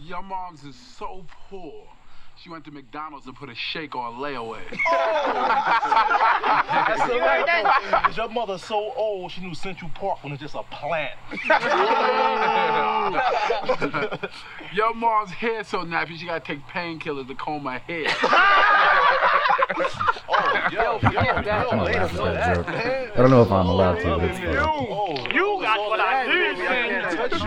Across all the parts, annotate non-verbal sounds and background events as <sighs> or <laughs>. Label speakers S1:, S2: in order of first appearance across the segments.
S1: Your mom's is so poor. She went to McDonald's and put a shake on layaway.
S2: That's
S3: You heard that?
S2: Is your mother so old she knew Central Park when it's just a plant?
S1: Your mom's hair so nappy she gotta take painkillers to comb her
S4: <laughs>
S1: hair.
S2: Oh, yo, yo,
S5: forget that.
S2: yo,
S5: I'm
S2: later
S5: allowed
S2: for
S5: for that
S2: that.
S5: joke. I don't know if I'm allowed to.
S2: Oh,
S5: But it's fine.
S2: oh,
S3: You got what I need, man.
S2: touch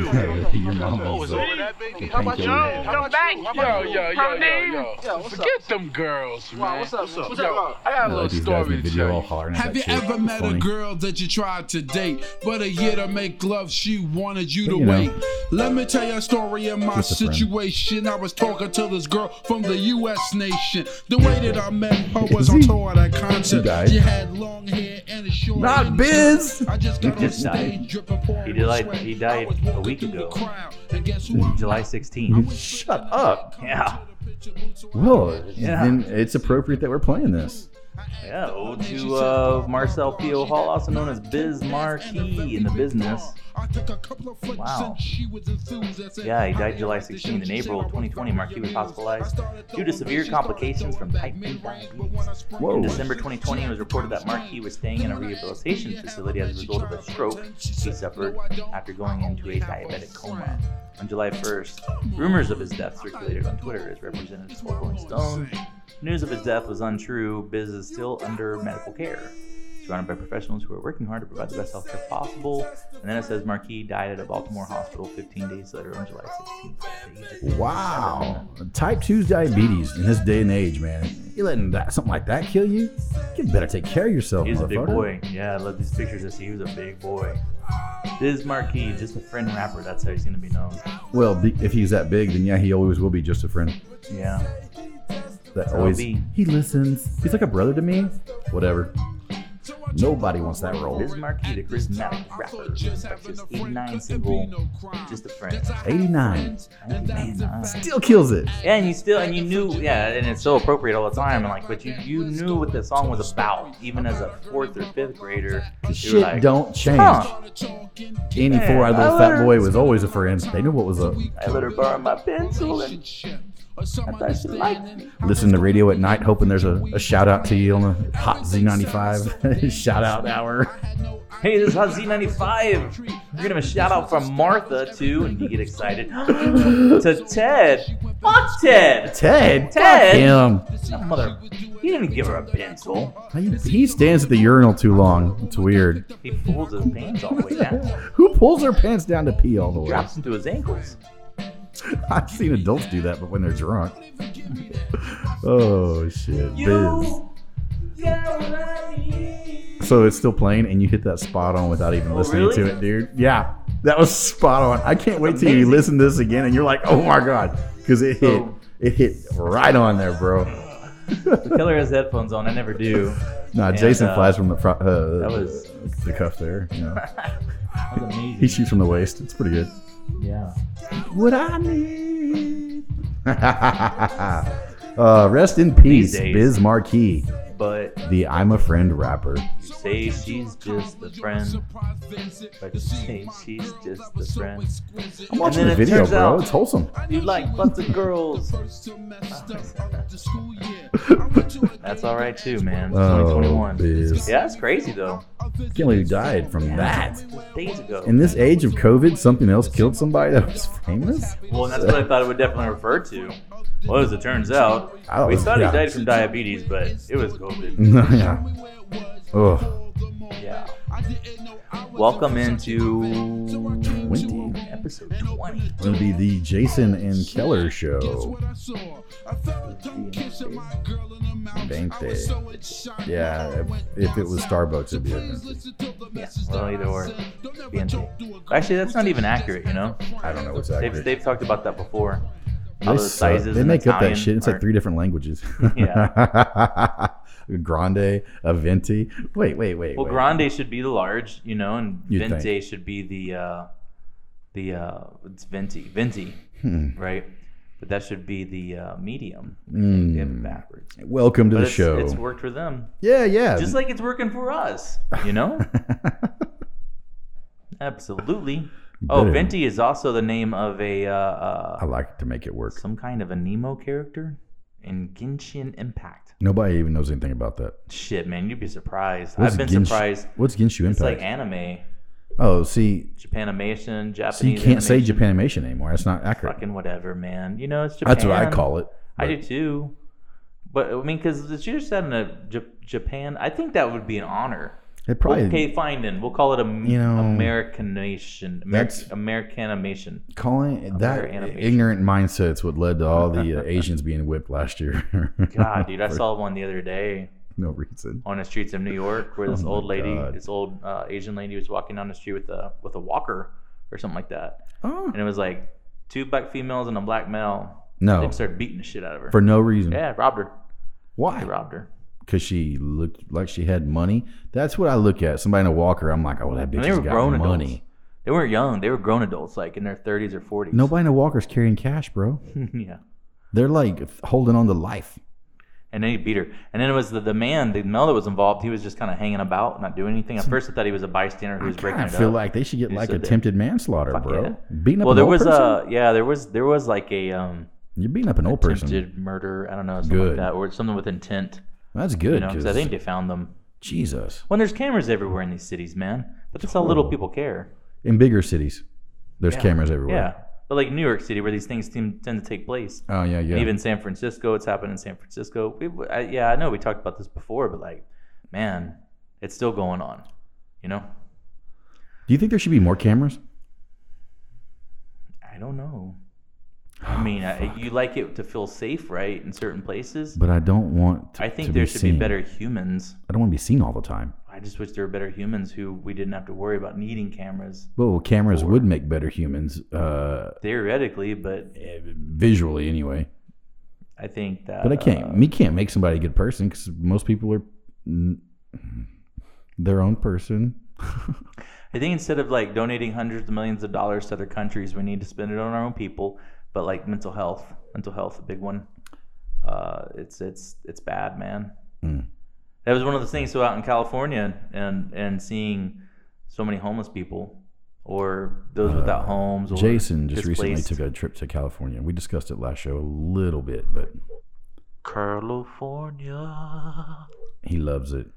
S2: you.
S5: <laughs> Your mom
S2: Oh,
S5: is
S2: it's
S5: like,
S2: over that big.
S5: How about you?
S2: How
S3: Come
S2: about
S3: back.
S2: you? How
S1: Yo,
S2: about you?
S1: yo, yo, yo, yo. Forget them girls, man.
S4: what's up? What's up?
S2: What's
S1: Yo, I got a
S5: like
S1: little
S5: these guys in
S1: story
S5: the
S1: to
S5: video all
S1: tell you.
S5: hollering at
S6: Have
S5: that
S6: you
S5: chick.
S6: ever
S5: It's
S6: met
S5: funny.
S6: a girl that you tried to date, but a year to make love she wanted you to
S5: You know.
S6: wait? Let me tell you a story of my
S5: Just a friend.
S6: situation. I was talking to this girl from the U.S. nation. The way that I met her was on
S5: Z.
S6: tour at a concert.
S5: guys.
S6: She had long hair and a short.
S5: Not
S6: mini
S5: Biz.
S6: skirt. I just got on
S7: Just
S6: stage
S7: died.
S6: dripping pouring
S7: He
S6: with
S7: died-
S6: sweat.
S7: he died
S6: I was
S7: a
S6: walking
S7: week
S6: through the
S7: ago. Hmm.
S6: crowd, and guess who I
S7: July
S6: met?
S7: 16th.
S5: Shut up.
S7: Yeah.
S5: Well,
S7: Yeah.
S5: then it's appropriate that we're playing this.
S7: Yeah, ode to uh, Marcel Pio Hall, also known as Biz Marquis in the business. Wow. Yeah, he died July 16th in April of 2020. Marquis was hospitalized due to severe complications from type 2 diabetes.
S5: Whoa.
S7: In December 2020, it was reported that Marquis was staying in a rehabilitation facility as a result of a stroke he suffered after going into a diabetic coma. On July 1st, rumors of his death circulated on Twitter as representatives for Rolling Stone. News of his death was untrue. Biz is still under medical care, surrounded by professionals who are working hard to provide the best health care possible. And then it says Marquis died at a Baltimore hospital 15 days later on July 16th.
S5: Wow. Type 2's diabetes in this day and age, man. You letting that, something like that kill you? You better take care of yourself,
S7: He's a big
S5: motherfucker.
S7: boy. Yeah, I love these pictures. I see he was a big boy. Biz Marquis, just a friend rapper. That's how he's gonna be known.
S5: Well, be- if he's that big, then yeah, he always will be just a friend.
S7: Yeah.
S5: That
S7: I'll
S5: always
S7: be.
S5: he listens. He's like a brother to me. Whatever. Nobody wants that role.
S7: Biz Marquis, the charismatic rapper, released his 89 single, Just a Friend.
S5: 89
S7: 89.
S5: still kills it.
S7: Yeah, and you still and you knew yeah, and it's so appropriate all the time and like but you you knew what the song was about, even as a fourth or fifth grader. you were
S5: Shit
S7: like,
S5: don't change.
S7: huh,
S5: Any
S7: Yeah,
S5: four eyed little
S7: I
S5: fat
S7: learned.
S5: boy was always a friend. They knew what was up.
S7: I let her borrow my pencil and I thought she liked me.
S5: Listen to radio at night, hoping there's a, a shout out to you on the Hot
S7: <laughs>
S5: Z95 <laughs> shout out hour.
S7: Hey, this is Hot Z95. We're gonna have a shout out from Martha too, and you get excited. <gasps> to Ted. Fuck Ted!
S5: Ted,
S7: Ted?
S5: fuck him.
S7: That mother he didn't give her a pencil.
S5: He, he stands at the urinal too long. It's weird.
S7: He pulled his pants all the way down.
S5: <laughs> Who pulls their pants down to pee all the way?
S7: Drops into his ankles.
S5: I've seen adults do that, but when they're drunk. <laughs> Oh shit, biz.
S7: got what I need.
S5: So it's still playing, and you hit that spot on without even listening
S7: really?
S5: to it, dude. Yeah, that was spot on. I can't wait till you
S7: amazing. Oh.
S5: listen to this again, and you're like, oh my god, because it hit,
S7: So-
S5: it hit right on there, bro.
S7: The killer has headphones on. I never do.
S5: Nah,
S7: And,
S5: Jason
S7: uh,
S5: flies from the front. Uh,
S7: that was-
S5: the cuff there. You know.
S7: That was amazing.
S5: he shoots from the waist. It's pretty good.
S7: Yeah.
S5: What I need. <laughs> uh, rest in peace,
S7: days.
S5: Biz Marquee,
S7: But
S5: the I'm a Friend rapper.
S7: you say she's just a friend. But you say she's just a friend.
S5: I'm watching
S7: then
S5: the
S7: it
S5: video,
S7: turns
S5: bro.
S7: out-
S5: it's wholesome. <laughs>
S7: You like lots of girls. That's all right too, man. It's
S5: Oh,
S7: 2021.
S5: biz.
S7: Yeah, that's crazy though.
S5: Can't believe he died from that.
S7: Just days ago.
S5: In this age of COVID, something else killed somebody that was famous? <laughs>
S7: well, and that's what I thought it would definitely refer to. Well, as it turns out,
S5: I
S7: we
S5: was-
S7: thought
S5: yeah.
S7: he died from diabetes, but it was COVID.
S5: yeah. Oh,
S7: Yeah. Welcome into
S5: 20.
S7: episode 20.
S5: It's going to be the Jason and Keller show. Bank day. Yeah, if, if it was Starbucks, it'd be different.
S7: Yeah, well, either or. BNT. Actually, that's not even accurate, you know?
S5: I don't know what's
S7: They've,
S5: accurate.
S7: they've talked about that before.
S5: They
S7: All the
S5: suck.
S7: sizes
S5: They
S7: in
S5: make up
S7: Italian
S5: that shit. It's
S7: are-
S5: like three different languages.
S7: Yeah.
S5: A <laughs> Grande, a venti. Wait, wait, wait.
S7: Well,
S5: wait.
S7: grande should be the large, you know, and
S5: You'd
S7: venti
S5: think.
S7: should be the uh, the uh, it's venti, venti,
S5: Hmm.
S7: right? But that should be the uh, medium.
S5: Mm.
S7: They have it backwards.
S5: Welcome to
S7: But
S5: the
S7: it's,
S5: show.
S7: it's worked for them,
S5: yeah, yeah. <laughs>
S7: just like it's working for us, you know. Absolutely. Oh,
S5: Better.
S7: Venti is also the name of a uh,
S5: I
S7: uh,
S5: like to make it work.
S7: some kind of a Nemo character in Genshin Impact.
S5: Nobody even knows anything about that.
S7: Shit, man, you'd be surprised.
S5: What's
S7: I've been
S5: Genshin-
S7: surprised.
S5: What's Genshin Impact?
S7: It's like anime,
S5: oh, see,
S7: Japanimation, Japanese.
S5: so you can't say
S7: animation,
S5: Japanimation anymore. That's not accurate.
S7: Fucking whatever, man. You know it's Japan.
S5: That's what I call it.
S7: I
S5: but-
S7: do too. But I mean, because it's just said in a J- Japan, I think that would be an honor.
S5: It probably
S7: okay, fine then. We'll call it a
S5: You know,
S7: Americanation,
S5: that's-
S7: Ameri- Americanimation.
S5: calling that
S7: better animation.
S5: ignorant mindsets what led to all the
S7: <laughs>
S5: uh, Asians being whipped last year.
S7: God, dude, I
S5: For
S7: saw one the other day
S5: <laughs> no reason.
S7: on the streets of New York where this
S5: Oh my
S7: old lady,
S5: God.
S7: this old uh, Asian lady, was walking down the street with a with a walker or something like that,
S5: Oh
S7: and it was like two black females and a black male. They
S5: no,
S7: started beating the shit out of her.
S5: Oh. for no reason.
S7: yeah, robbed her. They
S5: Why?
S7: robbed her.
S5: Because she looked like she had money. That's what I look at. Somebody in a walker, I'm like, oh, that bitch
S7: And they
S5: has
S7: were
S5: got
S7: grown
S5: money.
S7: adults. They weren't young. They were grown adults, like in their thirties or forties.
S5: Nobody in a walker's carrying cash, bro.
S7: <laughs> yeah.
S5: They're like holding on to life.
S7: And then he beat her. And then it was the, the man, the male that was involved, he was just kind of hanging about, not doing anything. At first, I thought he was a bystander who was breaking
S5: I
S7: it
S5: feel
S7: up.
S5: like they should get
S7: Who
S5: like
S7: said that?
S5: attempted manslaughter,
S7: Fuck
S5: bro.
S7: yeah.
S5: Beating up
S7: well,
S5: an
S7: there
S5: old
S7: was
S5: person.
S7: a yeah, there was there was like a um
S5: You're beating up an old person.
S7: attempted murder. I don't know something
S5: Good.
S7: like that, or something with intent.
S5: That's
S7: You
S5: good.
S7: know, 'cause
S5: 'cause-
S7: I think they found them.
S5: Jesus.
S7: Well, there's cameras everywhere in these cities, man. But that's how little people care.
S5: In bigger cities, there's cameras everywhere.
S7: Yeah, but like New York City, where these things seem, tend to take place.
S5: Oh yeah, yeah.
S7: And even San Francisco, it's happened in San Francisco. We, I, yeah, I know we talked about this before, but like, man, it's still going on. You know,
S5: Do you think there should be more cameras?
S7: I don't know. I
S5: <sighs>
S7: mean, I, you like it to feel safe, right? In certain places,
S5: But I don't want. To,
S7: I
S5: to
S7: think there
S5: be
S7: should
S5: seen.
S7: be better humans.
S5: I don't want to be seen all the time.
S7: I just wish there were better humans who we didn't have to worry about needing cameras
S5: Well, cameras would make better humans, uh,
S7: theoretically, but
S5: visually anyway.
S7: I think that.
S5: But I can't.
S7: uh,
S5: me can't make somebody a good person because most people are mm, their own person.
S7: I think instead of like donating hundreds of millions of dollars to other countries, we need to spend it on our own people. But like mental health, mental health, a big one. Uh, it's it's it's bad, man.
S5: Mm.
S7: That was one of those things. So out in California and and seeing so many homeless people or those without homes. Or
S5: Uh, Jason just
S7: displaced.
S5: recently took a trip to California. We discussed it last show a little bit, but
S7: California
S5: he loves it.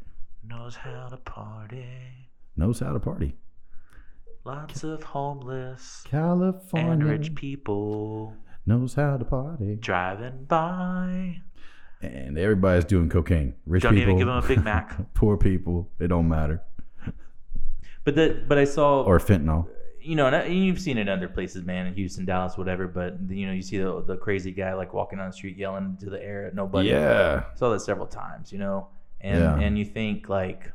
S7: knows how to party.
S5: Knows how to party.
S7: Lots of homeless and
S5: California
S7: rich people
S5: knows how to party,
S7: driving by.
S5: and everybody's doing cocaine. Rich
S7: Don't
S5: people,
S7: even give them a Big Mac.
S5: <laughs> poor people. It don't matter.
S7: But that, but I saw,
S5: Or fentanyl.
S7: you know, and I- and you've seen it in other places, man, in Houston, Dallas, whatever. But you know, you see the the crazy guy like walking down the street yelling to the air at nobody.
S5: yeah.
S7: saw that several times, you know, and
S5: Yeah.
S7: and you think like,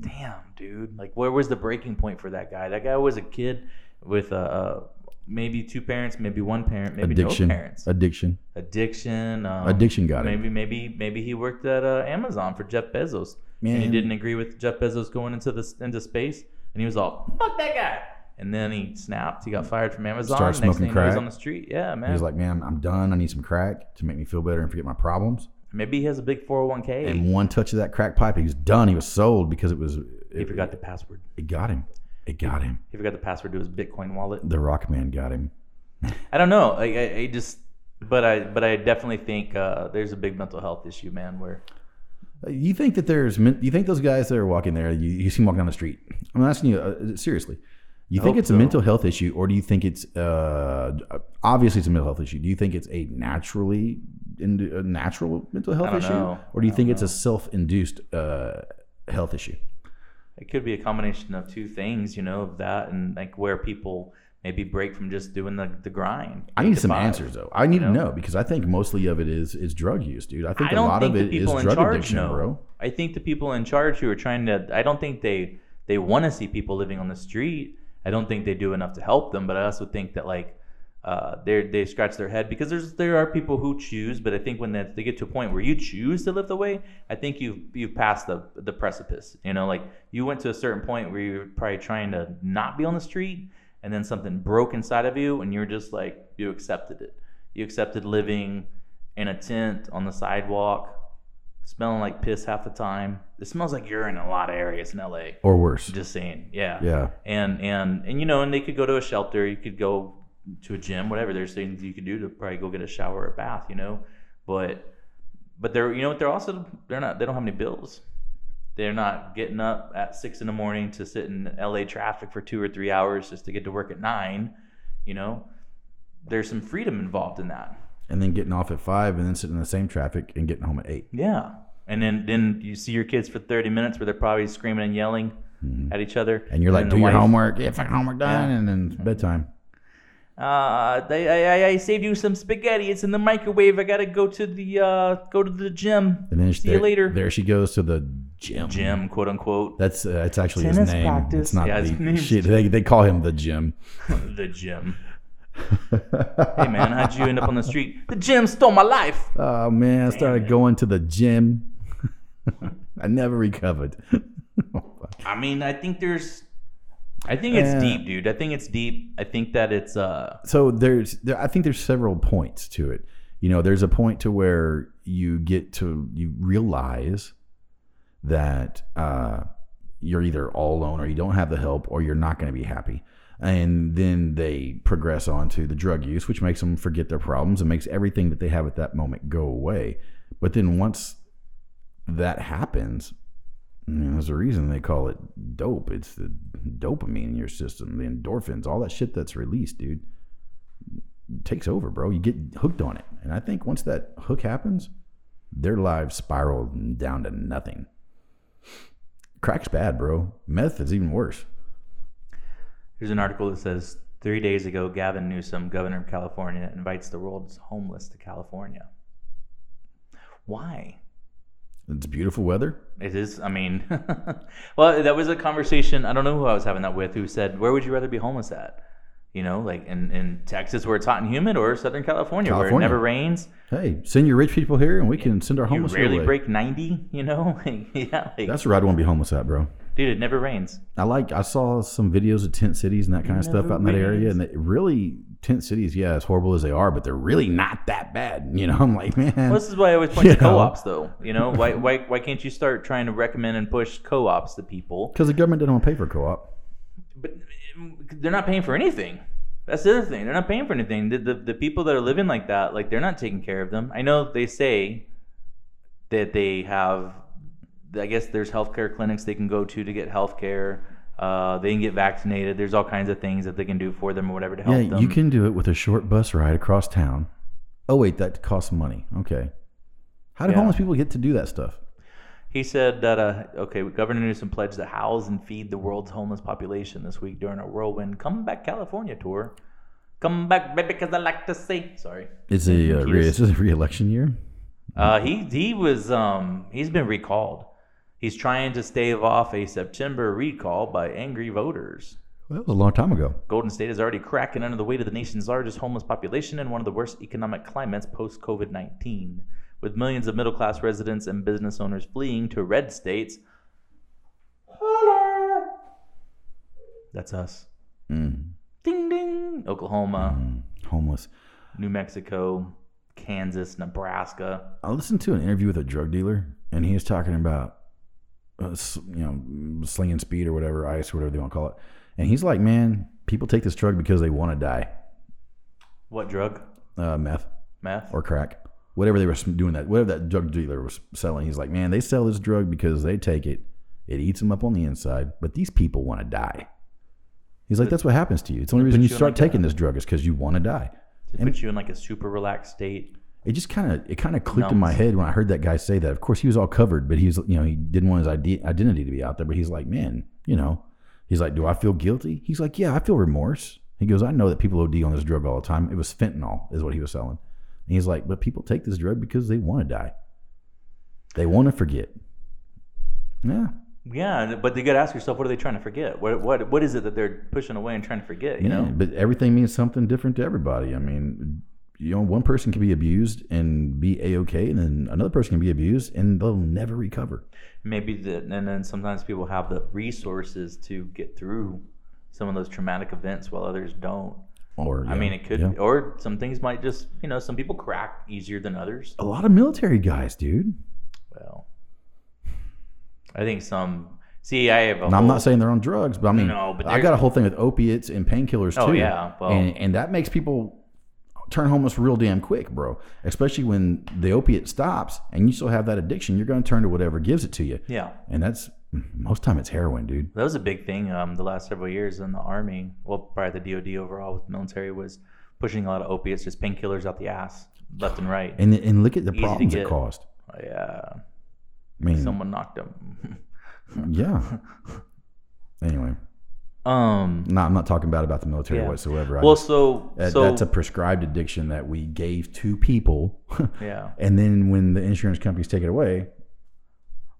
S7: damn, dude, like where was the breaking point for that guy? That guy was a kid with a. Uh, Maybe two parents, maybe one parent, maybe
S5: Addiction.
S7: no parents.
S5: Addiction.
S7: Addiction. Um,
S5: Addiction got him.
S7: Maybe, maybe, maybe he worked at uh, Amazon for Jeff Bezos, and he
S5: Man.
S7: didn't agree with Jeff Bezos going into this into space, and he was all "fuck that guy," and then he snapped. He got fired from Amazon.
S5: Started
S7: Next
S5: smoking
S7: thing he was
S5: crack.
S7: on the street. Yeah, man.
S5: He's like, man, I'm done. I need some crack to make me feel better and forget my problems.
S7: maybe he has a big 401k.
S5: And one touch of that crack pipe, he was done. He was sold because it was.
S7: he
S5: It,
S7: forgot the password.
S5: it got him. It got him.
S7: He forgot the password to his Bitcoin wallet.
S5: The rock man got him.
S7: I don't know. I, I, I just, but I, but I definitely think uh, there's a big mental health issue, man. Where
S5: You think that there's men- you think those guys that are walking there you, you see them walking down the street. I'm asking you uh, seriously. You think
S7: hope
S5: it's a
S7: so.
S5: mental health issue, or do you think it's uh, obviously it's a mental health issue? Do you think it's a naturally in, a natural mental health
S7: don't
S5: issue,
S7: know.
S5: or do you think it's a self-induced uh, health issue?
S7: it could be a combination of two things, you know, of that and like where people maybe break from just doing the, the grind.
S5: I
S7: eight
S5: need
S7: to
S5: some
S7: five.
S5: answers though. I need
S7: you
S5: to
S7: know?
S5: know because I think mostly of it is is drug use, dude. I think
S7: I
S5: a
S7: don't
S5: lot
S7: think
S5: of
S7: the
S5: it is
S7: people in
S5: drug
S7: charge
S5: addiction,
S7: know.
S5: bro.
S7: I think the people in charge who are trying to, I don't think they they want to see people living on the street. I don't think they do enough to help them, but I also think that like uh, they they scratch their head because there's there are people who choose, but I think when that, they get to a point where you choose to live the way, I think you've you've passed the the precipice. You know, like you went to a certain point where you were probably trying to not be on the street, and then something broke inside of you, and you're just like you accepted it. You accepted living in a tent on the sidewalk smelling like piss half the time. It smells like urine in a lot of areas in LA.
S5: or worse.
S7: Just saying, yeah,
S5: Yeah.
S7: and and and you know, and they could go to a shelter. You could go to a gym, whatever. There's things you could do to probably go get a shower or a bath, you know. But but they're you know what they're also they're not they don't have any bills. They're not getting up at six in the morning to sit in LA traffic for two or three hours just to get to work at nine. You know, there's some freedom involved in that.
S5: And then getting off at five and then sitting in the same traffic and getting home at eight.
S7: Yeah. And then, then you see your kids for 30 minutes where they're probably screaming and yelling at each other.
S5: Mm-hmm. And you're like,
S7: then
S5: do
S7: the
S5: your
S7: wife,
S5: homework, get fucking homework done, and then it's bedtime.
S7: Uh, they, I, I, I saved you some spaghetti. It's in the microwave. I got to go to the uh, go to the gym.
S5: And then
S7: see
S5: there,
S7: you later.
S5: There she goes to the gym.
S7: Gym, quote unquote.
S5: That's uh, it's actually his
S7: Tennis
S5: name.
S7: practice.
S5: It's not
S7: Yeah, his
S5: the
S7: name's-
S5: shit. They, they call him the gym. <laughs>
S7: the gym. hey, man, how'd you end up on the street? The gym stole my life.
S5: Oh man, I started going to the gym. <laughs> I never recovered. <laughs> Oh,
S7: I mean, I think there's. I think it's
S5: Yeah.
S7: deep, dude. I think it's deep. I think that it's uh
S5: so there's there, I think there's several points to it. You know, there's a point to where you get to you realize that uh, you're either all alone or you don't have the help or you're not going to be happy. And then they progress on to the drug use, which makes them forget their problems and makes everything that they have at that moment go away. But then once that happens, I mean, there's a reason they call it dope. It's the dopamine in your system, the endorphins, all that shit that's released, dude takes over, bro. You get hooked on it. And I think once that hook happens, their lives spiral down to nothing. Crack's bad, bro. Meth is even worse.
S7: Here's an article that says three days ago, Gavin Newsom, governor of California, invites the world's homeless to California. Why?
S5: It's beautiful weather.
S7: It is, I mean, <laughs> well, that was a conversation. I don't know who I was having that with who said, Where would you rather be homeless at? You know, like in, in Texas where it's hot and humid or Southern California, where it
S5: California.
S7: never rains.
S5: Hey, send your rich people here and we can send our
S7: You
S5: homeless
S7: rarely
S5: your way.
S7: break 90, you know? <laughs> yeah, like,
S5: That's where I'd want to be homeless at, bro.
S7: dude, it never rains.
S5: I like I saw some videos of tent cities and that kind of stuff out in that area. And it really tent cities, yeah, as horrible as they are, but they're really not that bad. You know, <laughs> I'm like, man.
S7: Well, this is why I always
S5: <laughs>
S7: point
S5: You
S7: to
S5: know?
S7: co-ops, though. You know, why, why, why can't you start trying to recommend and push co-ops to people?
S5: because the government didn't want to pay for co-op.
S7: but um, they're not paying for anything. That's the other thing. They're not paying for anything. The, the, the people that are living like that, like they're not taking care of them. I know they say that they have, I guess there's healthcare clinics they can go to to get healthcare. Uh, they can get vaccinated. There's all kinds of things that they can do for them or whatever to help
S5: Yeah,
S7: them.
S5: you can do it with a short bus ride across town. Oh wait, that costs money. Okay. How do
S7: Yeah.
S5: homeless people get to do that stuff?
S7: He said that, uh, okay, Governor Newsom pledged to house and feed the world's homeless population this week during a whirlwind Come Back California tour. Come back, baby, because I like to see. Sorry.
S5: It's a uh, re-
S7: Yes.
S5: is this a re-election year?
S7: Uh, he he was um he's been recalled. He's trying to stave off a September recall by angry voters.
S5: Well, that was a long time ago.
S7: Golden State is already cracking under the weight of the nation's largest homeless population and one of the worst economic climates post COVID 19, with millions of middle class residents and business owners fleeing to red states. Holler! That's us.
S5: Mm.
S7: Ding ding! Oklahoma,
S5: Homeless.
S7: New Mexico, Kansas, Nebraska.
S5: I listened to an interview with a drug dealer, and he was talking about, uh, s- you know, slinging speed or whatever, ice, whatever they want to call it. And he's like, man, people take this drug because they want to die.
S7: What drug?
S5: Uh, meth.
S7: Meth?
S5: or crack, whatever they were doing that, whatever that drug dealer was selling. He's like, man, they sell this drug because they take it, it eats them up on the inside, but these people want to die. He's like, that's what happens to you. It's the only reason you
S7: you in
S5: start
S7: like a-
S5: taking this drug is because you want to die.
S7: It puts you in like a super relaxed state.
S5: It just kind of it kind of clicked in my
S7: Numbs.
S5: head when I heard that guy say that. Of course, he was all covered, but he's you know he didn't want his ide- identity to be out there. But he's like, man, you know, he's like, do I feel guilty? He's like, yeah, I feel remorse. He goes, I know that people OD on this drug all the time. It was fentanyl, is what he was selling. And he's like, but people take this drug because they want to die. They want to forget. Yeah,
S7: Yeah, but you got to ask yourself, what are they trying to forget? What what what is it that they're pushing away and trying to forget? You
S5: Yeah,
S7: know,
S5: but everything means something different to everybody. I mean, you know, one person can be abused and be a okay, and then another person can be abused and they'll never recover.
S7: maybe the and then sometimes people have the resources to get through some of those traumatic events while others don't.
S5: Or
S7: I
S5: yeah,
S7: mean, it could
S5: yeah.
S7: or some things might just you know some people crack easier than others.
S5: a lot of military guys, dude.
S7: Well, I think some. See, I have a.
S5: Now, I'm
S7: whole-
S5: not saying they're on drugs, but I mean,
S7: No, but
S5: I
S7: they're-
S5: got a whole thing with opiates and painkillers
S7: Oh,
S5: too.
S7: yeah, well-
S5: and, and that makes people turn homeless real damn quick, bro. Especially when the opiate stops and you still have that addiction, you're going to turn to whatever gives it to you.
S7: Yeah,
S5: And that's most time it's heroin, dude.
S7: that was a big thing. Um, the last several years in the army, well, probably the DoD overall with the military was pushing a lot of opiates, just painkillers out the ass, left and right.
S5: And and look at the
S7: Easy to
S5: problems it
S7: get.
S5: caused.
S7: yeah,
S5: I mean,
S7: someone knocked him.
S5: yeah. Anyway,
S7: <laughs> um.
S5: no, I'm not talking bad about the military
S7: Yeah.
S5: whatsoever. I
S7: Well,
S5: just-
S7: so
S5: that-
S7: so
S5: that's a prescribed addiction that we gave to people, <laughs>
S7: yeah.
S5: and then when the insurance companies take it away,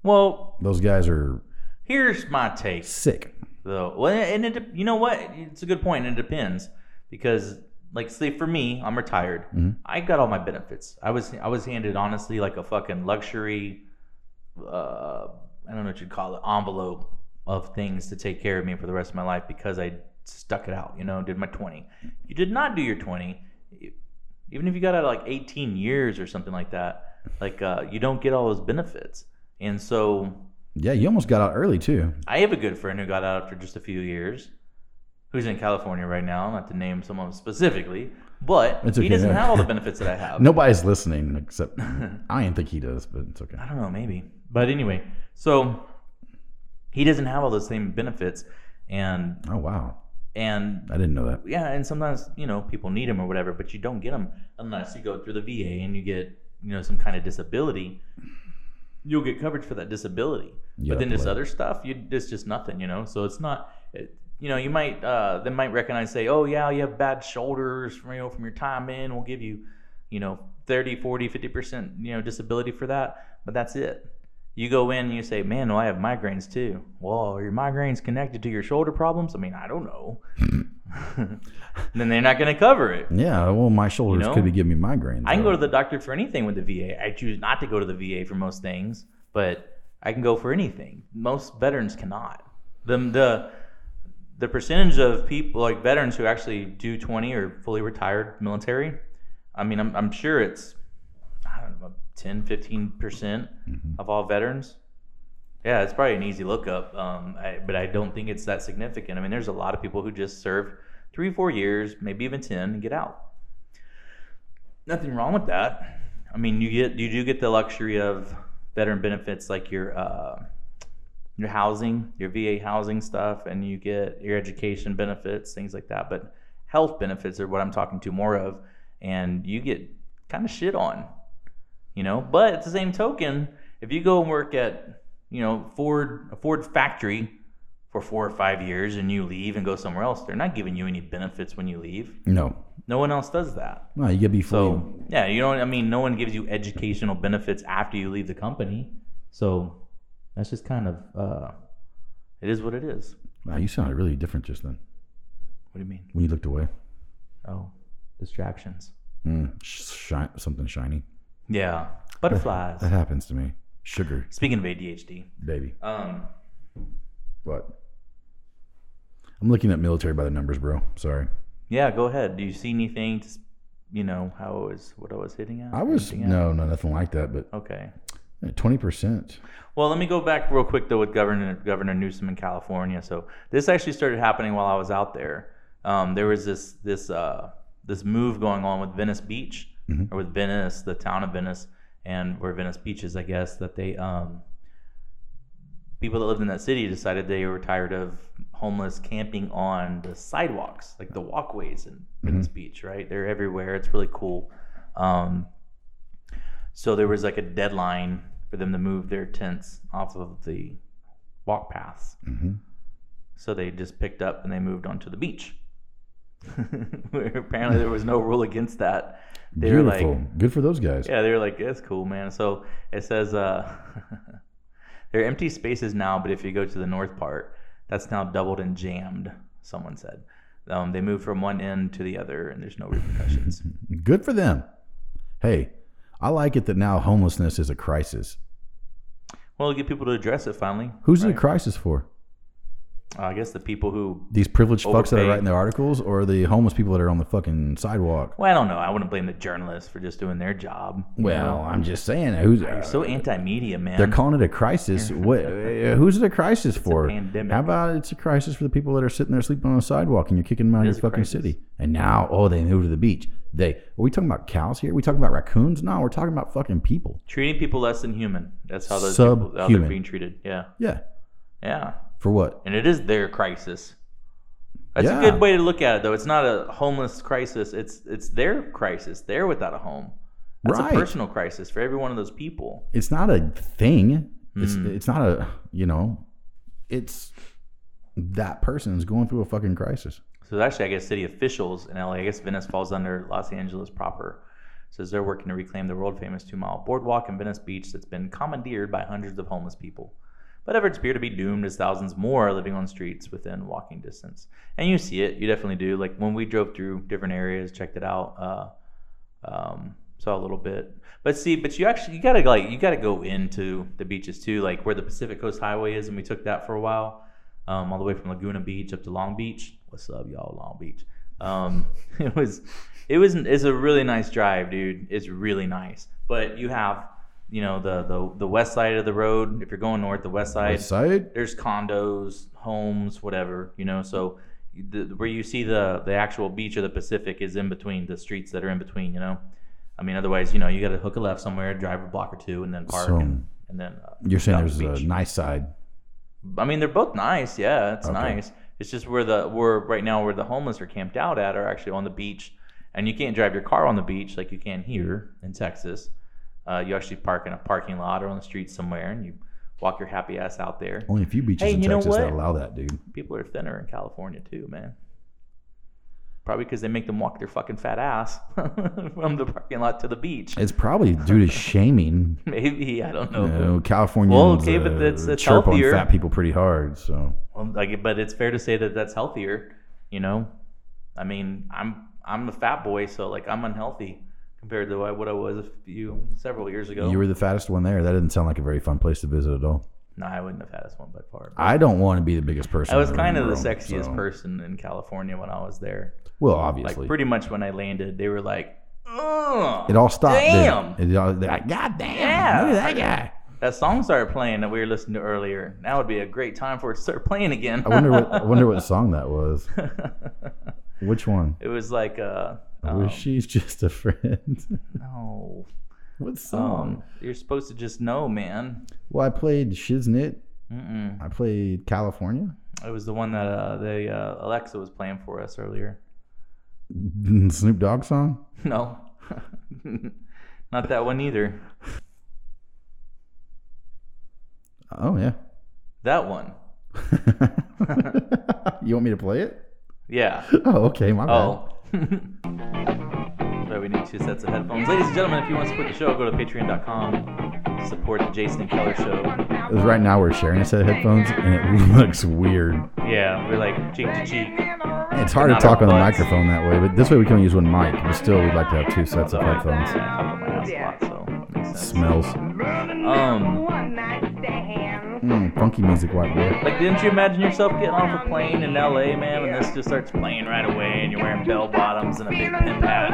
S7: Well,
S5: those guys are
S7: here's my take.
S5: sick.
S7: though. Well, and it, you know what? It's a good point. And it depends because, like, say for me, I'm retired.
S5: Mhm.
S7: I got all my benefits. I was I was handed honestly like a fucking luxury. Uh, I don't know what you'd call it envelope of things to take care of me for the rest of my life because I stuck it out. You know, did my twenty. You did not do your twenty. Even if you got out like 18 years or something like that, like uh, you don't get all those benefits. And so
S5: Yeah, you almost got out early too.
S7: I have a good friend who got out after just a few years, who's in California right now. Not to name someone specifically, but
S5: It's
S7: he
S5: okay,
S7: doesn't
S5: yeah. <laughs>
S7: have all the benefits that I have.
S5: Nobody's listening
S7: <laughs>
S5: except I didn't think he does, but it's okay.
S7: I don't know, maybe. But anyway, so he doesn't have all those same benefits, and
S5: Oh wow,
S7: and
S5: I didn't know that.
S7: yeah, and sometimes you know people need them or whatever, but you don't get them unless you go through the VA and you get you know some kind of disability. You'll get coverage for that disability,
S5: You
S7: but
S5: gotta
S7: then this
S5: play.
S7: other stuff, you it's just nothing, you know. So it's not, it, you know, you might uh, they might recognize say, oh yeah, you have bad shoulders, you know, from your time in. We'll give you, you know, 30, 40, 50 percent, you know, disability for that, but that's it. You go in and you say, man, well, I have migraines too. Well, are your migraines connected to your shoulder problems? I mean, I don't know. <laughs> then they're not going to cover it.
S5: Yeah, well, my shoulders
S7: know?
S5: could be giving me migraines.
S7: I can
S5: though.
S7: go to the doctor for anything with the VA. I choose not to go to the VA for most things, but I can go for anything. Most veterans cannot. The the the percentage of people like veterans who actually do 20 or fully retired military, I mean, I'm, I'm sure it's I don't know 10, 15 percent of all veterans. Yeah, it's probably an easy lookup, um, I, but I don't think it's that significant. I mean, there's a lot of people who just serve three, four years, maybe even ten, and get out nothing wrong with that. I mean, you get you do get the luxury of veteran benefits like your uh, your housing, your VA housing stuff, and you get your education benefits, things like that. But health benefits are what I'm talking to more of, and you get kind of shit on, you know. But at the same token, if you go and work at you know Ford a Ford factory for four or five years and you leave and go somewhere else, they're not giving you any benefits when you leave.
S5: no,
S7: No one else does that.
S5: no, you gotta be fully.
S7: So yeah, you don't. I mean, no one gives you educational benefits after you leave the company. So that's just kind of uh, it is what it is.
S5: wow, you sounded really different just then
S7: What do you mean?
S5: when you looked away.
S7: Oh, distractions.
S5: Mm, shi- something shiny.
S7: Yeah,
S5: That
S7: butterflies. <laughs>
S5: happens to me. Sugar,
S7: Speaking of ADHD,
S5: baby.
S7: um,
S5: What? I'm looking at military by the numbers, bro. Sorry.
S7: yeah, go ahead. Do you see anything? To, s- you know how I was what I was hitting at?
S5: I was
S7: Anything at?
S5: no, no, nothing like that. But
S7: Okay.
S5: twenty percent.
S7: Well, let me go back real quick though with Governor Governor Newsom in California. So this actually started happening while I was out there. Um, there was this this uh, this move going on with Venice Beach or with Venice, the town of Venice, and where Venice Beach is, I guess that they um, people that lived in that city decided they were tired of homeless camping on the sidewalks, like the walkways in Venice Beach. Right, they're everywhere. It's really cool. Um, so there was like a deadline for them to move their tents off of the walk paths.
S5: Mhm.
S7: So they just picked up and they moved onto the beach. <laughs> Where apparently there was no rule against that. They
S5: Beautiful.
S7: were like,
S5: Good for those guys.
S7: yeah, they were like, that's cool, man. So it says uh, <laughs> there are empty spaces now, but if you go to the north part, that's now doubled and jammed. Someone said um, they moved from one end to the other, and there's no repercussions.
S5: Good for them. Hey, I like it that now homelessness is a crisis.
S7: well, get people to address it finally.
S5: Who's it
S7: right?
S5: a crisis for?
S7: Uh, I guess the people who.
S5: These privileged fucks that are
S7: Overpaid.
S5: writing the articles, or the homeless people that are on the fucking sidewalk?
S7: Well, I don't know. I wouldn't blame the journalists for just doing their job. you
S5: Well,
S7: know?
S5: I'm just saying, who's uh,
S7: you're so anti-media, man.
S5: They're calling it a crisis. what? uh, Who's it a crisis for?
S7: pandemic.
S5: How about it's a crisis for the people that are sitting there sleeping on the sidewalk and you're kicking them out of your
S7: is a
S5: fucking
S7: crisis.
S5: city? And now, oh, they moved to the beach. They are we talking about cows here? Are we talking about raccoons? No, we're talking about fucking people.
S7: treating people less than human. That's how those people how they're
S5: Subhuman.
S7: being treated. Yeah,
S5: Yeah.
S7: yeah.
S5: For what?
S7: And it is their crisis. That's
S5: Yeah.
S7: a good way to look at it, though. It's not a homeless crisis. It's it's their crisis. They're without a home. That's
S5: Right.
S7: a personal crisis for every one of those people.
S5: It's not a thing. It's
S7: Mm.
S5: it's not a you know. It's that person is going through a fucking crisis.
S7: So actually, I guess city officials in LA, I guess Venice falls under Los Angeles proper, says they're working to reclaim the world famous two mile boardwalk in Venice Beach that's been commandeered by hundreds of homeless people. But efforts appear to be doomed as thousands more are living on streets within walking distance. And you see it, you definitely do. Like when we drove through different areas, checked it out, uh, um, saw a little bit. But see, but you actually you gotta like you gotta go into the beaches too, like where the Pacific Coast Highway is, and we took that for a while, um, all the way from Laguna Beach up to Long Beach. What's up, y'all, Long Beach? Um, <laughs> it was, it was, it's a really nice drive, dude. It's really nice. But you have, you know, the the the west side of the road. If you're going north, the west side
S5: Side?
S7: there's condos, homes, whatever, you know. So the, where you see the the actual beach of the Pacific is in between the streets that are in between, you know. I mean, otherwise, you know, you got to hook a left somewhere, drive a block or two, and then park,
S5: So-
S7: and, and then. Uh,
S5: You're saying
S7: down the
S5: there's a
S7: beach.
S5: nice side.
S7: I mean, they're both nice. Yeah, it's
S5: Okay.
S7: nice. It's just where the where right now where the homeless are camped out at are actually on the beach, and you can't drive your car on the beach like you can here in Texas. Uh, you actually park in a parking lot or on the street somewhere, and you walk your happy ass out there.
S5: Only a few beaches
S7: Hey,
S5: in
S7: you know
S5: Texas that
S7: what?
S5: allow that, dude.
S7: people are thinner in California too, man. Probably because they make them walk their fucking fat ass <laughs> from the parking lot to the beach. <laughs>
S5: It's probably due to shaming
S7: Maybe I don't know.
S5: you
S7: but-
S5: know, California. uh,
S7: Well, Oh, okay, but that's- that's
S5: chirp on
S7: healthier.
S5: fat people pretty hard. So
S7: Well, like, but it's fair to say that that's healthier. You know, I mean, I'm I'm the fat boy, so like I'm unhealthy compared to what I was a few several years ago.
S5: you were the fattest one there. That didn't sound like a very fun place to visit at all.
S7: no, I wouldn't have had this one by far.
S5: I don't want to be the biggest person.
S7: I was
S5: in
S7: kind of the
S5: room,
S7: sexiest
S5: so-
S7: person in California when I was there.
S5: Well,
S7: Like
S5: obviously,
S7: pretty much when I landed, they were like, "Ugh."
S5: it all stopped.
S7: Damn.
S5: It, it all, they're like, God damn!
S7: Yeah.
S5: Look at that guy.
S7: That song started playing that we were listening to earlier. Now would be a great time for it to start playing again.
S5: I wonder what. I wonder what song that was. Which one?
S7: <laughs> it was like uh
S5: I
S7: um,
S5: wish she's just a friend. <laughs>
S7: no.
S5: what song?
S7: Um, you're supposed to just know, man.
S5: well, I played Shiznit.
S7: Mm-mm.
S5: I played California. <laughs>
S7: It was the one that uh, they uh, Alexa was playing for us earlier. <laughs>
S5: Snoop Dogg song.
S7: No, <laughs> not that one either.
S5: Oh yeah.
S7: That one.
S5: <laughs> you want me to play it?
S7: Yeah.
S5: Oh, okay. My bad.
S7: Oh. <laughs> but we need two sets of headphones. Ladies and gentlemen, if you want to support the show, go to patreon.com. Support the Jason and Keller Show.
S5: 'Cause right now we're sharing a set of headphones and it <laughs> looks weird.
S7: Yeah, we're like cheek to cheek.
S5: It's hard to
S7: Not
S5: talk
S7: our
S5: on the
S7: butts.
S5: microphone that way, but this way we can only use one mic. But still, we'd like to have two sets of headphones.
S7: Yeah, my ass a lot, so makes sense.
S5: Smells.
S7: Um,
S5: Mm, funky music, white boy.
S7: like, didn't you imagine yourself getting off a plane in LA, man, and this just starts playing right away, and you're wearing bell bottoms and a big pimp hat,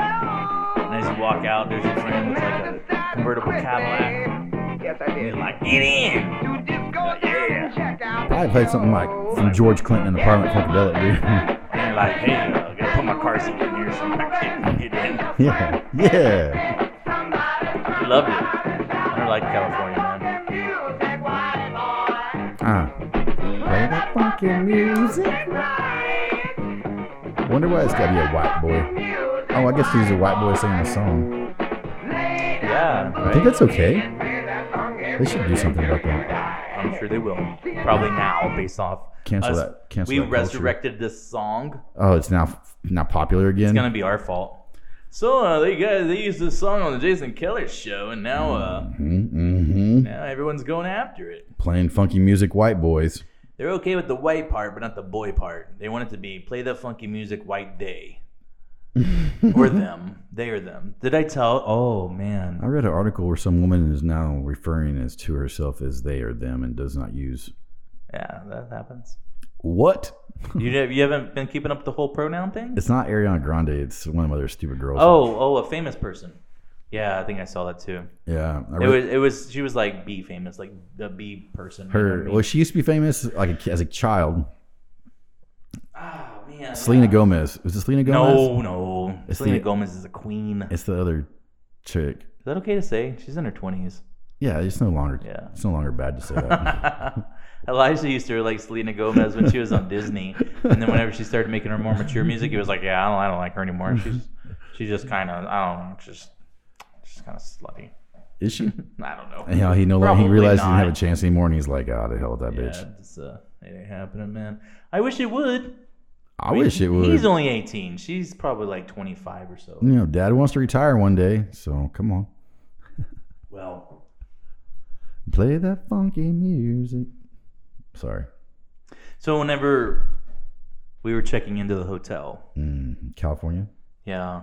S7: and as you walk out, there's your friend with like a convertible Cadillac.
S4: Yes, I
S7: And
S4: did.
S7: you're like, get in!
S4: You just go there and check out.
S5: Probably played something like from George Clinton and the Parliament Funkadelic,
S7: And you're like, hey, uh, I gotta put my car seat in here so I can get in.
S5: dude. <laughs> yeah, yeah.
S7: I loved it. I don't like California, man.
S5: Uh, play that funky music. Wonder why it's gotta be a white boy. Oh, I guess he's a white boy singing a song.
S7: Yeah,
S5: I think
S7: right?
S5: that's okay. They should do something about that.
S7: I'm sure they will. Probably now, based off.
S5: Cancel
S7: us-
S5: that. Cancel
S7: we
S5: that culture.
S7: resurrected this song.
S5: Oh, it's now now popular again.
S7: It's gonna be our fault. So uh, they guys they used this song on the Jason Keller show, and now uh,
S5: Mm-hmm.
S7: now everyone's going after it.
S5: Playing funky music, white boys.
S7: They're okay with the white part, but not the boy part. They want it to be play that funky music,
S5: <laughs>
S7: white day, or them. They are them. Did I tell? Oh
S5: I
S7: man,
S5: read an article where some woman is now referring as to herself as they or them and does not use
S7: yeah, that happens.
S5: What?
S7: You, didn't- you haven't been keeping up the whole pronoun thing?
S5: It's not Ariana Grande. It's one of other stupid girls.
S7: Oh, oh, a famous person. Yeah, I think I saw that too.
S5: yeah. I
S7: It
S5: re-
S7: was, it was. She was like B famous, like the B person. you know what I
S5: her.
S7: mean?
S5: Well, she used to be famous like a, ki- as a child.
S7: Ah, man.
S5: Selena Gomez. Was it Selena Gomez?
S7: No, no.
S5: It's
S7: Selena
S5: the-
S7: Gomez is a queen. Is
S5: It's the other chick.
S7: that okay to say? She's in
S5: <laughs>
S7: her twenties.
S5: Yeah, it's no longer.
S7: Yeah.
S5: It's no longer bad to say
S7: <laughs>
S5: that.
S7: Elijah used to like Selena Gomez when she was on Disney, and then whenever she started making her more mature music, he was like, "Yeah, I don't, I don't like her anymore. She's, she's just kind of, I don't know, just, just kind of slutty.
S5: Is she?
S7: I don't know.
S5: You know, he no longer he
S7: Probably
S5: realized he
S7: not.
S5: didn't have a chance anymore, and he's like, "Ah, the hell with that
S7: Yeah,
S5: bitch."
S7: it's, uh, it ain't happening, man. I wish it would.
S5: I wish it would. Mm.
S7: He's only 18. She's probably like 25 or so.
S5: you know, Dad wants to retire one day, so come on,
S7: Well,
S5: play that funky music. Sorry,
S7: so whenever we were checking into the hotel,
S5: mm, California.
S7: Yeah.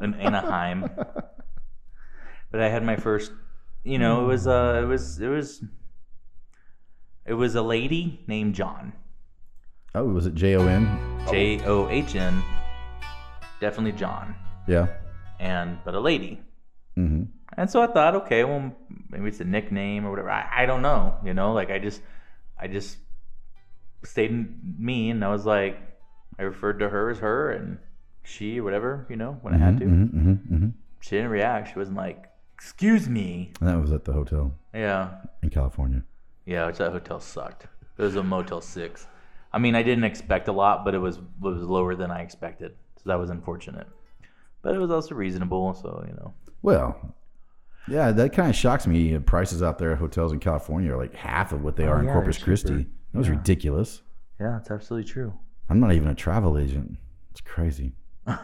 S7: In Anaheim. But I had my first you know, it was uh it was it was it was a lady named John.
S5: Oh, was it J O N?
S7: J O H N. Definitely John.
S5: Yeah.
S7: And but a lady.
S5: Mm-hmm.
S7: And so I thought, okay, well maybe it's a nickname or whatever. I, I don't know, you know, like I just I just stayed in me and I was like I referred to her as her and she or whatever, you know, when I had to.
S5: Mm-hmm, mm-hmm, mm-hmm.
S7: she didn't react. She wasn't like, "Excuse me."
S5: And that was at the hotel
S7: Yeah,
S5: in California.
S7: yeah. Which that hotel sucked. It was a Motel Six. I mean, I didn't expect a lot, but it was it was lower than I expected, so that was unfortunate. But it was also reasonable, so you know.
S5: Well, yeah, that kind of shocks me. The prices out there at hotels in California are like half of what they are in
S7: Oh, yeah,
S5: Corpus
S7: they're
S5: Christi.
S7: cheaper.
S5: That was
S7: Yeah.
S5: ridiculous.
S7: Yeah, it's absolutely true.
S5: I'm not even a travel agent. It's crazy.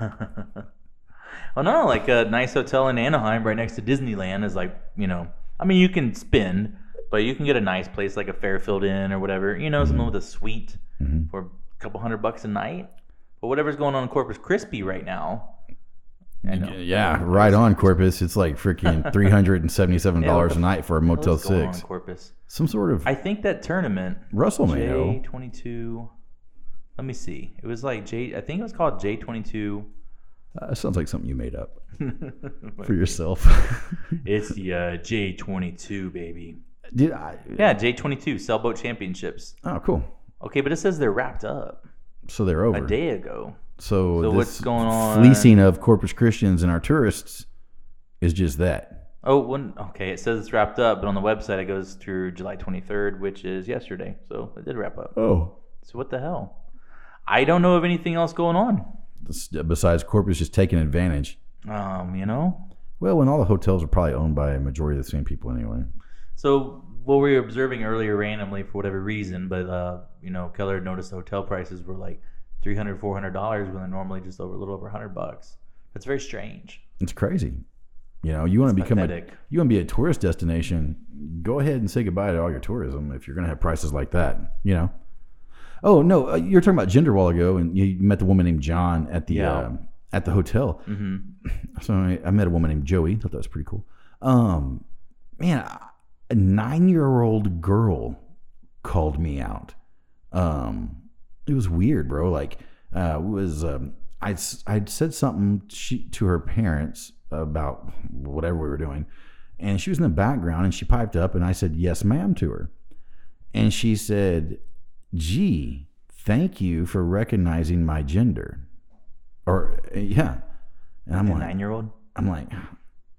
S7: well, <laughs> Oh, no, like a nice hotel in Anaheim, right next to Disneyland, is like you know. I mean, you can spend, but you can get a nice place like a Fairfield Inn or whatever. You know, something with a suite for a couple hundred bucks a night. But whatever's going on in Corpus Christi right now, I know.
S5: Yeah, right on Corpus. It's like
S7: <laughs>
S5: freaking three hundred and seventy-seven
S7: Yeah, what
S5: dollars
S7: the
S5: a night for a
S7: What's
S5: Motel
S7: going on in
S5: Six. Oh,
S7: Corpus.
S5: Some sort of
S7: I think that tournament J
S5: WrestleMania.
S7: twenty two. Let me see. It was like J. I think it was called J twenty two.
S5: That Uh, sounds like something you made up
S7: <laughs>
S5: for yourself.
S7: It's the uh, J twenty two baby.
S5: <laughs> Dude, I,
S7: Yeah, J twenty two sailboat championships.
S5: Oh, cool.
S7: Okay, but it says they're wrapped up
S5: So they're over.
S7: a day ago.
S5: So,
S7: So
S5: this
S7: what's going on?
S5: Fleecing of Corpus Christians and our tourists is just that.
S7: Oh, one, okay. It says it's wrapped up, but on the website it goes through July 23rd, which is yesterday. So it did wrap up.
S5: Oh,
S7: So what the hell? I don't know of anything else going on.
S5: besides Corpus just taking advantage.
S7: Um, you know.
S5: Well, when all the hotels are probably owned by a majority of the same people anyway.
S7: So what we were observing earlier randomly for whatever reason, but uh, you know, Keller had noticed the hotel prices were like 300 400 dollars when they're normally just over a little over 100 bucks. That's very strange.
S5: It's crazy. You know, you want to become a,
S7: pathetic.
S5: you want to be a tourist destination. Go ahead and say goodbye to all your tourism if you're going to have prices like that. You know. Oh no, uh, you were talking about gender a while ago, and you met the woman named John at the
S7: Yeah.
S5: um, at the hotel.
S7: hmm
S5: So I, I met a woman named Joey. Thought that was pretty cool. Um, man, I- a nine-year-old girl called me out. Um, it was weird, bro. Like, uh, it was um, I I said something she, to her parents about whatever we were doing, and she was in the background, and she piped up, and I said yes, ma'am, to her, and she said, "Gee, thank you for recognizing my gender," or uh, yeah, and I'm
S7: A
S5: like,
S7: nine-year-old.
S5: I'm like,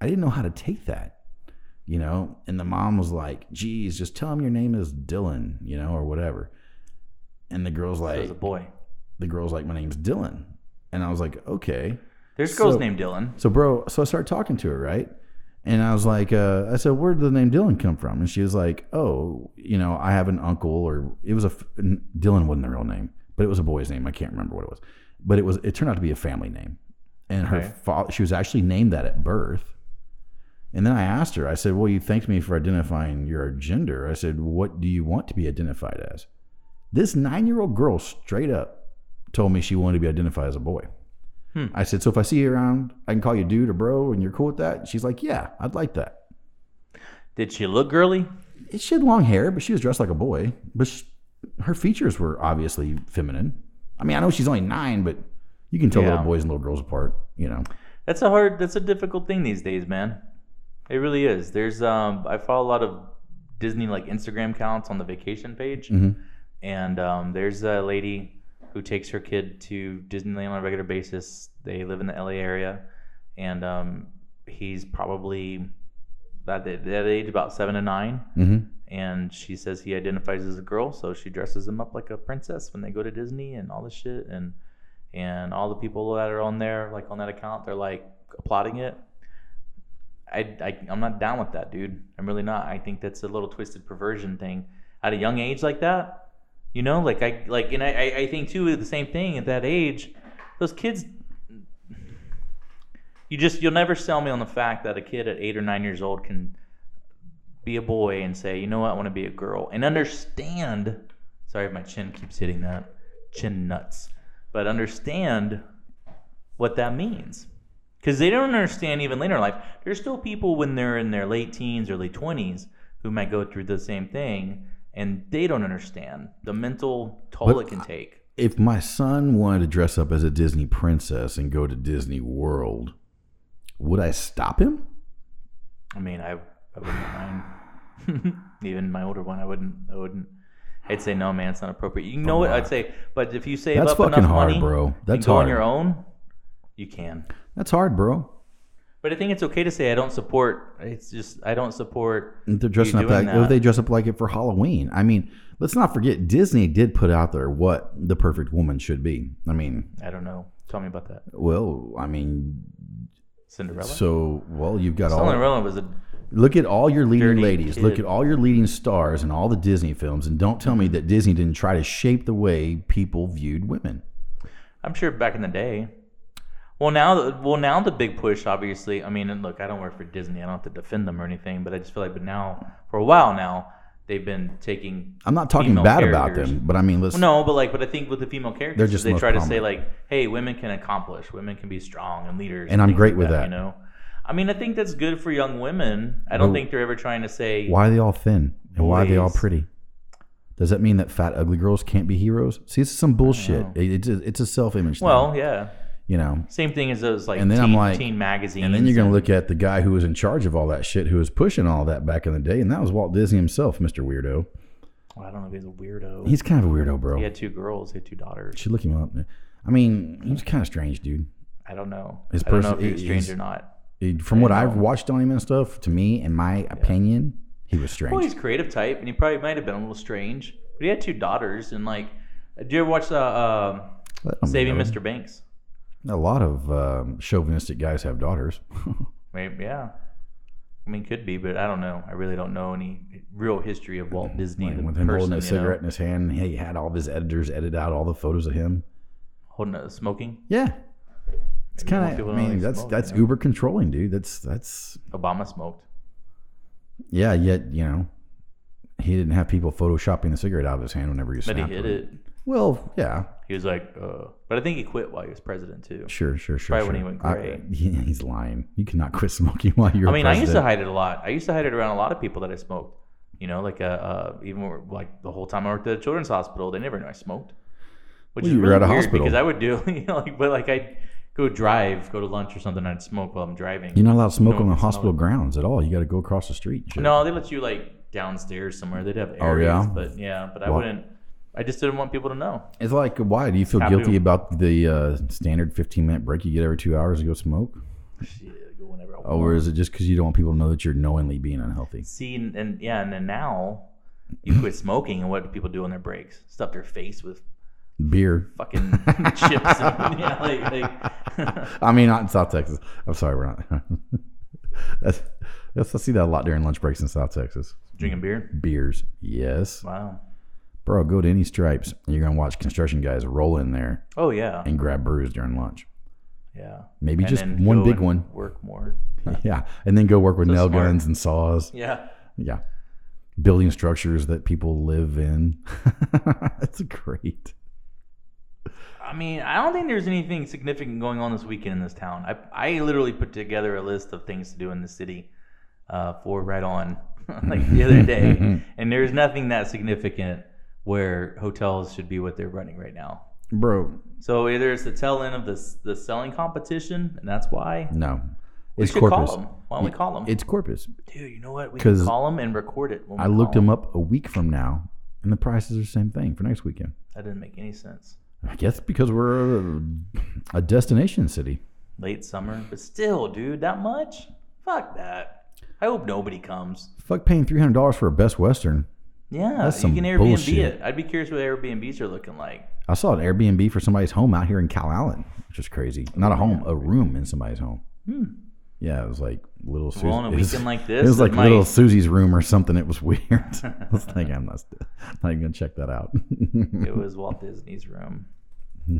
S5: I didn't know how to take that, you know? And the mom was like, geez, just tell him your name is Dylan, you know, or whatever. And the girl's
S7: So
S5: like,
S7: it's a boy.
S5: the girl's like, my name's Dylan. And I was like, okay.
S7: There's girls
S5: So-
S7: named Dylan.
S5: So, bro, so I started talking to her, right? And I was like, uh, I said, where did the name Dylan come from? And she was like, oh, you know, I have an uncle, or it was a f- n- Dylan wasn't the real name, but it was a boy's name. I can't remember what it was, but it was it turned out to be a family name, and her
S7: Okay.
S5: father she was actually named that at birth. And then I asked her, I said, well, you thanked me for identifying your gender. I said, what do you want to be identified as? This nine year old girl straight up told me she wanted to be identified as a boy.
S7: Hmm.
S5: I said, so if I see you around, I can call you dude or bro, and you're cool with that? She's like, yeah, I'd like that.
S7: Did she look girly?
S5: She had long hair, but she was dressed like a boy. But she, her features were obviously feminine. I mean, I know she's only nine, but you can tell
S7: Yeah.
S5: little boys and little girls apart. You know,
S7: That's a hard. That's a difficult thing these days, man. It really is. There's um, I follow a lot of Disney like Instagram accounts on the vacation page,
S5: Mhm.
S7: and um, there's a lady who takes her kid to Disneyland on a regular basis. They live in the LA area, and um, he's probably that that age about seven to nine.
S5: hmm
S7: And she says he identifies as a girl, so she dresses him up like a princess when they go to Disney and all this shit. And and all the people that are on there, like on that account, they're like applauding it. I, I I'm not down with that, dude. I'm really not. I think that's a little twisted perversion thing. At a young age like that, you know, like I like, and I I I think too the same thing at that age. Those kids, you just you'll never sell me on the fact that a kid at eight or nine years old can be a boy and say, you know what, I want to be a girl and understand. Sorry if my chin keeps hitting that. Chin nuts. But understand what that means. Because they don't understand even later in life. There's still people when they're in their late teens, early 20s, who might go through the same thing and they don't understand the mental toll
S5: But
S7: it can take.
S5: if my son wanted to dress up as a Disney princess and go to Disney World, would I stop him?
S7: I mean, I, I wouldn't mind. <laughs> even my older one, I wouldn't. I wouldn't. I'd say no, man. It's not appropriate. You know what? I'd say, but if you save
S5: That's
S7: up enough
S5: fucking hard,
S7: money
S5: bro.
S7: and
S5: That's
S7: go
S5: hard.
S7: on your own, you can.
S5: That's hard, bro.
S7: But I think it's okay to say I don't support. It's just I don't support.
S5: If They're dressing up
S7: doing
S5: like what if
S7: that.
S5: they dress up like it for Halloween. I mean, let's not forget Disney did put out there what the perfect woman should be. I mean,
S7: I don't know. Tell me about that.
S5: well, I mean,
S7: Cinderella.
S5: so well, you've got all
S7: Cinderella was a.
S5: Look at all your leading
S7: Dirty
S5: ladies.
S7: kid.
S5: Look at all your leading stars in all the Disney films, and don't tell me that Disney didn't try to shape the way people viewed women.
S7: I'm sure back in the day. Well now, well now the big push, obviously. I mean, and look, I don't work for Disney. I don't have to defend them or anything. But I just feel like, but now for a while now, they've been taking.
S5: I'm not talking
S7: Female
S5: bad about
S7: characters.
S5: them, but I mean, let's.
S7: No, but like, but I think with the female characters,
S5: They're just
S7: they
S5: most
S7: try to say
S5: prominent.
S7: like, "Hey, women can accomplish. Women can be strong and leaders."
S5: And I'm
S7: things
S5: great
S7: like
S5: with that.
S7: You know, I mean, I think that's good for young women. I don't
S5: But
S7: think they're ever trying to say
S5: Why are they all thin and why are they all
S7: Boys.
S5: pretty? Does that mean that fat, ugly girls can't be heroes? See, it's some bullshit. It- it's a, it's a self image.
S7: Oh. Well, yeah,
S5: you know.
S7: same thing as those like
S5: And then
S7: teen,
S5: I'm like-
S7: teen magazines.
S5: And then you're gonna look at the guy who was in charge of all that shit, who was pushing all that back in the day, and that was Walt Disney himself, Mr. Weirdo.
S7: Well, I don't know if he's a weirdo.
S5: He's kind of a weirdo, bro.
S7: he had two girls. He had two daughters.
S5: Should look him up. I mean, he's kind of strange, dude.
S7: I don't know.
S5: His
S7: I don't know
S5: person-
S7: if he was
S5: he-
S7: strange
S5: he's-
S7: or not.
S5: He- From what I've watched on him and stuff, to me, in my opinion, he was strange.
S7: Well, he's creative type, and he probably might have been a little strange. But he had two daughters, and like, do you ever watch the uh,
S5: Let him
S7: Saving
S5: know.
S7: Mr. Banks?
S5: A lot of um, chauvinistic guys have daughters. <laughs>
S7: Maybe, yeah. I mean, could be, but I don't know. I really don't know any real history of Walt Disney,
S5: Mm-hmm. Like,
S7: the
S5: with him
S7: person,
S5: holding a
S7: you know,
S5: cigarette in his hand, he had all of his editors edit out all the photos of him.
S7: holding a smoking.
S5: Yeah, it's
S7: Maybe more
S5: kind of.
S7: people
S5: I
S7: don't
S5: mean,
S7: really
S5: that's
S7: smoke,
S5: that's
S7: you know?
S5: uber controlling, dude. That's that's
S7: Obama smoked.
S5: yeah. Yet you know, he didn't have people photoshopping the cigarette out of his hand whenever he
S7: But
S5: snapped.
S7: he hit
S5: them.
S7: it.
S5: Well, yeah,
S7: He was like, uh, but I think he quit while he was president too.
S5: sure, sure, sure.
S7: Probably when
S5: sure.
S7: he went
S5: I-
S7: gray.
S5: <laughs> yeah, he's lying. You cannot quit smoking while you're.
S7: I mean, I used to
S5: president.
S7: hide it a lot. I used to hide it around a lot of people that I smoked. You know, like uh, uh even where- like the whole time I worked at a children's hospital, they never knew I smoked. Which
S5: Well,
S7: is
S5: you were
S7: really
S5: at a
S7: weird
S5: hospital.
S7: because I would do, <laughs> you know, like, but like I'd go drive, go to lunch or something, and I'd smoke while I'm driving.
S5: You're not allowed to smoke
S7: No,
S5: on the
S7: it's not.
S5: hospital grounds at all. You got to go across the street. and shit.
S7: No, they let you like downstairs somewhere. They'd have areas,
S5: Oh, yeah?
S7: but yeah, but I
S5: Wow.
S7: wouldn't. I just didn't want people to know.
S5: It's like, why do you feel
S7: Taboo.
S5: guilty about the uh, standard 15 minute break you get every two hours to go smoke?
S7: Shit, go whenever I want.
S5: Or is it just because you don't want people to know that you're knowingly being unhealthy?
S7: See, and, and yeah, and then now you quit smoking, and what do people do on their breaks? Stuff their face with
S5: Beer. <laughs>
S7: fucking chips. And, <laughs> yeah, like, <laughs> like
S5: I mean, not in South Texas. I'm sorry, we're not. <laughs> that's, that's, I see that a lot during lunch breaks in South Texas.
S7: drinking beer.
S5: Beers. Yes.
S7: Wow.
S5: Bro, go to any stripes and you're going to watch construction guys roll in there
S7: Oh yeah,
S5: and grab brews during lunch.
S7: yeah.
S5: Maybe
S7: And
S5: just
S7: then
S5: one
S7: go
S5: big
S7: and <laughs>
S5: one.
S7: Work more.
S5: Yeah. And then go work with
S7: So
S5: nail
S7: smart.
S5: guns and saws.
S7: Yeah.
S5: Yeah. Building structures that people live in. <laughs> That's great.
S7: I mean, I don't think there's anything significant going on this weekend in this town. I, I literally put together a list of things to do in the city <laughs>
S5: <laughs>
S7: uh, for right on like the other day, and there's nothing that significant where hotels should be what they're running right now.
S5: bro.
S7: So either it's the tail end of the s- the selling competition, and that's why
S5: No,
S7: we
S5: it's
S7: should
S5: Corpus.
S7: call them. Why don't we call them?
S5: It's Corpus.
S7: Dude, you know what? We
S5: 'Cause
S7: can call them and record it. When we
S5: I looked
S7: call
S5: them
S7: 'em.
S5: up a week from now, and the prices are the same thing for next weekend.
S7: That didn't make any sense.
S5: I guess because we're a, a destination city.
S7: Late summer, but still, dude, that much? Fuck that. I hope nobody comes.
S5: Fuck paying three hundred dollars for a Best Western.
S7: Yeah,
S5: That's
S7: you
S5: some
S7: can Airbnb
S5: bullshit.
S7: it. I'd be curious what Airbnbs are looking like.
S5: I saw an Airbnb for somebody's home out here in Cal Allen, which is crazy.
S7: Oh,
S5: Not a home, a room in somebody's home. Yeah, it was like little Susie.
S7: on Hmm. a
S5: it was- <laughs>
S7: weekend like
S5: it
S7: this,
S5: was
S7: it
S5: like little
S7: might-
S5: Susie's room or something. It was weird. <laughs> I was like, I'm not, not even gonna check that out. <laughs>
S7: It was Walt Disney's room. You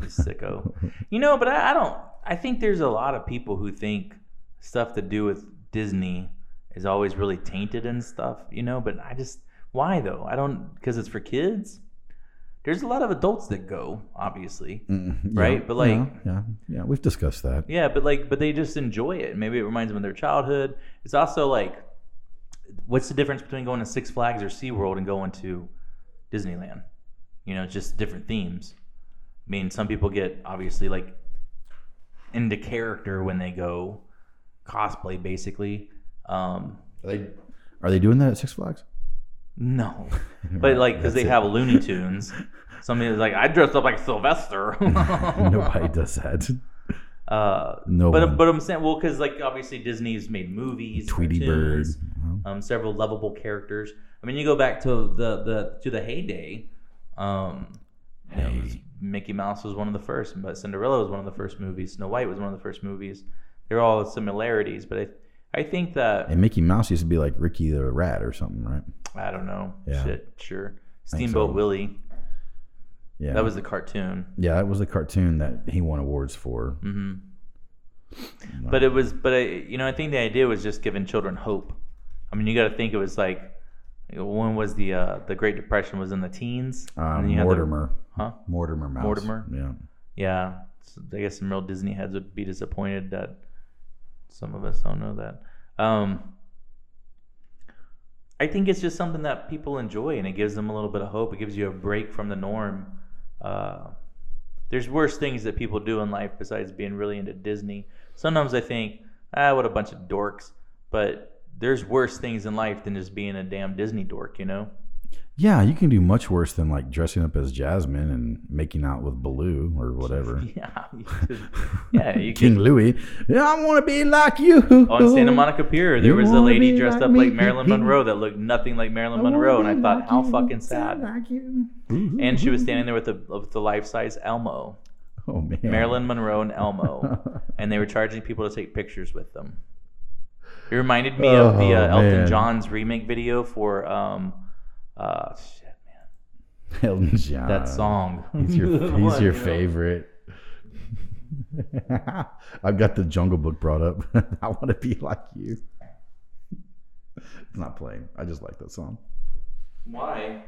S5: <laughs>
S7: Sicko. You know, but I, I don't. I think there's a lot of people who think stuff to do with Disney is always really tainted and stuff. You know, but I just why though? I don't because it's for kids. There's a lot of adults that go, obviously.
S5: Mm, yeah,
S7: Right, but, like-
S5: yeah, yeah, yeah, we've discussed that.
S7: Yeah, but like, but they just enjoy it. Maybe it reminds them of their childhood. It's also like, what's the difference between going to Six Flags or SeaWorld and going to Disneyland? You know, it's just different themes. I mean, some people get obviously like into character when they go cosplay, basically. Um,
S5: Are they are they doing that at Six Flags? <laughs>
S7: no, but like because they have Looney Tunes. Somebody is like, I dressed up
S5: <laughs>
S7: like Sylvester.
S5: Nobody does that.
S7: Uh,
S5: No
S7: but
S5: one.
S7: but I'm saying well because like obviously Disney's made movies,
S5: Tweety Bird.
S7: cartoons,
S5: Well,
S7: um, several lovable characters. I mean, you go back to the the to the heyday. Um, you know, it was- Mickey Mouse was one of the first, but Cinderella was one of the first movies. Snow White was one of the first movies. They're all similarities, but I I think that
S5: And Mickey Mouse used to be like Ricky the Rat or something, right?
S7: I don't know
S5: Yeah.
S7: shit sure.
S5: think
S7: Steamboat
S5: so.
S7: Willie,
S5: Yeah,
S7: that was the cartoon.
S5: yeah, that was the cartoon that he won awards for.
S7: hmm But it was, but I, you know, I think the idea was just giving children hope. I mean, you got to think it was like, you know, when was the uh, the Great Depression was in the teens.
S5: Um,
S7: you had the-
S5: Mortimer,
S7: huh?
S5: Mortimer Mouse.
S7: Mortimer?
S5: Yeah.
S7: Yeah, so I guess some real Disney heads would be disappointed that some of us don't know that. Um, I think it's just something that people enjoy, and it gives them a little bit of hope. It gives you a break from the norm. Uh, there's worse things that people do in life besides being really into Disney. Sometimes I think, ah, what a bunch of dorks. But there's worse things in life than just being a damn Disney dork, you know? <laughs>
S5: Yeah, you can do much worse than like dressing up as Jasmine and making out with Baloo or
S7: <laughs>
S5: whatever.
S7: Yeah, you could- yeah, you
S5: King Louis. Yeah, I want to be like you.
S7: on Oh,
S5: <laughs>
S7: Santa Monica Pier, there
S5: Oh, You
S7: was a
S5: wanna
S7: lady
S5: be
S7: dressed
S5: like
S7: up like
S5: me.
S7: Marilyn Monroe that looked nothing like Marilyn
S5: wanna
S7: Monroe, and
S5: be
S7: I thought,
S5: like
S7: how
S5: you,
S7: fucking
S5: sound
S7: sad.
S5: Like you. Ooh.
S7: And she was standing there with the with the life size Elmo,
S5: Oh man.
S7: <laughs> Marilyn Monroe
S5: <laughs>
S7: and Elmo, and they were charging people to take pictures with them. It reminded me of the uh,
S5: Oh,
S7: Elton
S5: man.
S7: John's remake video for um, uh, shit, man,
S5: Elton John.
S7: that song.
S5: Uh, <laughs> He's your,
S7: The
S5: he's
S7: one,
S5: your
S7: you know?
S5: favorite. <laughs> I've got the Jungle Book brought up. <laughs> I want to be like you. It's not playing. I just like that song
S7: Why?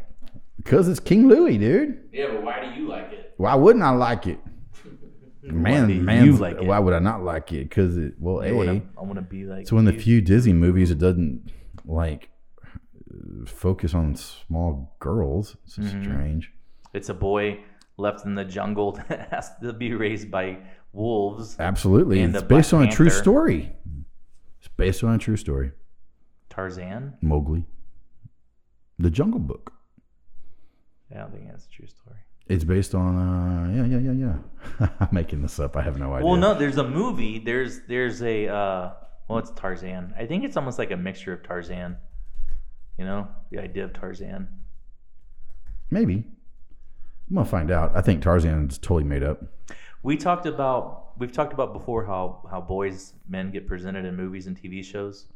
S5: because it's King Louis, dude.
S7: Yeah, but why do you like it?
S5: Why wouldn't I like
S7: <laughs>
S5: it?
S7: do you
S5: Man, man,
S7: like it?
S5: why would I not like it? Because it, well,
S7: I
S5: a.
S7: wanna, I wanna be like.
S5: It's one of the
S7: you.
S5: few Disney movies that doesn't like uh, focus on small girls. It's just
S7: Mhm.
S5: strange.
S7: It's a boy left in the jungle <laughs> that has to be raised by wolves.
S5: Absolutely,
S7: And
S5: it's
S7: the
S5: based
S7: Black
S5: on a true
S7: Panther.
S5: story. It's based on a true story.
S7: Tarzan?
S5: Mowgli, The Jungle Book.
S7: I don't think that's a true story.
S5: It's based on uh, yeah, yeah, yeah, yeah. <laughs> I'm making this up. I have no idea.
S7: Well, no, there's a movie. There's there's a uh, well, it's Tarzan. I think it's almost like a mixture of Tarzan. You know, the idea of Tarzan.
S5: maybe. I'm gonna find out. I think Tarzan's totally made up.
S7: We talked about we've talked about before how how boys men get presented in movies and TV shows.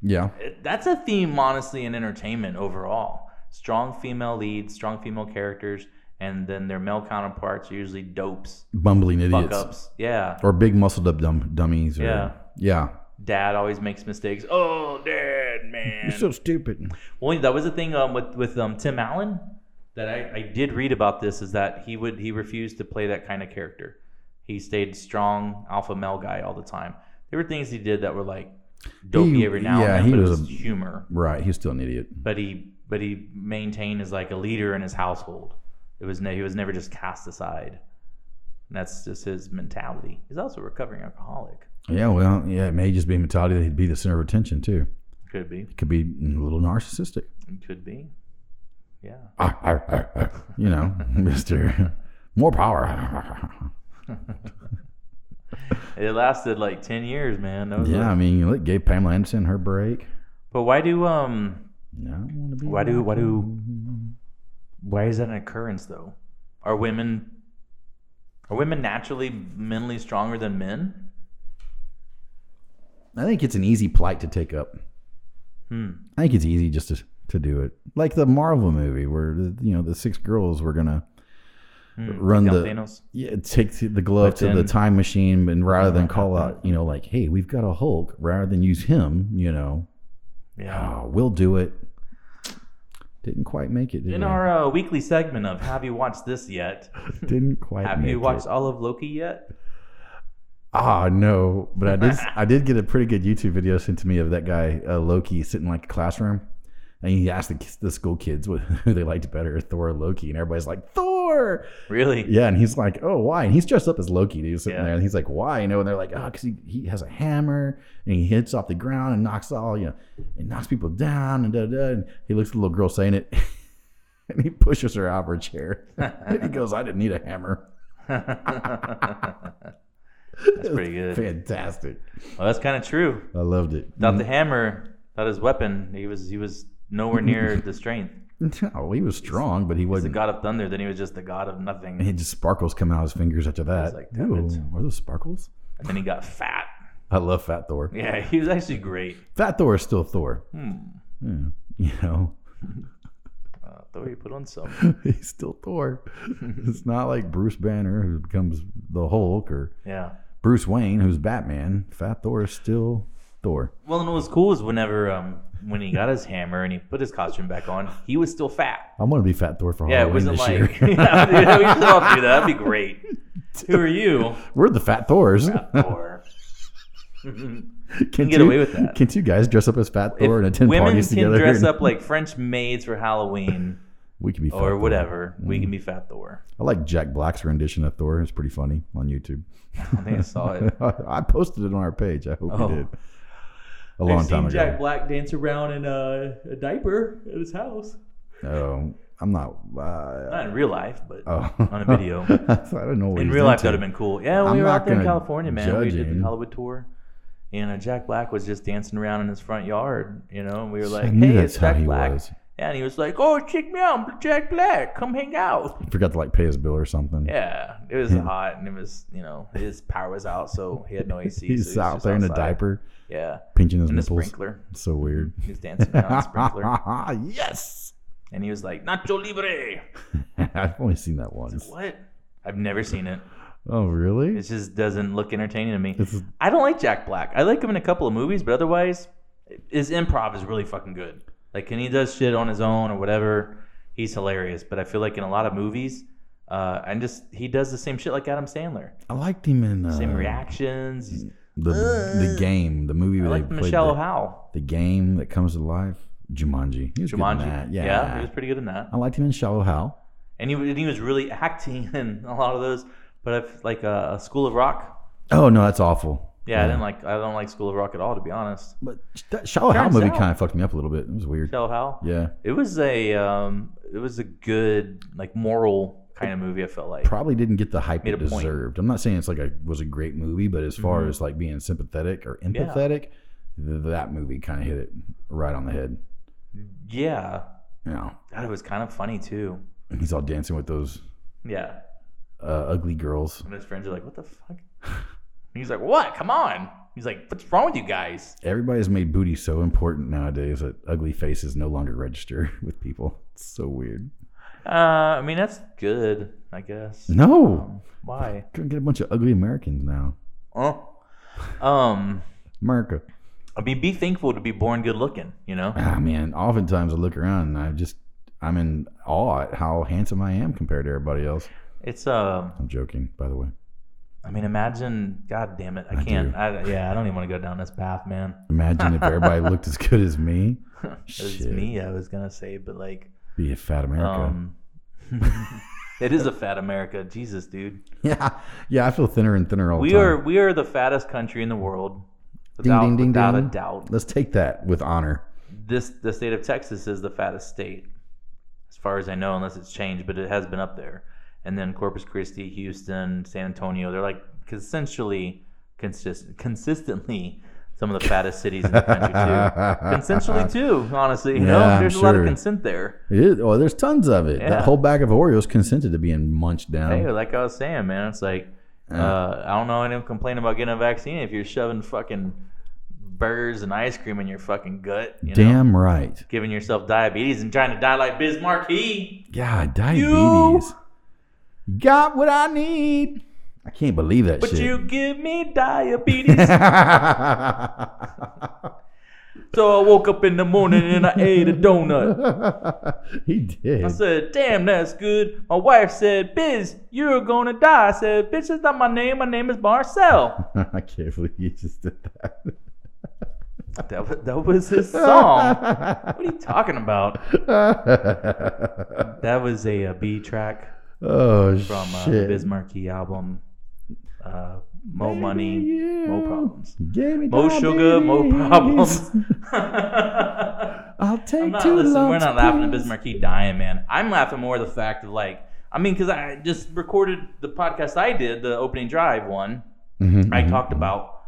S5: Yeah,
S7: It- that's a theme honestly in entertainment overall strong female leads strong female characters and then their male counterparts are usually dopes
S5: bumbling
S7: fuck
S5: idiots
S7: ups yeah
S5: or big muscled up dum- dummies. Or,
S7: Yeah.
S5: yeah.
S7: dad always makes mistakes oh dad man
S5: You're so stupid.
S7: well that was the thing um, with with um, tim allen that I, I did read about this is that he would he refused to play that kind of character he stayed strong alpha male guy all the time there were things he did that were like dopey every now
S5: yeah,
S7: and then
S5: he
S7: but
S5: was
S7: it was
S5: a-
S7: humor
S5: Right, he's still an idiot.
S7: but he but he maintained as like a leader in his household. It was no, he was never just cast aside. And that's just his mentality. He's also a recovering alcoholic.
S5: Yeah, well, yeah, it may just be mentality that he'd be the center of attention too.
S7: Could be.
S5: Could be a little narcissistic.
S7: Could be. Yeah.
S5: Arr, arr, arr, arr. <laughs> You know, Mister, more
S7: <laughs>
S5: power.
S7: It lasted like ten years, man. That was
S5: yeah, I
S7: like-
S5: mean, you look, gave Pamela Anderson her break.
S7: but why do um
S5: No, I wanna be
S7: why do why do
S5: Mm-hmm.
S7: why is that an occurrence though? Are women are women naturally mentally stronger than men?
S5: I think it's an easy plight to take up.
S7: Hmm.
S5: I think it's easy just to to do it, like the Marvel movie where the, you know the six girls were gonna
S7: Hmm.
S5: Run
S7: Down
S5: the-
S7: Thanos?
S5: yeah, take the, the glove
S7: But
S5: to the
S7: then-
S5: time machine, and rather than call
S7: <laughs>
S5: out, you know, like, hey, we've got a Hulk, rather than use him, you know,
S7: Yeah.
S5: "Ah, we'll do it. Didn't quite make it. Did
S7: In
S5: we?
S7: our uh, weekly segment of Have You Watched This Yet?
S5: Didn't quite.
S7: Have
S5: make
S7: you watched
S5: It.
S7: all of Loki yet?
S5: Ah, no, but I did.
S7: <laughs>
S5: I did get a pretty good YouTube video sent to me of that guy uh, Loki sitting in, like a classroom, and he asked the, kids- the school kids what <laughs> who they liked better, Thor or Loki, and everybody's like Thor.
S7: Really?
S5: Yeah, and he's like, "Oh, why?" And he's dressed up as Loki. Dude, sitting
S7: Yeah.
S5: there, and he's like, "Why?" You know, and they're like, "Oh, because he, he has a hammer and he hits off the ground and knocks all you know, and knocks people down and da da." And he looks at the little girl saying it, <laughs> and he pushes her out of her chair. <laughs> and he goes, "I didn't need a hammer."
S7: That's
S5: That's <laughs>
S7: pretty good.
S5: Fantastic.
S7: <laughs> Well, that's kind of true.
S5: I loved it.
S7: Without the hammer, without his weapon, he was he was
S5: <laughs>
S7: nowhere near the strength.
S5: No, Oh, he was strong, but he
S7: He was the
S5: wasn't.
S7: god of thunder. Then he was just the god of nothing.
S5: And <laughs> he just sparkles come out of his fingers after that.
S7: like, damn
S5: Ooh,
S7: it.
S5: are those sparkles?
S7: And then he got fat.
S5: I love Fat Thor.
S7: Yeah, he was actually great.
S5: Fat Thor is still Thor.
S7: Hmm.
S5: Yeah. <laughs> You know.
S7: Uh, Thor, you put on some.
S5: he's still
S7: <laughs>
S5: Thor. it's not like Bruce Banner who becomes the Hulk or
S7: Yeah.
S5: Bruce Wayne who's Batman. Fat Thor is still Thor.
S7: Well, and what was cool is whenever um when he got his hammer and he put his costume back on, he was still fat.
S5: I'm gonna be Fat Thor for
S7: Yeah, it
S5: Halloween
S7: wasn't
S5: this
S7: like
S5: year.
S7: <laughs> yeah, we should all do that. That'd be <laughs> great. Who are you?
S5: <laughs> We're the Fat
S7: <laughs>
S5: Thors. <laughs>
S7: Or
S5: Can
S7: get away with that.
S5: Can two guys dress up as Fat Thor and
S7: if
S5: attend
S7: women can
S5: parties together?
S7: dress
S5: <laughs> and-
S7: up like French maids for Halloween
S5: we could be Fat
S7: or
S5: Thor.
S7: whatever, we can be Fat Thor.
S5: I like Jack Black's rendition of Thor. It's pretty funny on YouTube.
S7: I think I saw it.
S5: I posted it on our page. I hope
S7: Oh.
S5: you did. <laughs> A long time
S7: I've seen
S5: ago.
S7: Jack Black dance around in a, a diaper at his house.
S5: Oh, I'm not. Uh,
S7: Not in real life, but
S5: oh.
S7: on a video.
S5: <laughs> I don't know. What
S7: in
S5: he's
S7: real life,
S5: into.
S7: that'd have been cool. Yeah, we
S5: I'm
S7: were
S5: not
S7: out there in
S5: gonna
S7: California, man. We
S5: judge
S7: did
S5: him.
S7: the Hollywood tour, and uh, Jack Black was just dancing around in his front yard. You know, and we were like,
S5: I knew
S7: "Hey,
S5: that's
S7: it's
S5: how
S7: Jack
S5: he
S7: Black,"
S5: was.
S7: and he was like, "Oh, check me out, I'm Jack Black. Come
S5: <laughs>
S7: hang out."
S5: He forgot to like pay his bill or something.
S7: Yeah, it was
S5: Yeah.
S7: hot, and it was you know his power was out, so he had
S5: <laughs>
S7: no AC. so
S5: he's
S7: he was
S5: out
S7: just
S5: there in a
S7: outside.
S5: diaper,
S7: Yeah,
S5: pinching his
S7: and a
S5: nipples.
S7: sprinkler.
S5: It's so
S7: <laughs>
S5: weird.
S7: He was dancing
S5: <laughs>
S7: around in a sprinkler,
S5: yes, <laughs>
S7: and he was like, "Nacho libre."
S5: I've only seen that
S7: I was
S5: once.
S7: like, what? I've never seen it.
S5: Oh, really?
S7: It just doesn't look entertaining to me.
S5: This is-
S7: I don't like Jack Black. I like him in a couple of movies, but otherwise, his improv is really fucking good. Like, and he does shit on his own or whatever. He's hilarious. But I feel like in a lot of movies, uh, and just he does the same shit like Adam Sandler.
S5: I liked him in uh,
S7: Same reactions. He's-
S5: the the game, the movie
S7: I
S5: where they
S7: like
S5: played
S7: Michelle
S5: the,
S7: O'Howell.
S5: the game that comes to life. Jumanji. He was good in
S7: Jumanji.
S5: that.
S7: yeah.
S5: Yeah.
S7: he was pretty good in that.
S5: I liked him in Shallow How.
S7: And he, and he was really <laughs> acting in a lot of those. But I've, like uh, School of Rock.
S5: Oh no, that's awful.
S7: Yeah, I didn't like. I don't like School of Rock at all, to be honest.
S5: But that Shallow How
S7: Turns
S5: movie
S7: out-
S5: kind of fucked me up a little bit. It was weird.
S7: Michelle O'Howell.
S5: Yeah,
S7: It was a um, it was a good like moral kind of movie. I felt like
S5: probably didn't get the hype
S7: Made
S5: it
S7: a point.
S5: deserved. I'm not saying it's like a was a great movie, but as far
S7: Mhm.
S5: as like being sympathetic or empathetic, th- that movie kind of hit it right on the head.
S7: yeah,
S5: You know,
S7: God, it was kind of funny too.
S5: he's all dancing with those
S7: Yeah,
S5: uh, ugly girls.
S7: and his friends are like, "What the fuck?" And he's like, "What? Come on!" He's like, "What's wrong with you guys?"
S5: Everybody's made booty so important nowadays that ugly faces no longer register <laughs> with people. It's so weird.
S7: Uh, I mean, that's good, I guess. Um,
S5: No,
S7: Why?
S5: gonna get a bunch of ugly Americans now.
S7: Oh, um,
S5: America.
S7: I mean, be thankful to be born good looking. You know,
S5: Ah, man. Oftentimes I look around and I just I'm in awe at how handsome I am compared to everybody else.
S7: it's um,
S5: I'm joking, by the way.
S7: I mean, imagine. God damn it, I
S5: I
S7: can't.
S5: do.
S7: I, yeah, I don't even want to go down this path, man.
S5: Imagine if
S7: <laughs>
S5: everybody looked as good as me.
S7: it was
S5: Shit.
S7: me. I was gonna say, but like,
S5: Be a fat America.
S7: um, <laughs> it is a fat America. Jesus, dude.
S5: <laughs> yeah, yeah. I feel thinner and thinner all
S7: We
S5: the time.
S7: are we are the fattest country in the world.
S5: Ding,
S7: Without,
S5: ding, ding,
S7: without a
S5: ding.
S7: doubt,
S5: Let's take that with honor.
S7: this the state of Texas is the fattest state, as far as I know, unless it's changed. But it has been up there. And then Corpus Christi, Houston, San Antonio. They're like essentially consist- consistently some of the fattest cities in the country too.
S5: <laughs>
S7: Consensually too, honestly. You know,
S5: Yeah, I'm
S7: there's a lot of
S5: sure.
S7: consent there.
S5: It, oh, there's tons of it.
S7: Yeah.
S5: That whole bag of Oreos consented to being munched down.
S7: Hey, like I was saying, man, it's like uh, I don't know anyone complaining about getting a vaccine if you're shoving fucking burgers and ice cream in your fucking gut. You Know?
S5: Damn right.
S7: Giving yourself diabetes and trying to die like Bismarck. He.
S5: God, diabetes. Got what I need. I can't believe that
S7: But
S5: shit.
S7: you give me
S5: <laughs>
S7: diabetes. so I woke up in the morning and I ate a donut.
S5: he did.
S7: I said, damn, that's good. My wife said, Biz, you're gonna die. I said, Bitch, that's not my name. My name
S5: <laughs>
S7: is Marcel.
S5: I can't believe you just did that.
S7: that, was, that was
S5: <laughs>
S7: his song. What are you talking about? That was a, uh, B track
S5: oh
S7: from uh, the
S5: shit!
S7: Biz Markie album. Uh, Mo
S5: Baby,
S7: money,
S5: you
S7: mo problems.
S5: gave me
S7: Mo sugar, mo
S5: diabetes. <laughs>
S7: problems.
S5: I'll take
S7: I'm not
S5: two
S7: listening. We're
S5: lumps,
S7: not laughing at
S5: please.
S7: Biz Markie dying, man. I'm laughing more at the fact of like, I mean, because I just recorded the podcast I did, the opening drive one.
S5: Mhm,
S7: I
S5: mhm.
S7: talked about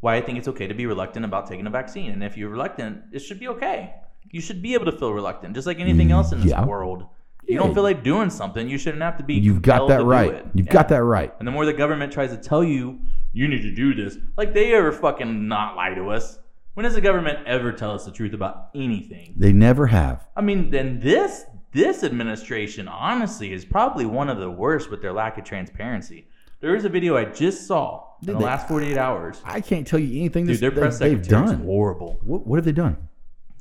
S7: why I think it's okay to be reluctant about taking a vaccine. And if you're reluctant, it should be okay. You should be able to feel reluctant, just like anything else in this
S5: Yeah.
S7: world. You don't
S5: Yeah.
S7: feel like doing something, you shouldn't have to be.
S5: You've got
S7: compelled to
S5: that
S7: do
S5: right.
S7: it.
S5: You've
S7: Yeah.
S5: got that right.
S7: And the more the government tries to tell you, you need to do this, like they ever fucking not lie to us. When does the government ever tell us the truth about anything?
S5: They never have.
S7: I mean, then this this administration honestly is probably one of the worst with their lack of transparency. There is a video I just saw in
S5: Did
S7: the
S5: they-
S7: last 48 hours.
S5: I can't tell you anything
S7: Dude,
S5: this,
S7: their press
S5: that they've
S7: secretary is
S5: done.
S7: horrible.
S5: What, what have they done?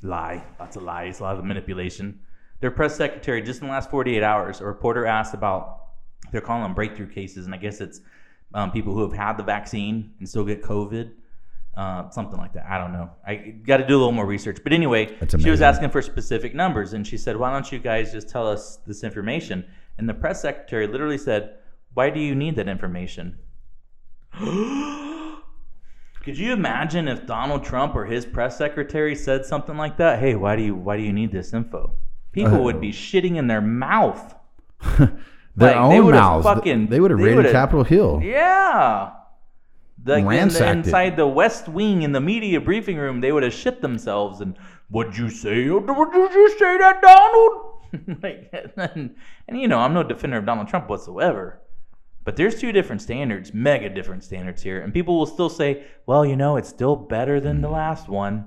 S7: Lie. Lots of lies, a lot of manipulation. Their press secretary, just in the last 48 hours, a reporter asked about, they're calling them breakthrough cases, and I guess it's um, people who have had the vaccine and still get COVID, uh, something like that. I don't know. I got to do a little more research. But anyway,
S5: That's
S7: she was
S5: amazing.
S7: asking for specific numbers, and she said, Why don't you guys just tell us this information? And the press secretary literally said, Why do you need that information? Could you imagine if Donald Trump or his press secretary said something like that? Hey, why do you why do you need this info? People would be shitting in their mouth.
S5: Their
S7: Like, they
S5: own
S7: would've
S5: mouths. th-
S7: fucking-
S5: they would have
S7: they
S5: raided
S7: would've-
S5: Capitol Hill.
S7: Yeah. Like in the,
S5: Ransacked it.
S7: inside the West Wing in the media briefing room, they would have shit themselves. And what'd you say? Would you just say that, Donald? <laughs> like, and, and you know, I'm no defender of Donald Trump whatsoever. But there's two different standards, mega different standards here, and people will still say, "Well, you know, it's still better than
S5: Hmm.
S7: the last one."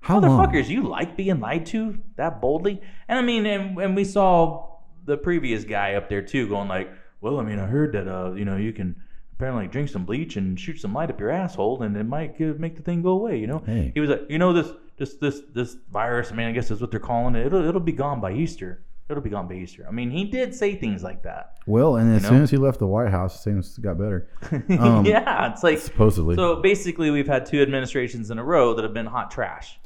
S5: How long?
S7: motherfuckers, you like being lied to that boldly? And I mean, and, and we saw the previous guy up there too, going like, "Well, I mean, I heard that uh, you know, you can apparently drink some bleach and shoot some light up your asshole, and it might give, make the thing go away." You know,
S5: Hey.
S7: he was like, "You know, this this this this virus. I mean, I guess is what they're calling it. It'll it'll be gone by Easter. It'll be gone by Easter." I mean, he did say things like that. <laughs>
S5: Well, and as
S7: know?
S5: soon as he left the White House, things got better. Um,
S7: yeah, it's like.
S5: Supposedly.
S7: So basically, we've had two administrations in a row that have been hot trash.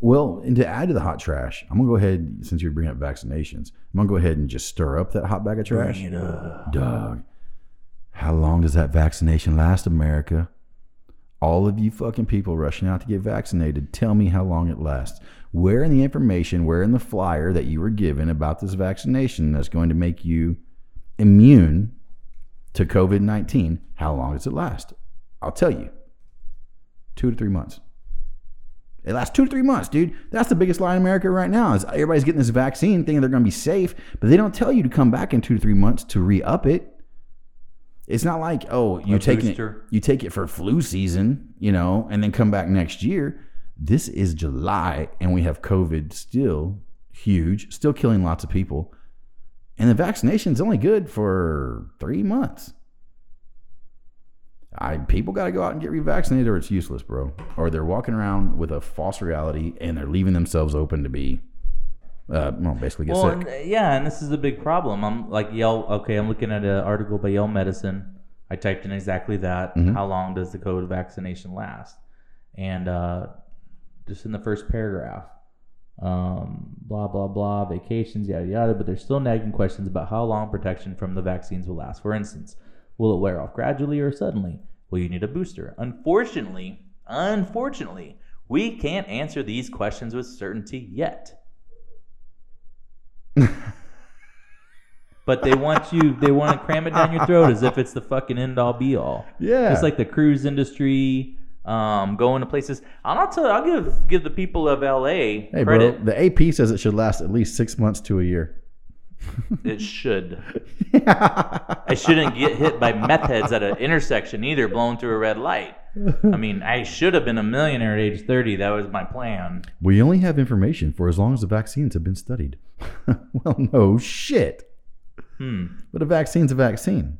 S5: Well, and to add to the hot trash, I'm gonna go ahead since you're bringing up vaccinations. I'm gonna go ahead and just stir up that hot bag of trash. Dog, how long does that vaccination last, America? All of you fucking people rushing out to get vaccinated, tell me how long it lasts. Where in the information, where in the flyer that you were given about this vaccination that's going to make you immune to COVID 19, how long does it last? I'll tell you two to three months. It lasts two to three months, dude. That's the biggest lie in America right now. Is everybody's getting this vaccine, thinking they're going to be safe, but they don't tell you to come back in two to three months to re up it. It's not like oh, you
S7: A
S5: take it,
S7: booster.
S5: you take it for flu season, you know, and then come back next year. This is July, and we have COVID still huge, still killing lots of people, and the vaccination's only good for three months. I people got to go out and get revaccinated or it's useless, bro. Or they're walking around with a false reality and they're leaving themselves open to be, uh, well, basically get
S7: Well,
S5: sick.
S7: and, uh, yeah, and this is a big problem. I'm like Yale. Okay, I'm looking at an article by Yale Medicine. I typed in exactly that.
S5: Mhm.
S7: How long does the COVID vaccination last? And uh, just in the first paragraph, um, blah, blah, blah, vacations, yada, yada. But there's still nagging questions about how long protection from the vaccines will last. For instance, will it wear off gradually or suddenly? Will you need a booster? Unfortunately, unfortunately, we can't answer these questions with certainty yet. But they want you, they want to cram it down your throat as if it's the fucking end all be all.
S5: Yeah.
S7: Just like the cruise industry, um, going to places. I'll not tell. I'll give give the people of LA
S5: hey,
S7: credit.
S5: bro, the AP says it should last at least six months to a year. <laughs>
S7: It should. I
S5: I
S7: shouldn't get hit by meth heads at an intersection either, blown through a red light. I mean, I should have been a millionaire at age thirty. That was my plan.
S5: We only have information for as long as the vaccines have been studied. <laughs> well, no shit.
S7: Hmm.
S5: But a vaccine's a vaccine.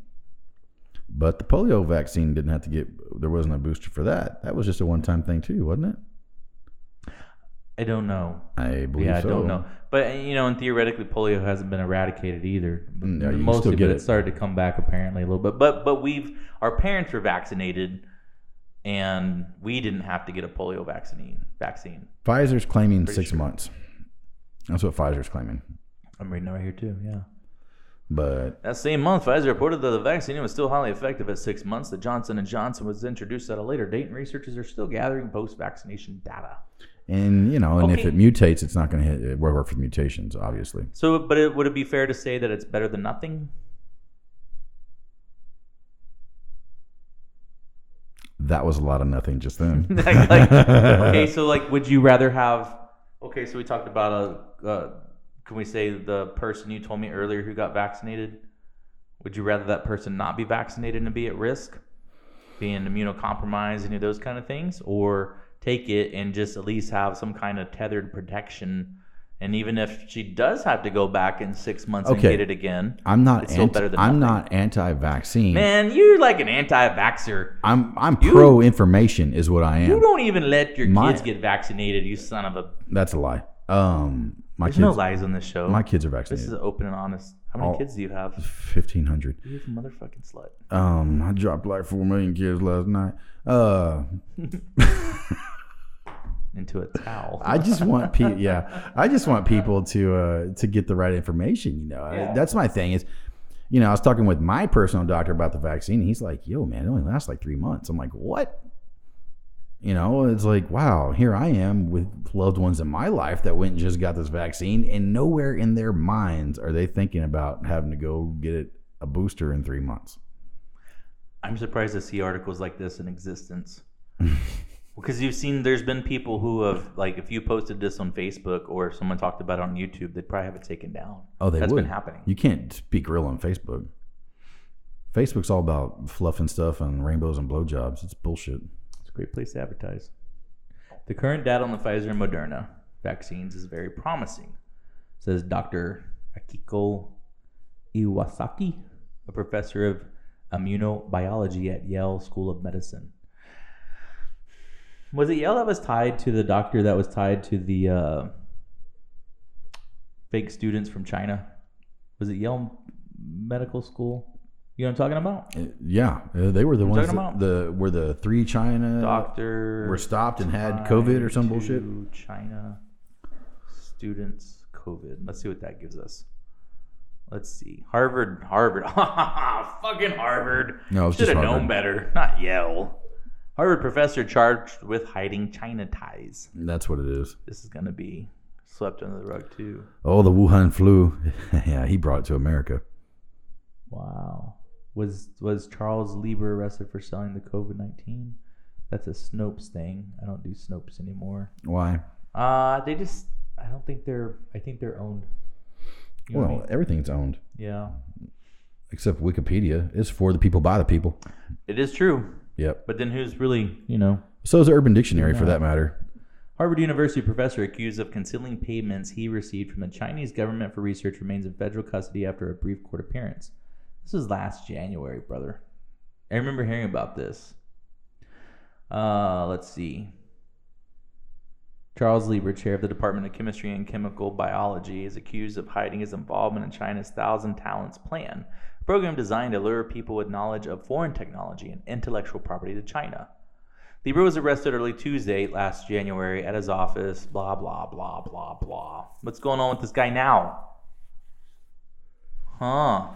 S5: But the polio vaccine didn't have to get, there wasn't a booster for that. That was just a one time thing, too, wasn't it?
S7: I don't know.
S5: I believe
S7: Yeah, I
S5: so.
S7: don't know. But eh, you know, and theoretically, polio hasn't been eradicated either.
S5: No, Mm, you can
S7: Mostly,
S5: still get
S7: but
S5: it.
S7: it started to come back apparently a little bit. But but we've our parents were vaccinated, and we didn't have to get a polio vaccine. Vaccine.
S5: Pfizer's claiming
S7: Pretty
S5: six
S7: sure.
S5: months. That's what Pfizer's claiming.
S7: I'm reading it right here too. Yeah.
S5: But
S7: That same month, Pfizer reported that the vaccine was still highly effective at six months. The Johnson and Johnson was introduced at a later date, and researchers are still gathering post-vaccination data.
S5: and you know, and if
S7: Okay.
S5: it mutates, it's not going to hit. It will work for mutations, obviously.
S7: So, but it, would it be fair to say that it's better than nothing?
S5: That was a lot of nothing just then.
S7: <laughs> Like- like- okay, so like, would you rather have? Okay, so we talked about a. Uh, can we say the person you told me earlier who got vaccinated? Would you rather that person not be vaccinated and be at risk, being immunocompromised, any of those kind of things, or take it and just at least have some kind of tethered protection? And even if she does have to go back in six months
S5: Okay.
S7: and get it again,
S5: <laughs> I'm not.
S7: It's still
S5: anti-
S7: better than
S5: I'm
S7: nothing.
S5: not anti-vaccine.
S7: man, you're like an anti-vaxer.
S5: I'm I'm pro information is what I am.
S7: You don't even let your
S5: My-
S7: kids get vaccinated, you son of a.
S5: That's a lie. Um, my
S7: There's
S5: kids.
S7: no lies on this show.
S5: My kids are
S7: This is
S5: vaccinated.
S7: open and honest. How many
S5: All-
S7: kids do you have?
S5: <laughs> Fifteen hundred.
S7: You have a motherfucking slut.
S5: Um, I dropped like four million kids last night. Uh,
S7: Into a towel.
S5: I just want people. Yeah, I just want people to uh, to get the right information. You know, I-
S7: Yeah.
S5: that's my thing. Is you know, I was talking with my personal doctor about the vaccine. And he's like, "Yo, man, it only lasts like three months." I'm like, "What?" You know, it's like, wow, here I am with loved ones in my life that went and just got this vaccine, and nowhere in their minds are they thinking about having to go get it a booster in three months.
S7: I'm surprised to see articles like this in
S5: <laughs>
S7: existence. because you've seen, there's been people who have, like, if you posted this on Facebook or if someone talked about it on YouTube, they'd probably have it taken down.
S5: Oh, they
S7: That's
S5: would.
S7: been happening.
S5: You can't speak real on Facebook. Facebook's all about fluff and stuff and rainbows and blowjobs. It's bullshit.
S7: It's a great place to advertise. The current data on the Pfizer and Moderna vaccines is very promising, says Dr. Akiko Iwasaki, a professor of immunobiology at Yale School of Medicine. Was it Yale that was tied to the doctor that was tied to the uh, fake students from China? Was it Yale Medical School? You know what I'm talking about?
S5: Uh, Yeah, uh, they were the
S7: I'm
S5: ones
S7: talking
S5: that,
S7: about-
S5: the were the three China
S7: Doctor.
S5: were stopped and had COVID or some
S7: tied
S5: bullshit.
S7: to China students COVID. Let's see what that gives us. Let's see. Harvard, Harvard, <laughs> fucking Harvard.
S5: No, it was
S7: should
S5: just
S7: have
S5: Harvard.
S7: known better. Not Yale. Harvard professor charged with hiding China ties.
S5: That's what it is.
S7: This is gonna be swept under the rug too.
S5: Oh, the Wuhan flu. <laughs> yeah, he brought it to America.
S7: Wow. Was was Charles Lieber arrested for selling the COVID nineteen? That's a Snopes thing. I don't do Snopes anymore.
S5: Why?
S7: Uh, they just. I don't think they're. I think they're owned. You know what I
S5: Well,
S7: mean?
S5: everything's owned
S7: yeah,
S5: except Wikipedia. It's for the people by the people.
S7: it is true.
S5: Yep.
S7: But then who's really? You know,
S5: So is Urban Dictionary for that matter.
S7: Harvard University professor accused of concealing payments he received from the Chinese government for research remains in federal custody after a brief court appearance. This was last January, brother. I remember hearing about this. Uh, let's see. Charles Lieber, chair of the Department of Chemistry and Chemical Biology, is accused of hiding his involvement in China's Thousand Talents Plan, a program designed to lure people with knowledge of foreign technology and intellectual property to China. Lieber was arrested early Tuesday last January at his office, blah, blah, blah, blah, blah. What's going on with this guy now? Huh.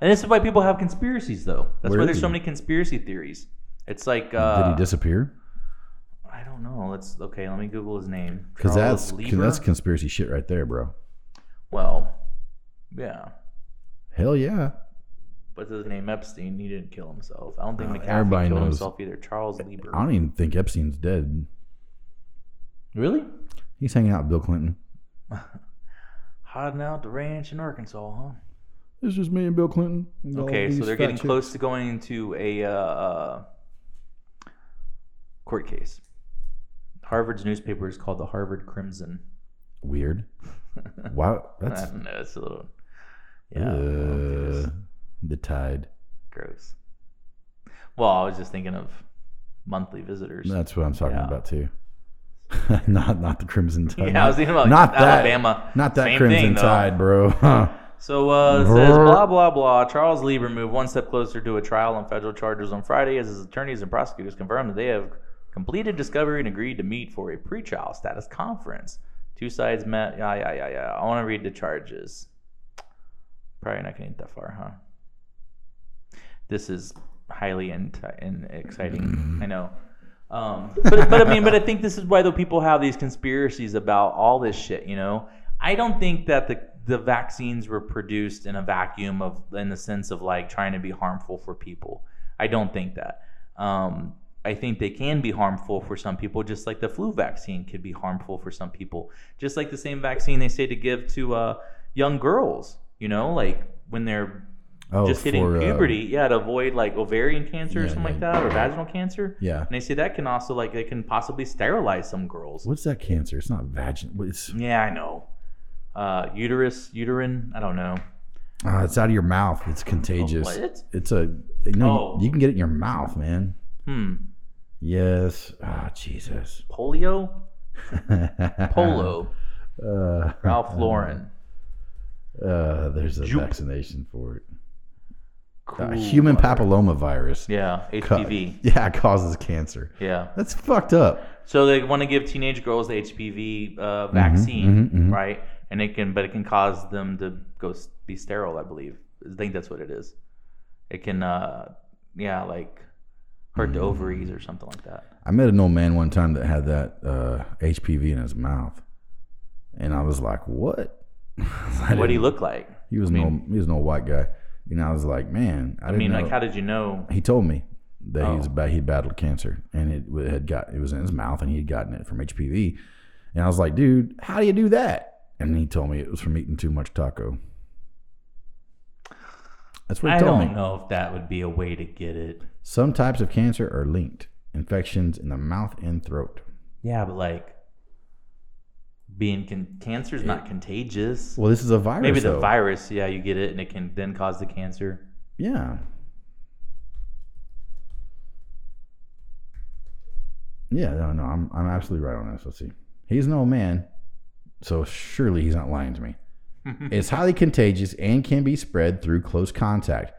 S7: And this is why people have conspiracies, though. That's
S5: Where
S7: why
S5: is
S7: there's so
S5: he?
S7: many conspiracy theories. It's like.
S5: Did
S7: Uh,
S5: he disappear?
S7: I don't know. Let's okay. Let me Google his name.
S5: Because
S7: Charles
S5: that's
S7: Lieber?
S5: that's conspiracy shit right there, bro.
S7: well, yeah.
S5: Hell yeah.
S7: What's his name? Epstein. He didn't kill himself. I don't think
S5: Uh,
S7: McAfee
S5: everybody
S7: killed
S5: knows.
S7: himself either. Charles Lieber.
S5: I don't even think Epstein's dead.
S7: Really?
S5: He's hanging out with Bill Clinton.
S7: Hiding out at the ranch in Arkansas, huh?
S5: It's just me and Bill Clinton. and all
S7: Okay, so
S5: these
S7: they're
S5: fat
S7: getting
S5: chicks.
S7: close to going into a uh, uh, court case. Harvard's newspaper is called the Harvard Crimson. <laughs>
S5: Weird. Wow,
S7: I
S5: that's
S7: don't know. It's a little. Yeah. I don't think
S5: uh,
S7: it's-
S5: the tide.
S7: Gross. Well, I was just thinking of monthly visitors. <laughs>
S5: That's what I'm talking
S7: Yeah.
S5: about too. <laughs> not not the crimson tide.
S7: yeah, I was thinking about
S5: not that-
S7: Alabama.
S5: not that
S7: Same
S5: crimson
S7: thing, though.
S5: tide, bro. <laughs>
S7: So uh, it says blah blah blah. Charles Lieber moved one step closer to a trial on federal charges on Friday as his attorneys and prosecutors confirmed that they have completed discovery and agreed to meet for a pretrial status conference. Two sides met. Yeah, yeah, yeah, yeah. I want to read the charges. Probably not going to get that far, huh? This is highly enti- and exciting. I know. Um, but, but I mean, but I think this is why the people have these conspiracies about all this shit. You know, I don't think that the the vaccines were produced in a vacuum of in the sense of like trying to be harmful for people. I don't think that. Um, I think they can be harmful for some people, just like the flu vaccine could be harmful for some people. Just like the same vaccine they say to give to uh, young girls. You know, like when they're
S5: Oh,
S7: just hitting
S5: for, uh,
S7: puberty, yeah, to avoid like ovarian cancer or
S5: Yeah,
S7: something
S5: yeah,
S7: like that, or vaginal cancer.
S5: yeah.
S7: And they say that can also like they can possibly sterilize some girls.
S5: What's that cancer? It's not vaginal. It's
S7: Yeah, I know. Uh, uterus, uterine. I don't know.
S5: uh, it's out of your mouth. It's contagious.
S7: Oh, What?
S5: It's a no.
S7: Oh.
S5: You can get it in your mouth, man.
S7: Hmm.
S5: Yes. Ah, Jesus. <laughs>
S7: Polio.
S5: Uh-huh.
S7: Polo.
S5: Uh,
S7: Ralph Lauren.
S5: Uh, there's a
S7: Jupe.
S5: vaccination for it. Uh, human papillomavirus.
S7: Yeah.
S5: Ca-
S7: HPV.
S5: <laughs> Yeah, causes cancer.
S7: Yeah.
S5: That's fucked up.
S7: So they want to give teenage girls the HPV uh, vaccine,
S5: mhm, mhm.
S7: right? And it can, but it can cause them to go s- be sterile. I believe. I think that's what it is. It can, uh, yeah, like hurt
S5: Mm.
S7: the ovaries or something like that.
S5: I met an old man one time that had that uh, HPV in his mouth, and I was like, "What?" <laughs> I
S7: What do you
S5: didn't-
S7: look like?
S5: He was
S7: I mean-
S5: an old, he was an old white guy, and I was like, "Man, I,
S7: I
S5: didn't
S7: mean,
S5: know."
S7: like, how did you know?
S5: he told me that he was
S7: Oh.
S5: ba- he battled cancer, and it w- had got it was in his mouth, and he had gotten it from HPV, and I was like, "Dude, how do you do that?" And he told me it was from eating too much taco. That's what he
S7: I
S5: told me.
S7: don't know if that would be a way to get it.
S5: Some types of cancer are linked. Infections in the mouth and throat.
S7: Yeah, but like being con- cancer is not contagious.
S5: Well, this is a virus.
S7: Maybe the
S5: though.
S7: virus. Yeah, you get it, and it can then cause the cancer.
S5: Yeah. Yeah, no, no, I'm I'm absolutely right on this. Let's see. He's an old man, so surely he's not lying to
S7: <laughs>
S5: me. it's highly contagious and can be spread through close contact,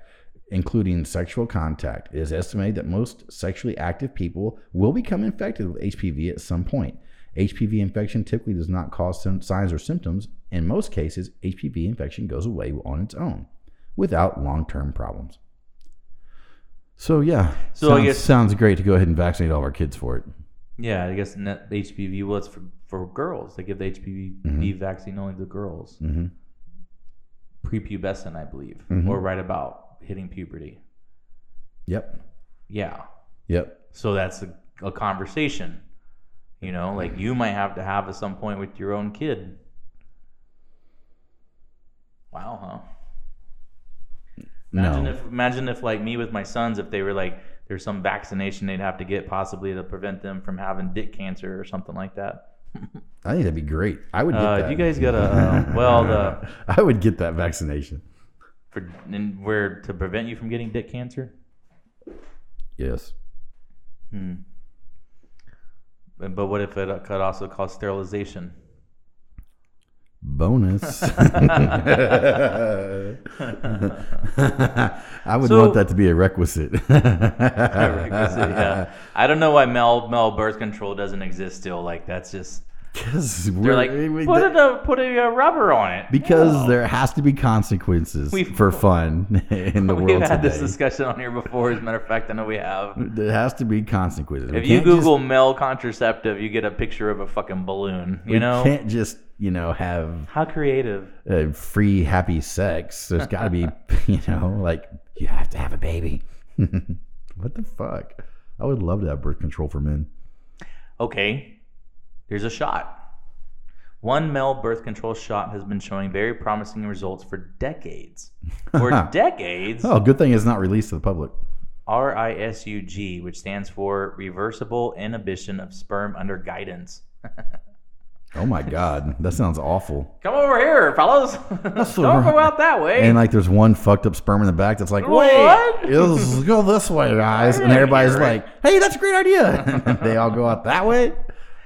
S5: including sexual contact. It is estimated that most sexually active people will become infected with HPV at some point. HPV infection typically does not cause some signs or symptoms. In most cases, HPV infection goes away on its own without long-term problems. So yeah,
S7: So I
S5: sounds,
S7: guess-
S5: sounds great to go ahead and vaccinate all of our kids for it.
S7: Yeah, I guess net HPV. Well, it's for, for girls. They give the HPV vaccine only to girls,
S5: Mm-hmm.
S7: prepubescent, I believe,
S5: Mhm.
S7: or right about hitting puberty.
S5: Yep,
S7: Yeah.
S5: yep.
S7: So that's a, a conversation, you know, like you might have to have at some point with your own kid. Wow, huh? Imagine
S5: no,
S7: if imagine if like me with my sons, if they were like there's some vaccination they'd have to get possibly to prevent them from having dick cancer or something like that.
S5: I think that'd be great. I would. Get
S7: Uh,
S5: that.
S7: you guys got a
S5: <laughs>
S7: uh, well the
S5: I would get that vaccination.
S7: for and where to prevent you from getting dick cancer.
S5: Yes.
S7: Hmm. But but what if it could also cause sterilization? <laughs>
S5: Bonus. <laughs> I would
S7: So-
S5: want that to be a requisite. <laughs>
S7: yeah. I don't know why male male birth control doesn't exist still. Like that's just
S5: 'Cause
S7: they're
S5: we're-
S7: like
S5: we-
S7: put it a, put a uh, rubber on it.
S5: because there has to be consequences
S7: We've-
S5: for fun <laughs> in the
S7: <laughs> We've
S5: world
S7: had this
S5: today.
S7: discussion on here before. As a matter of fact, I know we have.
S5: there has to be consequences. We
S7: If you
S5: can't just-
S7: Google male contraceptive, you get a picture of a fucking balloon. You
S5: we
S7: know
S5: can't just you know have
S7: how creative.
S5: uh, free happy sex.
S7: <laughs>
S5: There's got to be <laughs> you know like you have to have a baby. <laughs> what the fuck? I would love to have birth control for men.
S7: Okay, here's a shot. One male birth control shot has been showing very promising results for decades.
S5: <laughs>
S7: For decades,
S5: Oh, good thing it's not released to the public.
S7: RISUG, which stands for Reversible Inhibition of Sperm Under Guidance.
S5: Oh my god, that sounds awful.
S7: Come over here, fellas. <laughs>
S5: so wrong.
S7: Don't go out that way.
S5: And like, there's one fucked up sperm in the back that's like,
S7: What?
S5: wait, let's go this way, guys. And everybody's like, hey, that's a great idea. <laughs> And they all go out that way.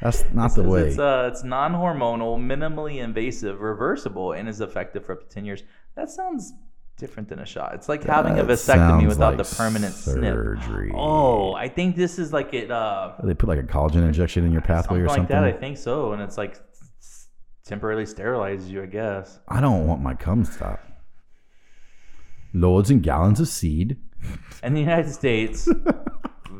S5: That's not the way.
S7: It's, uh, it's non hormonal, minimally invasive, reversible, and is effective for up to 10 years. That sounds different than a shot. It's like having a
S5: That
S7: vasectomy
S5: sounds
S7: without
S5: like
S7: the permanent
S5: surgery.
S7: snip. Oh, I think this is like it. Uh,
S5: They put like a collagen injection in your pathway
S7: something
S5: or
S7: like
S5: something.
S7: that, I think so. And it's like s- s- temporarily sterilizes you, I guess.
S5: I don't want my cum stop. Loads and gallons of seed.
S7: In the United
S5: <laughs>
S7: States,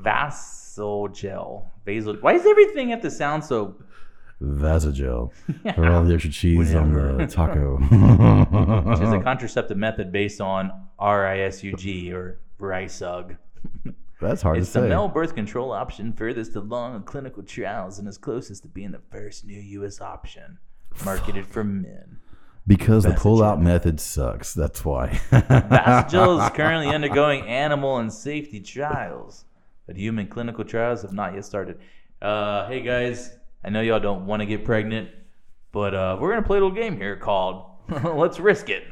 S7: Vasogel, gel. Basal. Why does everything have to sound so? <laughs>
S5: Vasagel for all the extra cheese on the taco.
S7: <laughs> It's
S5: Uh-huh.
S7: a contraceptive method based on RISUG or RISUG.
S5: That's hard
S7: It's
S5: to
S7: the
S5: say.
S7: male birth control option furthest along in clinical trials and is closest to being the first new U.S. option marketed for men.
S5: because the
S7: Vasagel.
S5: pull-out method sucks. That's why. <laughs>
S7: Vasogel is currently undergoing animal and safety trials, but human clinical trials have not yet started. Uh, hey guys, I know y'all don't want to get pregnant, but uh, we're gonna play a little game here called <laughs> "Let's Risk It."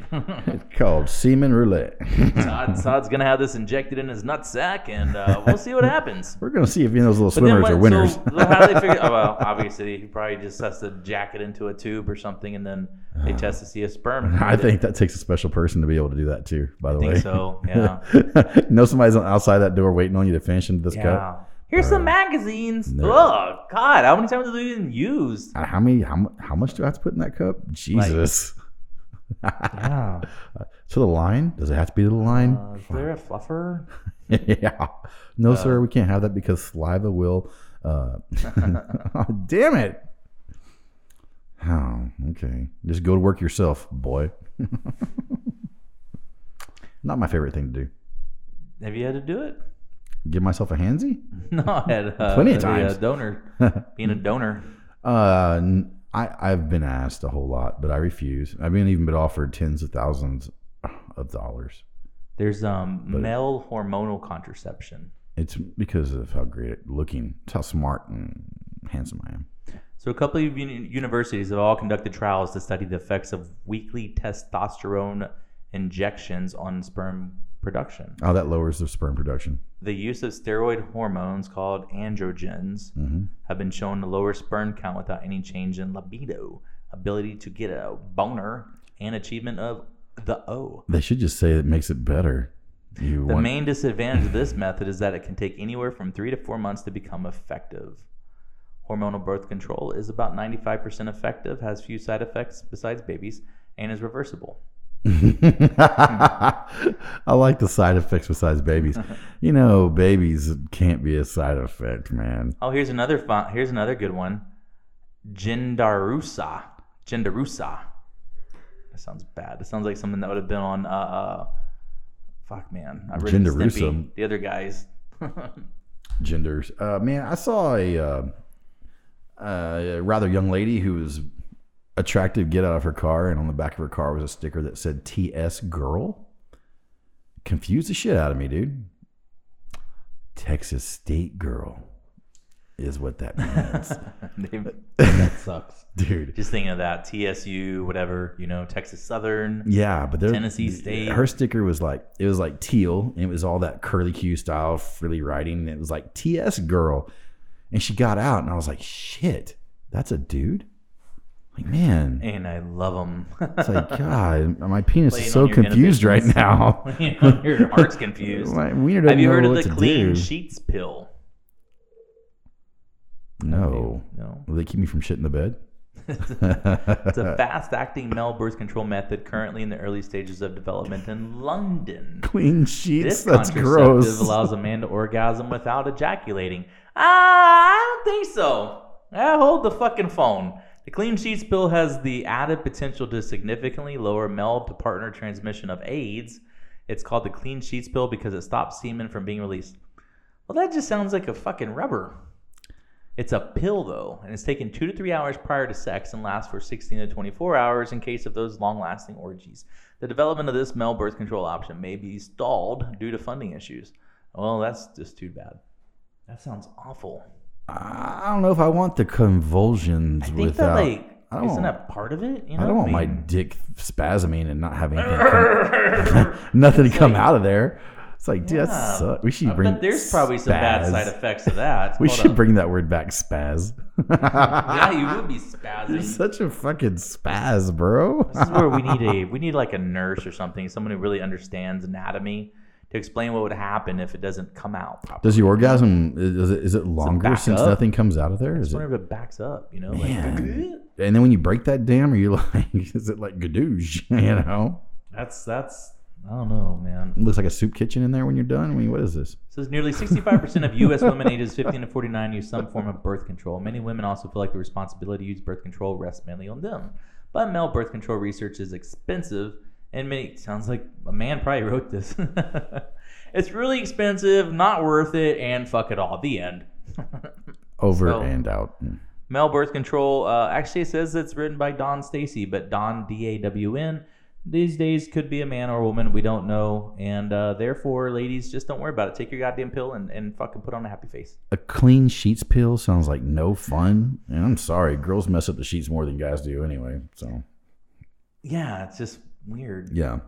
S7: <laughs>
S5: Called semen roulette.
S7: Todd, Todd's gonna have this injected in his nutsack, and uh, we'll see what happens.
S5: We're gonna see if any of those little
S7: But then
S5: swimmers are
S7: when-
S5: winners.
S7: So, so <laughs> how do they figure?
S5: <laughs>
S7: Oh, well, obviously he probably just has to jack it into a tube or something, and then they test to see if sperm.
S5: Uh, <laughs> I
S7: <laughs>
S5: think that takes a special person to be able to do that too. By the
S7: think
S5: way, <laughs>
S7: so. Yeah.
S5: know somebody's on- outside that door waiting on you to finish into this
S7: Yeah.
S5: cup.
S7: Here's some magazines.
S5: Uh, no.
S7: Ugh, God, how many times have they been used?
S5: Uh, How many? How, mu- how much do I have to put in that cup? Jesus. Ah,
S7: Yeah.
S5: To the line? Does it have to be to the line?
S7: Uh, is there a fluffer?
S5: <laughs> yeah. No, sir. We can't have that because saliva will. Uh, <laughs> oh, damn it. Oh, okay. Just go to work yourself, boy. <laughs> Not my favorite thing to do.
S7: Have you had to do it? <laughs>
S5: Give myself a handsy?
S7: No, I had uh,
S5: Plenty of
S7: to be a
S5: times. <laughs>
S7: donor, being a donor.
S5: Uh, n- I I've been asked a whole lot, but I refuse. I've been even been offered tens of thousands of dollars.
S7: There's um male hormonal contraception.
S5: It's because of how great looking, it's how smart and handsome I am.
S7: So a couple of uni- universities have all conducted trials to study the effects of weekly testosterone injections on sperm production.
S5: Oh, that lowers the sperm production.
S7: The use of steroid hormones called androgens
S5: Mhm.
S7: have been shown to lower sperm count without any change in libido, ability to get a boner, and achievement of the O.
S5: They should just say it makes it better. You
S7: The
S5: want <laughs>
S7: main disadvantage of this method is that it can take anywhere from three to four months to become effective. Hormonal birth control is about 95% effective, has few side effects besides babies, and is reversible.
S5: I like the side effects besides
S7: <laughs>
S5: babies. You know, babies can't be a side effect, man.
S7: Oh, here's another fun, here's another good one. Gendarusa. Gendarusa. That sounds bad. That sounds like something that would have been on uh, uh fuck man. I've written
S5: Gendarusa.
S7: Snippy, the other guys. <laughs>
S5: genders. Uh, man, I saw a, uh, a rather young lady who was attractive get out of her car, and on the back of her car was a sticker that said "TS Girl." Confused the shit out of me, dude. Texas State Girl is what that means,
S7: They- that sucks.
S5: dude.
S7: Just thinking of that. TSU, whatever, you know, Texas Southern.
S5: Yeah, but there,
S7: Tennessee State.
S5: Her sticker was like it was like teal, and it was all that curly Q style, frilly writing. And it was like TS girl, And she got out, and I was like, shit, that's a dude? Like, man.
S7: And I love <laughs>
S5: <laughs>
S7: them.
S5: It's like, God, my penis is so confused right
S7: <laughs>
S5: now.
S7: Your heart's confused.
S5: <laughs> My wiener doesn't
S7: Have you
S5: know
S7: heard of
S5: what
S7: the
S5: to
S7: clean
S5: do.
S7: sheets pill?
S5: No. <laughs>
S7: No.
S5: Will they keep me from shit in the bed? <laughs>
S7: It's a fast-acting male birth control method currently in the early stages of development in London.
S5: Clean sheets.
S7: This
S5: That's
S7: contraceptive
S5: gross.
S7: allows a man to orgasm without ejaculating. Ah, I don't think so. Ah, hold the fucking phone. The clean sheets pill has the added potential to significantly lower male to partner transmission of AIDS. It's called the clean sheets pill because it stops semen from being released. Well, that just sounds like a fucking rubber. It's a pill though, and it's taken two to three hours prior to sex and lasts for 16 to 24 hours in case of those long-lasting orgies. The development of this male birth control option may be stalled due to funding issues. Well, that's just too bad. That sounds awful.
S5: I don't know if I want the convulsions
S7: I think
S5: without.
S7: that like
S5: I don't
S7: isn't
S5: want-
S7: that part of it? You know
S5: I don't want
S7: what
S5: my
S7: mean?
S5: dick spasming and not having anything
S7: <laughs>
S5: come, <laughs> nothing to come out of there. It's like, dude,
S7: Yeah.
S5: that sucks. We should
S7: I
S5: bring.
S7: bet there's probably some bad
S5: spaz.
S7: side effects of
S5: <laughs>
S7: that.
S5: We
S7: Hold
S5: should
S7: up.
S5: bring that word back, spaz. <laughs>
S7: Yeah, you would be spazzing.
S5: You're such a fucking spaz, bro.
S7: This is where we need a we need like a nurse or something, someone who really understands anatomy to explain what would happen if it doesn't come out properly.
S5: <laughs> Does your orgasm is it, is it longer
S7: back
S5: since
S7: up?
S5: nothing comes out of there? Is
S7: Just
S5: it?
S7: wonder if it backs up, you know? Like,
S5: Man. And then when you break that dam, are you <laughs> like, is it like gadoosh? <laughs> You
S7: Mm-hmm.
S5: know,
S7: <laughs> that's that's I don't know, man.
S5: it looks like a soup kitchen in there when you're done. I mean, what is this?
S7: It says nearly 65% of U.S. women ages 15 to 49 use some form of birth control. Many women also feel like the responsibility to use birth control rests mainly on them. But male birth control research is expensive, and many sounds like a man probably wrote this. <laughs> it's really expensive, not worth it, and fuck it all. The end. <laughs>
S5: Over
S7: So-
S5: and out. Mm.
S7: Male birth control. Uh, actually, it says it's written by Don Stacy, but Don D A W N. These days could be a man or a woman. We don't know, and uh, therefore, ladies, just don't worry about it. Take your goddamn pill and, and fucking put on a happy face.
S5: A clean sheets pill sounds like no fun. And I'm sorry, girls mess up the sheets more than guys do anyway. So
S7: Yeah, it's just weird.
S5: yeah,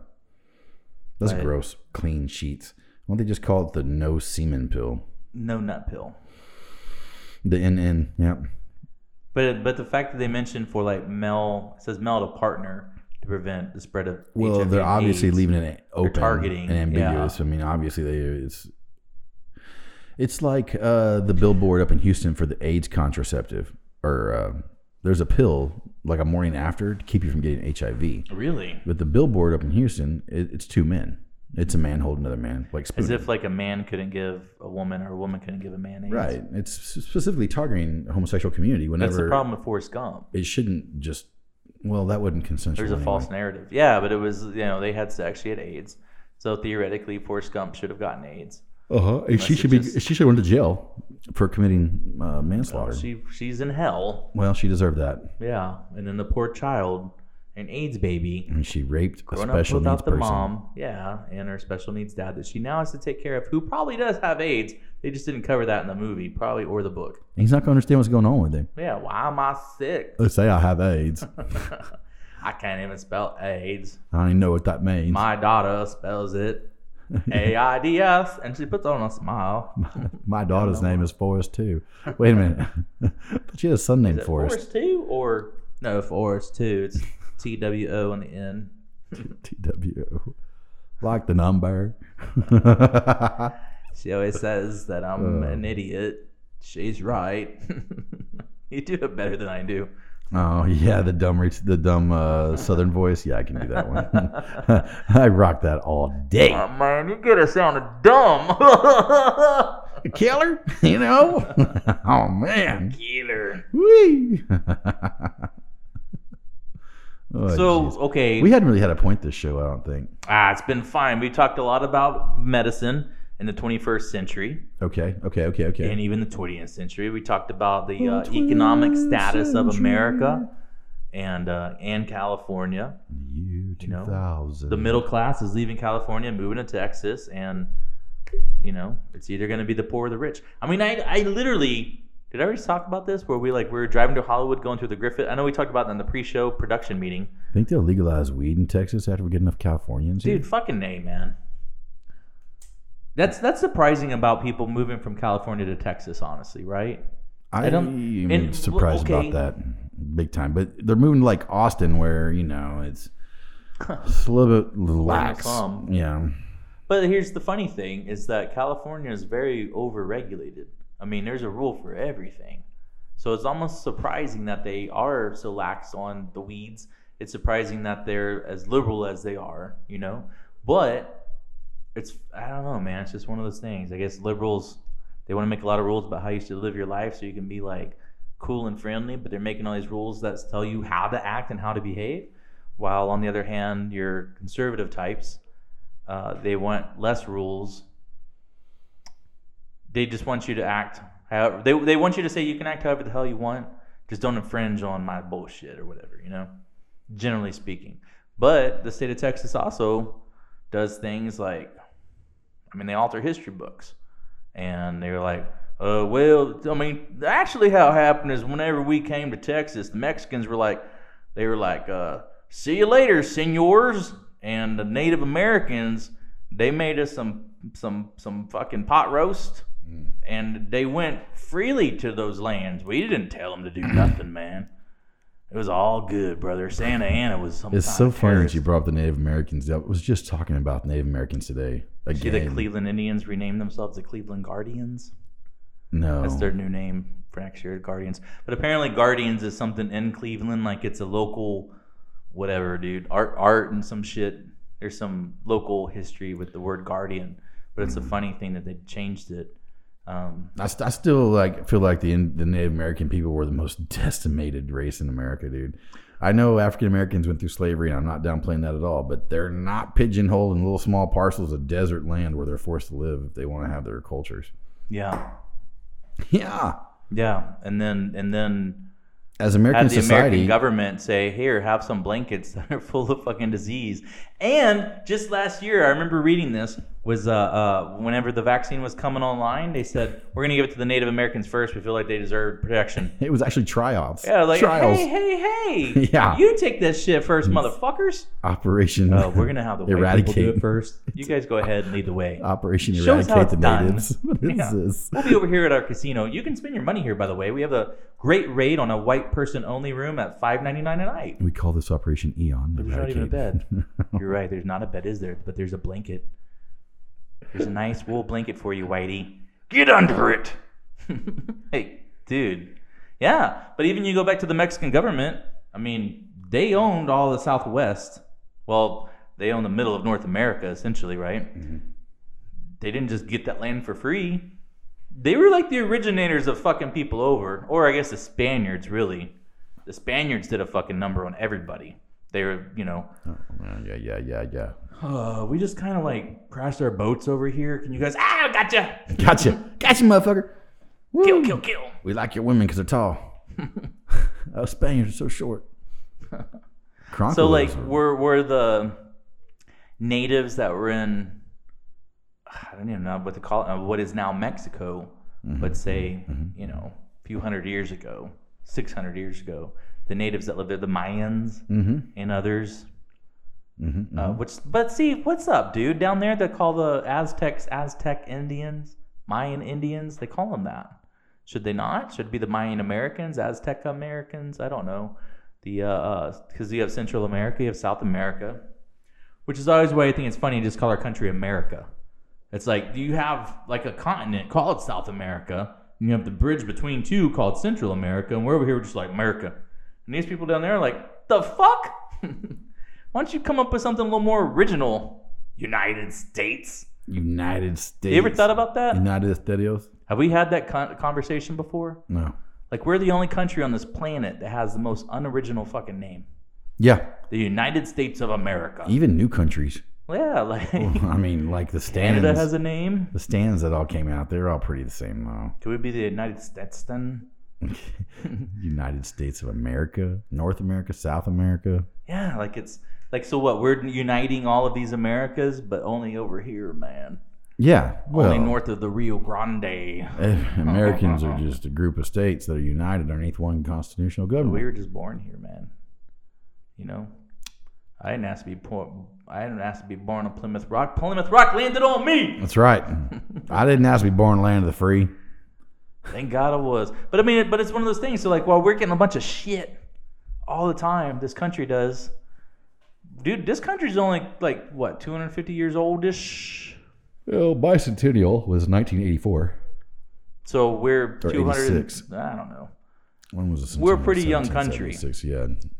S5: that's
S7: Right.
S5: gross. Clean sheets. Why don't they just call it the no semen pill?
S7: No nut pill.
S5: The NN. Yep.
S7: But but the fact that they mentioned for like male it says male to partner to prevent the spread of
S5: Well,
S7: HIV
S5: they're
S7: and
S5: obviously
S7: AIDS.
S5: leaving it open,
S7: targeting,
S5: and ambiguous. I mean, obviously they it's it's like uh, the billboard up in Houston for the AIDS contraceptive, or uh, there's a pill like a morning after to keep you from getting HIV.
S7: really
S5: But the billboard up in Houston, it, it's two men. It's a man holding another man, like
S7: as
S5: spooning.
S7: if like a man couldn't give a woman or a woman couldn't give a man AIDS.
S5: right. It's specifically targeting the homosexual community. Whenever
S7: That's the problem with Forrest Gump.
S5: it shouldn't just. Well, that wouldn't consensual.
S7: There's a
S5: anyway.
S7: false narrative. Yeah, but it was you know they had sex, she had AIDS, so theoretically Forrest Gump should have gotten AIDS.
S5: Uh huh. And she
S7: Unless
S5: should be.
S7: it just-
S5: She should have went to jail for committing uh, manslaughter.
S7: Oh, She she's in hell.
S5: Well, she deserved that.
S7: Yeah, and then the poor child, an AIDS baby.
S5: I mean, she raped a
S7: grown
S5: special
S7: up
S5: needs
S7: without the
S5: person.
S7: mom, yeah, and her special needs dad that she now has to take care of, who probably does have AIDS. They just didn't cover that in the movie, probably or the book.
S5: He's not gonna understand what's going on with him.
S7: Yeah, why am I sick? <laughs>
S5: Let's say I have AIDS.
S7: I can't even spell AIDS.
S5: I don't even know what that means. My,
S7: My daughter spells it A I D S, and she puts on a smile.
S5: daughter's name is Forrest too. Wait a minute, <laughs> but she has a son named
S7: Forest.
S5: Forrest.
S7: two or no Forest two? It's T W O on the end.
S5: T W. Like the
S7: <laughs>
S5: number.
S7: She always says that I'm
S5: Oh.
S7: an idiot. She's right. <laughs> you do it better than I do.
S5: oh yeah, the dumb, re- the dumb uh, Southern voice. Yeah, I can do that one. <laughs> I rock that all day.
S7: Oh, man, you get us sounded dumb.
S5: Killer, you know. <laughs> oh man.
S7: <laughs> Killer.
S5: Whee! <laughs> Oh,
S7: so,
S5: jeez.
S7: okay.
S5: we hadn't really had a point this show, I don't think.
S7: ah, it's been fine. We talked a lot about medicine in the 21st century
S5: Okay, okay, okay, okay.
S7: and even the 20th century. We talked about the uh, economic status of America and uh, and California.
S5: Year two
S7: know,
S5: thousand.
S7: The middle class is leaving California, moving to Texas, and you know it's either going to be the poor or the rich. I mean, I I literally did I already talk about this where we like we were driving to Hollywood, going through the Griffith. I know we talked about that in the pre-show production meeting.
S5: Think they'll legalize weed in Texas after we get enough Californians? here?
S7: Dude, fucking nay, man. That's that's surprising about people moving from California to Texas, honestly, right?
S5: I,
S7: I don't-
S5: am
S7: and-
S5: surprised
S7: okay.
S5: about that, big time. But they're moving to like Austin, where you know it's, it's a little bit lax.
S7: some.
S5: Yeah,
S7: But here's the funny thing is that California is very overregulated. I mean, there's a rule for everything. So it's almost surprising that they are so lax on the weeds. It's surprising that they're as liberal as they are, you know? But it's I don't know, man, it's just one of those things. I guess liberals they want to make a lot of rules about how you should live your life so you can be like cool and friendly, but they're making all these rules that tell you how to act and how to behave. While on the other hand, your conservative types uh, they want less rules. They just want you to act however they, they want you to say you can act however the hell you want. Just don't infringe on my bullshit or whatever, you know. Generally speaking, but the state of Texas also does things like, I mean, they alter history books, and they're like, uh, well, I mean, actually, how it happened is whenever we came to Texas, the Mexicans were like, they were like, uh, see you later, senors. And the Native Americans, they made us some some some fucking pot roast, and they went freely to those lands. We didn't tell them to do nothing, man. It was all good, brother. Santa Ana was some.
S5: it's
S7: kind
S5: so
S7: of
S5: funny that
S7: terrorist.
S5: you brought up the Native Americans. I was just talking about Native Americans today
S7: See,
S5: again.
S7: the Cleveland Indians renamed themselves the Cleveland Guardians.
S5: no,
S7: That's their new name for next year, Guardians. But apparently, Guardians is something in Cleveland, like it's a local, whatever, dude. Art, art, and some shit. There's some local history with the word Guardian, but it's a funny thing that they changed it. Um,
S5: I, st- I still like feel like the in- the Native American people were the most <laughs> decimated race in America, dude. I know African Americans went through slavery, and I'm not downplaying that at all. But they're not pigeonholed in little small parcels of desert land where they're forced to live if they want to have their cultures. <laughs>
S7: yeah,
S5: Yeah,
S7: yeah, and then and then
S5: as American
S7: had the
S5: society,
S7: American government say, "Here, have some blankets <laughs> that are full of fucking disease." And just last year, I remember reading this was uh, uh, whenever the vaccine was coming online, they said, "We're going to give it to the Native Americans first. We feel like they deserve protection."
S5: it was actually tryouts.
S7: Yeah, like
S5: trials,
S7: hey, hey, hey,
S5: <laughs> Yeah.
S7: you take that shit first, motherfuckers.
S5: Operation.
S7: Uh, we're gonna have the white people do
S5: Eradicate. Um,
S7: it first. You guys go ahead and lead the way.
S5: <laughs> Operation
S7: Show us how
S5: eradicate the
S7: it's done.
S5: natives. <laughs> What is
S7: Yeah.
S5: this?
S7: We'll be over here at our casino. You can spend your money here, by the way. We have a great rate on a white person only room at five ninety nine a night.
S5: We call this Operation Eon.
S7: There's not even a
S5: Eradicate.
S7: bed. <laughs> You're right. There's not a bed, is there? But there's a blanket. There's a nice wool blanket for you, Whitey. Get under it. <laughs> hey, dude. Yeah, but even you go back to the Mexican government. I mean, they owned all the Southwest. Well, they owned the middle of North America, essentially, right? They didn't just get that land for free. They were like the originators of fucking people over, or I guess the Spaniards, really. The Spaniards did a fucking number on everybody. They were, you know,
S5: Oh, <laughs> yeah, yeah, yeah, yeah.
S7: uh, we just kind of like crashed our boats over here. Can you guys? Ah, gotcha.
S5: Gotcha. Gotcha, motherfucker.
S7: Kill, kill, kill.
S5: We like your women because they're tall.
S7: <laughs>
S5: Us Spaniards are so short. Chronicles
S7: So like,
S5: are-
S7: were were the natives that were in I don't even know what to call it, uh, what is now Mexico, but say you know a few hundred years ago, six hundred years ago, the natives that lived there, the Mayans and others.
S5: Mm-hmm.
S7: Uh, which, but see, what's up, dude? Down there, they call the Aztecs Aztec Indians, Mayan Indians. They call them that. Should they not? Should it be the Mayan Americans, Aztec Americans? I don't know. The because uh, 'cause you have Central America, you have South America, which is always why I think it's funny to just call our country America. It's like do you have like a continent called South America? And you have the bridge between two called Central America, and we're over here we're just like America. And these people down there are like, the fuck? <laughs> Why don't you come up with something a little more original? United States.
S5: United States.
S7: You ever thought about that?
S5: United States?
S7: Have we had that con- conversation before?
S5: No.
S7: Like we're the only country on this planet that has the most unoriginal fucking name.
S5: Yeah.
S7: The United States of America.
S5: Even new countries. <laughs>
S7: Yeah, <laughs> like
S5: I mean, like the stands.
S7: Canada has a name.
S5: the stands that all came out, they're all pretty the same though. <laughs>
S7: Could we be the United States then?
S5: United States of America, North America, South America.
S7: Yeah, like it's like so what? We're uniting all of these Americas, but only over here, man.
S5: Yeah. Well, eh,
S7: only north of the Rio Grande.
S5: Americans are just a group of states that are united underneath one constitutional government.
S7: We were just born here, man. You know, I didn't ask to be born. I didn't ask to be born on Plymouth Rock. Plymouth Rock landed on me. <laughs>
S5: That's right. I didn't ask to be born in land of the free.
S7: Thank God I was. But I mean, but it's one of those things. So like, while we're getting a bunch of shit all the time, this country does. Dude, this country's only like what 250 years oldish.
S5: Well, bicentennial was 1984.
S7: So we're
S5: Or
S7: 200. and-
S5: 86.
S7: I don't know.
S5: When was this?
S7: We're a pretty young country.
S5: 1776, Yeah.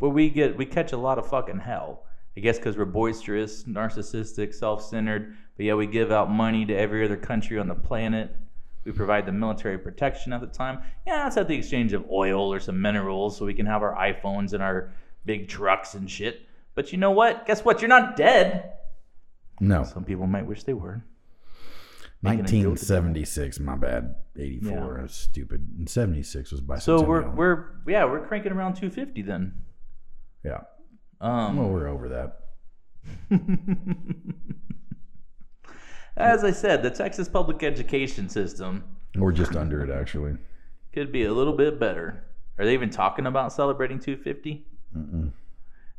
S7: But we get we catch a lot of fucking hell. I guess because we're boisterous, narcissistic, self-centered. But yeah, we give out money to every other country on the planet. We provide the military protection at the time. Yeah, that's at the exchange of oil or some minerals, so we can have our iPhones and our big trucks and shit. But you know what? Guess what? You're not dead.
S5: No,
S7: Some people might wish they were. Making a deal with the
S5: 1976. My bad. 84.
S7: Yeah.
S5: I was stupid. And 76 was bicentennial.
S7: So we're we're yeah we're cranking around 250 then.
S5: yeah.
S7: Um,
S5: Well, we're over that.
S7: As I said, the Texas public education system
S5: We're just under it actually.
S7: could be a little bit better. Are they even talking about celebrating 250?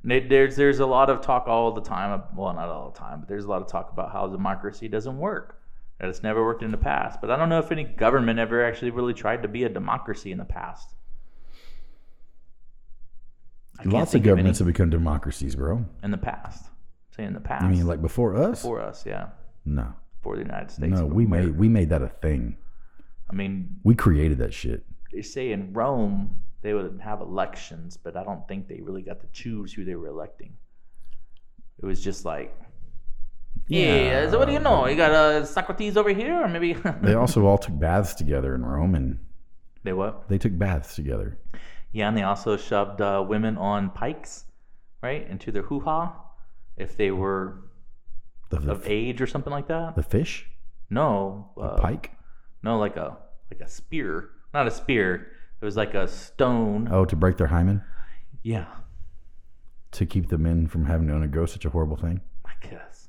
S7: They- There's there's a lot of talk all the time. uh, Well, not all the time, but there's a lot of talk about how democracy doesn't work. That it's never worked in the past. But I don't know if any government ever actually really tried to be a democracy in the past. I can't
S5: Lots of
S7: think any
S5: governments have become democracies, bro.
S7: in the past. I'm saying in the past.
S5: I mean, like before us?
S7: for us, yeah,
S5: no,
S7: for the United States.
S5: no.
S7: of
S5: We
S7: America.
S5: made we made that a thing.
S7: I mean,
S5: We created that shit.
S7: they say in Rome they would have elections, but I don't think they really got to choose who they were electing. It was just like, yeah, so what do you know? You got uh, Socrates over here, or maybe <laughs>
S5: They also all took baths together in Rome, and
S7: they what?
S5: they took baths together.
S7: Yeah, and they also shoved uh, women on pikes, right, into their hoo ha, if they were
S5: The, the,
S7: of age or something like that.
S5: the fish,
S7: No, uh,
S5: pike.
S7: no, like a like a spear, not a spear. It was like a stone.
S5: Oh, to break their hymen
S7: Yeah,
S5: to keep the men from having to undergo such a horrible thing.
S7: I guess.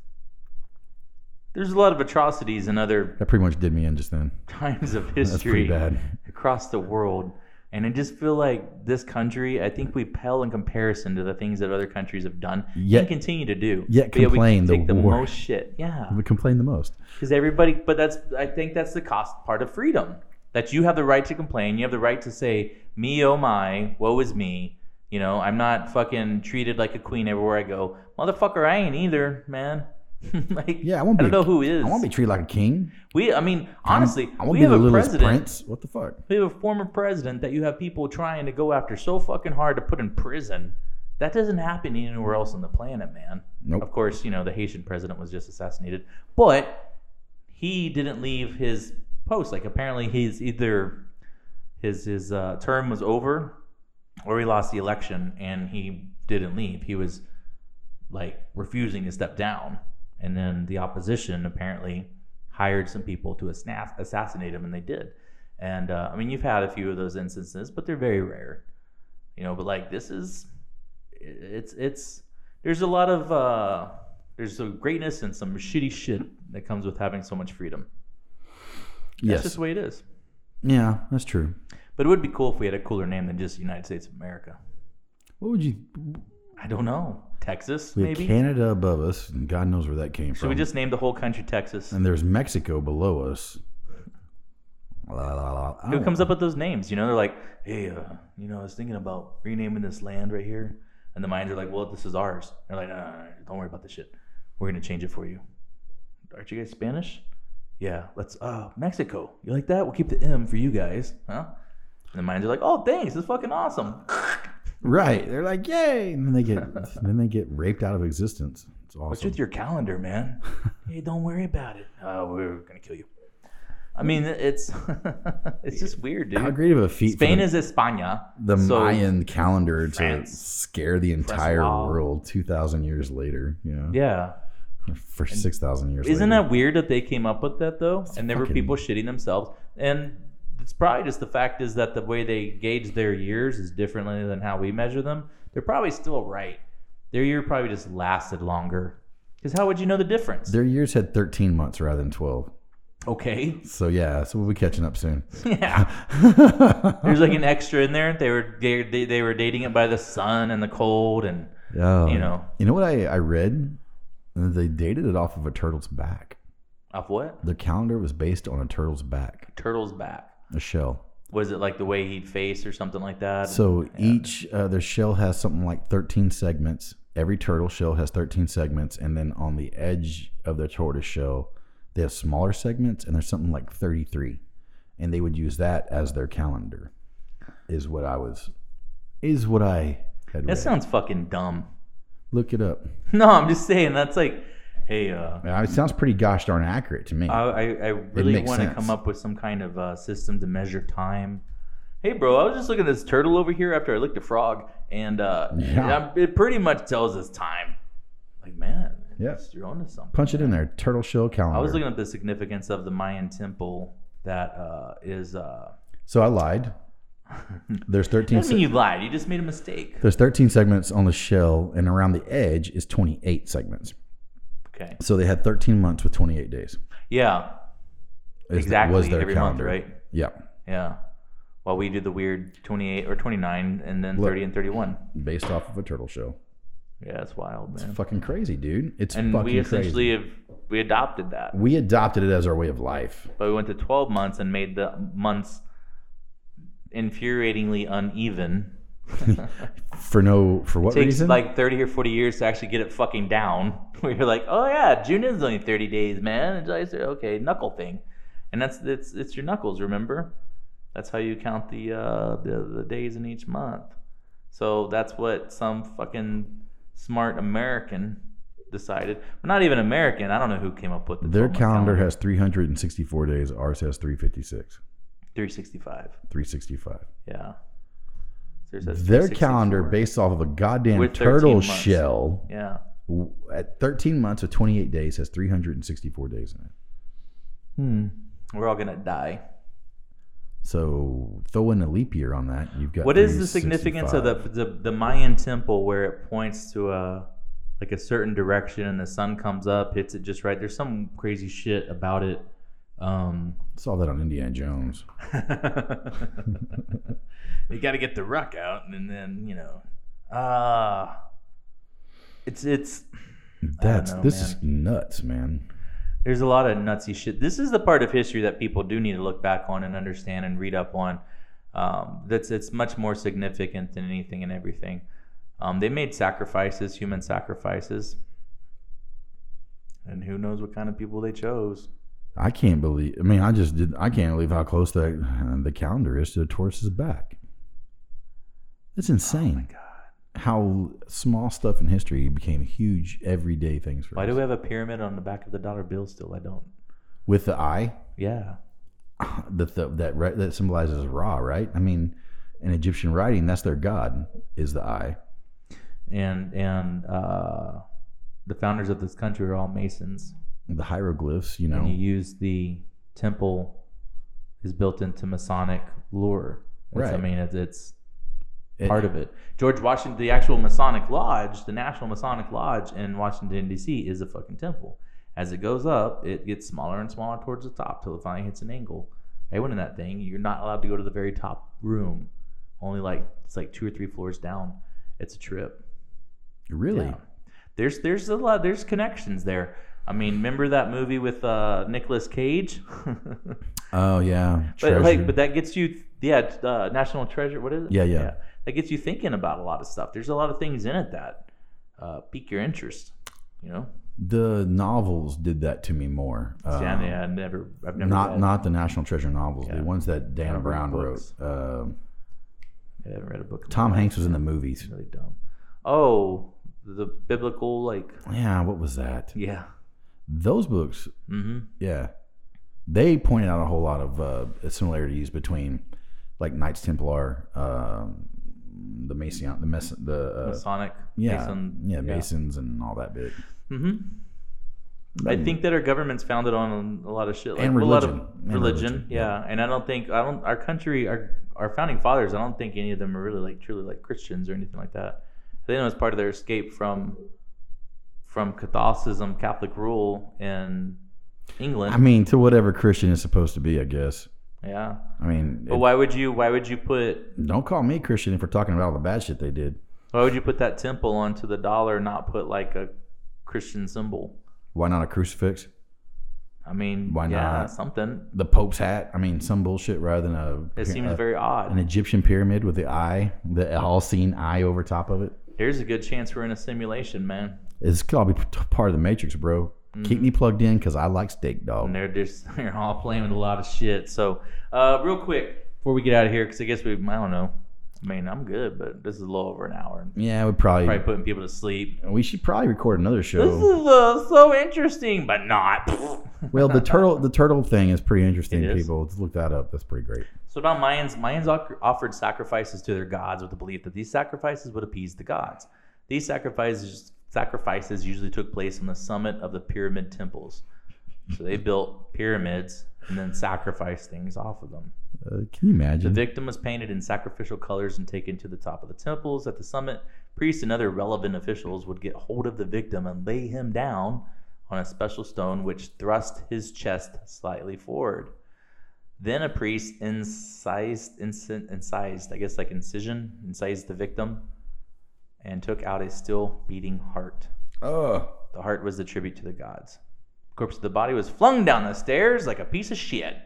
S7: There's a lot of atrocities in other <laughs>
S5: That pretty much did me in just then.
S7: times of
S5: That's pretty
S7: history
S5: bad. <laughs>
S7: across the world. And I just feel like this country, I think we pale in comparison to the things that other countries have done
S5: Yet-
S7: and continue to do.
S5: yet
S7: But we
S5: complain the
S7: take the
S5: war.
S7: most shit. Yeah.
S5: We complain the most.
S7: Because everybody, but that's, I think that's the cost part of freedom. That you have the right to complain. You have the right to say, me, oh my, woe is me. You know, I'm not fucking treated like a queen everywhere I go. Motherfucker, I ain't either, man. <laughs> like,
S5: Yeah, I won't be.
S7: don't know who is.
S5: I won't be treated like a king.
S7: We, I mean, honestly,
S5: I won't
S7: we
S5: be
S7: have
S5: the
S7: a
S5: littlest
S7: president.
S5: prince. What the fuck?
S7: We have a former president that you have people trying to go after so fucking hard to put in prison. That doesn't happen anywhere else on the planet, man.
S5: Nope.
S7: Of course, you know the Haitian president was just assassinated, but he didn't leave his post. Like apparently, he's either his his uh, term was over, or he lost the election and he didn't leave. He was like refusing to step down, and then the opposition apparently hired some people to assass- assassinate him, and they did. And uh, I mean, you've had a few of those instances, but they're very rare, you know. But like this is, it's it's there's a lot of uh, there's some greatness and some shitty shit that comes with having so much freedom. That's
S5: Yes.
S7: just the way it is.
S5: yeah, that's true.
S7: But it would be cool if we had a cooler name than just United States of America.
S5: What would you?
S7: I don't know, Texas
S5: We
S7: maybe.
S5: have Canada above us, and God knows where that came
S7: Should
S5: from.
S7: we just name the whole country Texas?
S5: and there's Mexico below us. La, la, la. Oh, I
S7: Who
S5: don't-
S7: comes up with those names? You know, they're like, hey, uh, you know, I was thinking about renaming this land right here. And the Mayans are like, well, this is ours. They're like, no, no, no, don't worry about this shit. We're going to change it for you. Aren't you guys Spanish? Yeah, let's, uh, Mexico. You like that? We'll keep the M for you guys, huh? And the Mayans are like, oh, thanks. This is fucking awesome.
S5: Right. They're like, yay, and then they get
S7: <laughs>
S5: then they get raped out of existence. It's awesome.
S7: What's with your
S5: <laughs>
S7: calendar, man? hey, don't worry about it. Oh, we're going to kill you. I mean, it's <laughs> it's just weird,
S5: How
S7: dude.
S5: great of a feat for
S7: Spain
S5: the,
S7: is España.
S5: the
S7: so-
S5: Mayan calendar to
S7: France.
S5: scare the entire
S7: Wow.
S5: world two thousand years later. You know,
S7: Yeah.
S5: for six thousand years.
S7: Isn't
S5: later.
S7: that weird that they came up with that though? and there were
S5: fucking-
S7: people shitting themselves. And it's probably just the fact is that the way they gauge their years is differently than how we measure them. They're probably still right. Their year probably just lasted longer. Because how would you know the difference?
S5: their years had thirteen months rather than twelve?
S7: okay.
S5: So yeah, so we'll be catching up soon.
S7: <laughs> Yeah.
S5: <laughs>
S7: There's like an extra in there. They were they, they, they were dating it by the sun and the cold and
S5: Um,
S7: You know.
S5: you know what I, I read? They dated it off of a turtle's back.
S7: off what?
S5: Their calendar was based on a turtle's back.
S7: Turtle's back.
S5: a shell.
S7: Was it like the way he'd face or something like that?
S5: So
S7: Yeah.
S5: each uh, the shell has something like 13 segments. Every turtle shell has 13 segments, and then on the edge of the tortoise shell, they have smaller segments, and there's something like 33, and they would use that as their calendar. Is what I was, is what I had.
S7: that
S5: Read.
S7: sounds fucking dumb. <laughs>
S5: Look it up.
S7: No, I'm just saying that's like, hey, uh,
S5: Uh, It sounds pretty gosh darn accurate to me.
S7: I, I, I really
S5: makes
S7: want to
S5: sense.
S7: come up with some kind of uh, system to measure time. Hey, bro, I was just looking at this turtle over here after I licked a frog, and uh,
S5: Yeah.
S7: I'm- it pretty much tells us time. Like, man,
S5: Yeah.
S7: it's- you're onto something.
S5: Punch it in there. Turtle shell calendar.
S7: I was looking at the significance of the Mayan temple that uh, is. Uh,
S5: so I lied. There's 13.
S7: doesn't
S5: se-
S7: mean you lied. You just made a mistake.
S5: there's 13 segments on the shell, and around the edge is 28 segments.
S7: Okay.
S5: So they had 13 months with 28 days.
S7: Yeah.
S5: is-
S7: exactly.
S5: was their
S7: every
S5: calendar.
S7: month, right?
S5: Yeah,
S7: Yeah. While we do the weird 28 or 29, and then
S5: Look.
S7: 30 and 31.
S5: based off of a turtle shell.
S7: Yeah, it's wild, man.
S5: Fucking crazy, dude. It's
S7: and
S5: fucking
S7: we essentially
S5: crazy.
S7: have we adopted that
S5: We adopted it as our way of life.
S7: but we went to 12 months and made the months infuriatingly uneven
S5: For no, for what
S7: takes
S5: reason?
S7: like 30 or 40 years to actually get it fucking down <laughs> where you're like oh yeah june is only 30 days man and july's okay knuckle thing and that's it's it's your knuckles remember that's how you count the uh the, the days in each month so that's what some fucking smart american decided well, not even american i don't know who came up with the
S5: Their
S7: 12-month
S5: calendar has 364 days. Ours has 356,
S7: 365
S5: 365.
S7: yeah There's that
S5: Their calendar,
S7: 364.
S5: based off of a goddamn
S7: With 13
S5: turtle
S7: months.
S5: shell,
S7: yeah
S5: w- at 13 months with 28 days, has 364 days in it.
S7: hmm we're all gonna die
S5: So throw in a leap year on that. You've got
S7: What is the significance of the,
S5: 365.
S7: the the Mayan temple where it points to a like a certain direction and the sun comes up, hits it just right? There's some crazy shit about it. Um, <laughs>
S5: Saw that on Indiana Jones.
S7: you got to get the ruck out, and then you know, ah, it's it's.
S5: That's
S7: know,
S5: this is nuts, man.
S7: There's a lot of nutsy shit. This is the part of history that people do need to look back on and understand and read up on. Um, that's it's much more significant than anything and everything. Um, they made sacrifices, human sacrifices, and who knows what kind of people they chose.
S5: I can't believe. I mean, I just did. I can't believe how close the the calendar is to the tortoise's back. It's insane.
S7: Oh
S5: How small stuff in history became huge everyday things for
S7: Why
S5: us.
S7: do we have a pyramid on the back of the dollar bill still? I don't.
S5: With the eye,
S7: Yeah,
S5: the, the that re, that symbolizes Ra, right? I mean, in Egyptian writing, that's their god is the eye.
S7: and and uh, the founders of this country are all masons.
S5: The hieroglyphs, you know,
S7: and you use the temple is built into Masonic lore. It's- I
S5: Right.
S7: mean, it's, it's
S5: it-
S7: part of it. George Washington, the actual Masonic Lodge, the National Masonic Lodge in Washington D.C. is a fucking temple. As it goes up, it gets smaller and smaller towards the top till it finally hits an angle. I went in that thing. You're not allowed to go to the very top room. Only like it's like two or three floors down. It's a trip.
S5: Really,
S7: Yeah. There's there's a lot there's connections there. I mean, remember that movie with uh, Nicolas Cage? <laughs>
S5: oh yeah,
S7: but like,
S5: treasure.
S7: but that gets you yeah, it's, uh, National Treasure. What is it?
S5: Yeah, yeah.
S7: That gets you thinking about a lot of stuff. There's a lot of things in it that uh, pique your interest. You know,
S5: the novels did that to me more.
S7: yeah,
S5: Um,
S7: yeah, I never, I've never
S5: not
S7: read,
S5: not the National Treasure novels,
S7: Yeah.
S5: the ones that Dan
S7: I've read
S5: Brown wrote.
S7: books.
S5: Um
S7: I haven't read a book. in my
S5: Tom
S7: life.
S5: Hanks was in the movies.
S7: It's really dumb. Oh, the biblical like
S5: Yeah, what was that?
S7: yeah.
S5: Those books,
S7: Mm-hmm.
S5: yeah, they pointed out a whole lot of uh, similarities between like Knights Templar, um, the Mason, the Mes- the uh,
S7: Masonic.
S5: yeah,
S7: Mason-
S5: yeah, Masons and all that bit.
S7: hmm I think that our government's founded on a lot of shit, like
S5: Mm. And
S7: well, a lot
S5: religion.
S7: of
S5: And
S7: religion,
S5: religion,
S7: yeah. And I don't think I don't our country our our founding fathers. I don't think any of them are really like truly like Christians or anything like that. I think it was part of their escape from from Catholicism, Catholic rule in England.
S5: I mean, to whatever Christian is supposed to be, I guess.
S7: yeah,
S5: I mean,
S7: but
S5: it-
S7: why would you why would you put
S5: don't call me Christian if we're talking about all the bad shit they did.
S7: why would you put that temple onto the dollar and not put like a Christian symbol?
S5: Why not a crucifix?
S7: I mean,
S5: Why
S7: yeah,
S5: not?
S7: Something.
S5: The Pope's hat. I mean, some bullshit rather than a.
S7: It seems
S5: a-
S7: very
S5: An
S7: odd.
S5: Egyptian pyramid with the eye, the all-seeing eye over top of it.
S7: There's a good chance we're in a simulation, man.
S5: It's gotta be p- part of the Matrix, bro. Keep me plugged in because I like steak, dog.
S7: Mm-hmm. and they're just <laughs> they're all playing with a lot of shit. So, uh, real quick before we get out of here, because I guess we I don't know. I mean, I'm good, but this is a little over an hour. and
S5: Yeah, we probably,
S7: Probably putting people to sleep.
S5: we should probably record another
S7: This
S5: show.
S7: is uh, so interesting, but not. <laughs>
S5: well, the turtle the turtle thing is pretty interesting.
S7: It is.
S5: people, Let's look that up. That's pretty great.
S7: so now Mayans Mayans oc- offered sacrifices to their gods with the belief that these sacrifices would appease the gods. These sacrifices sacrifices usually took place on the summit of the pyramid temples. So they built pyramids and then sacrificed things off of them.
S5: Uh, can you
S7: The
S5: imagine?
S7: victim was painted in sacrificial colors and taken to the top of the temples. At the summit, priests and other relevant officials would get hold of the victim and lay him down on a special stone which thrust his chest slightly forward. Then a priest incised, incin- incised, I guess like incision, incised the victim and took out a still beating heart.
S5: Oh,
S7: The heart was the tribute to the gods. The corpse of the body was flung down the stairs like a piece of shit.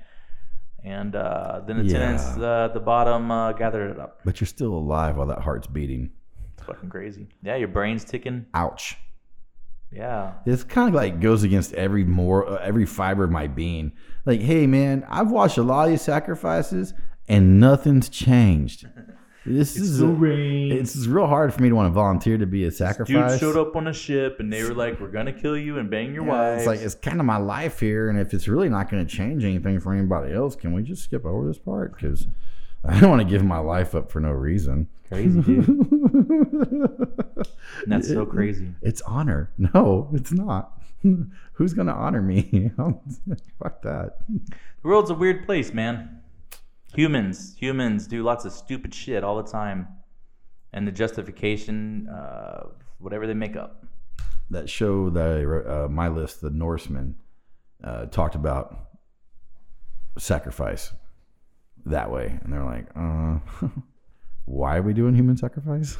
S7: And uh, then the
S5: Yeah.
S7: tenants uh, at the bottom uh, gathered it up.
S5: but you're still alive while that heart's beating.
S7: It's fucking crazy. Yeah, your brain's ticking.
S5: Ouch.
S7: Yeah.
S5: It's kind of like goes against every more uh, every fiber of my being. Like, hey man, I've watched a lot of these sacrifices and nothing's
S7: <laughs>
S5: changed. This is a- it's it's real hard for me to want to volunteer to be a
S7: Dude
S5: sacrifice.
S7: showed up on a ship and they were like, "We're gonna kill you and bang your
S5: Yeah,
S7: wife."
S5: it's like it's kind of my life here, and if it's really not going to change anything for anybody else, can we just skip over this part? Because <laughs> I don't want to give my life up for no reason. <laughs>
S7: crazy, dude. And <laughs> that's so crazy.
S5: It's honor. No, it's not. <laughs> Who's going to honor me? <laughs> Fuck that.
S7: The world's a weird place, man. Humans, humans do lots of stupid shit all the time, and the justification, uh, whatever they make up.
S5: that show that I wrote, uh, my list, The Norseman, uh, talked about sacrifice that way, and they're like, uh, <laughs> why are we doing human sacrifice?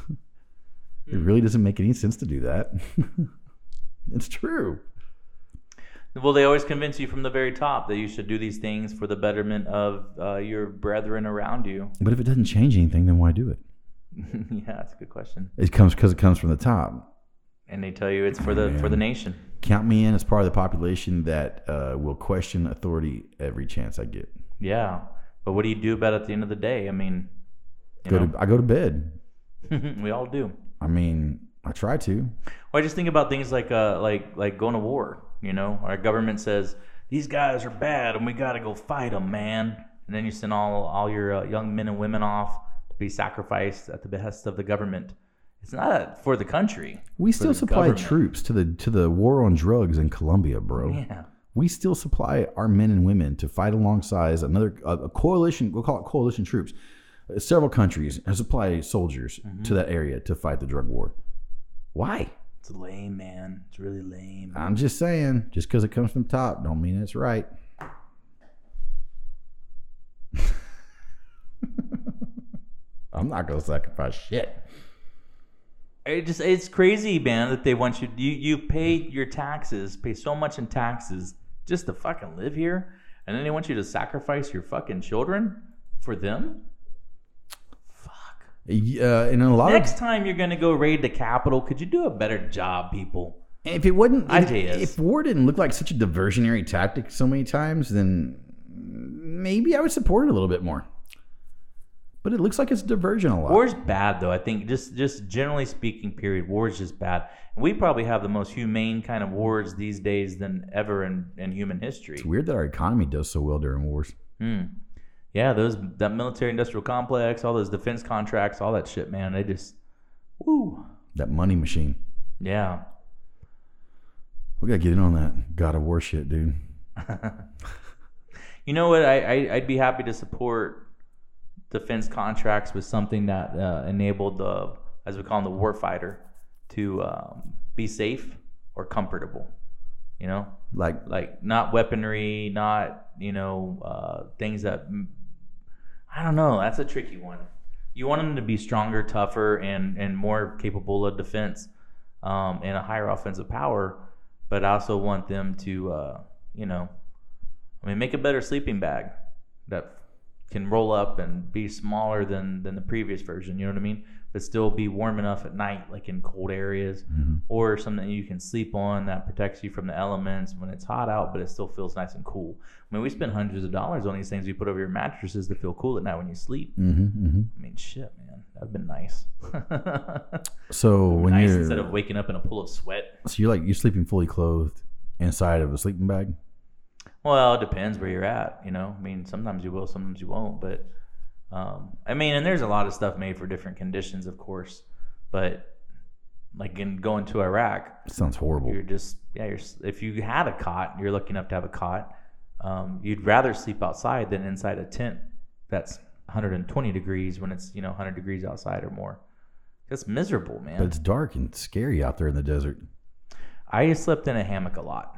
S5: <laughs> it really doesn't make any sense to do that. <laughs> it's true.
S7: Well, they always convince you from the very top that you should do these things for the betterment of uh, your brethren around you. <laughs>
S5: But if it doesn't change anything, then why do it?
S7: yeah, that's a good question.
S5: It comes because it comes from the top.
S7: And they tell you it's for the for the nation.
S5: Count me in as part of the population that uh, will question authority every chance I get.
S7: Yeah, but what do you do about it at the end of the day? I mean, <laughs> you
S5: Go
S7: know,
S5: to, I go to bed.
S7: we all do.
S5: I mean, I try to.
S7: Well, I just think about things like uh, like like going to war. You know, our government says these guys are bad, and we got to go fight them, man. And then you send all all your uh, young men and women off to be sacrificed at the behest of the government. It's not for the country. <laughs>
S5: We
S7: the
S5: still supply
S7: government.
S5: troops to the to the war on drugs in Colombia, bro.
S7: Yeah.
S5: We still supply our men and women to fight alongside another a, a coalition. We'll call it coalition troops. Uh, Several countries have supplied soldiers
S7: Mm-hmm.
S5: to that area to fight the drug war. Why?
S7: It's lame, man. It's really lame.
S5: I'm just saying. Just because it comes from the top, don't mean it's right. <laughs> I'm not gonna sacrifice shit.
S7: It just it's crazy, man, that they want you you you pay your taxes, pay so much in taxes just to fucking live here, and then they want you to sacrifice your fucking children for them? Fuck.
S5: Y- Uh, and a lot of
S7: Next time you're gonna go raid the Capitol, could you do a better job, people?
S5: If it wouldn't, if,
S7: Ideas.
S5: if war didn't look like such a diversionary tactic so many times, then maybe I would support it a little bit more. But it looks like it's a diversion a lot.
S7: War's bad though. I think just just generally speaking, period, war's just bad. And we probably have the most humane kind of wars these days than ever in, in human history.
S5: it's weird that our economy does so well during wars.
S7: Yeah, those that military industrial complex, all those defense contracts, all that shit, man. They just, woo.
S5: That money machine.
S7: Yeah,
S5: We gotta get in on that God of War shit, dude.
S7: you know what? I, I I'd be happy to support defense contracts with something that uh, enabled the, as we call them, the warfighter, to um, be safe or comfortable. You know,
S5: Like,
S7: like not weaponry, not you know uh, things that I don't know. That's a tricky one. You want them to be stronger, tougher, and and more capable of defense um, and a higher offensive power, but I also want them to uh, you know I mean, make a better sleeping bag that can roll up and be smaller than than the previous version. You know what I mean? But still be warm enough at night, like in cold areas,
S5: Mhm.
S7: or something you can sleep on that protects you from the elements when it's hot out, but it still feels nice and cool. I mean, we spend hundreds of dollars on these things we put over your mattresses to feel cool at night when you sleep.
S5: Mm-hmm, mm-hmm.
S7: I mean, shit, man, that'd been nice. <laughs>
S5: So when
S7: nice
S5: you're
S7: instead of waking up in a pool of sweat.
S5: so you're like you're sleeping fully clothed inside of a sleeping bag.
S7: Well, it depends where you're at, you know. I mean, sometimes you will, sometimes you won't. But um, I mean, and there's a lot of stuff made for different conditions, of course. But like in going to Iraq,
S5: sounds horrible.
S7: You're just yeah. You're, s- if you had a cot, you're lucky enough to have a cot. Um, you'd rather sleep outside than inside a tent that's 120 degrees when it's you know 100 degrees outside or more. That's miserable, man.
S5: But it's dark and scary out there in the desert.
S7: I slept in a hammock a lot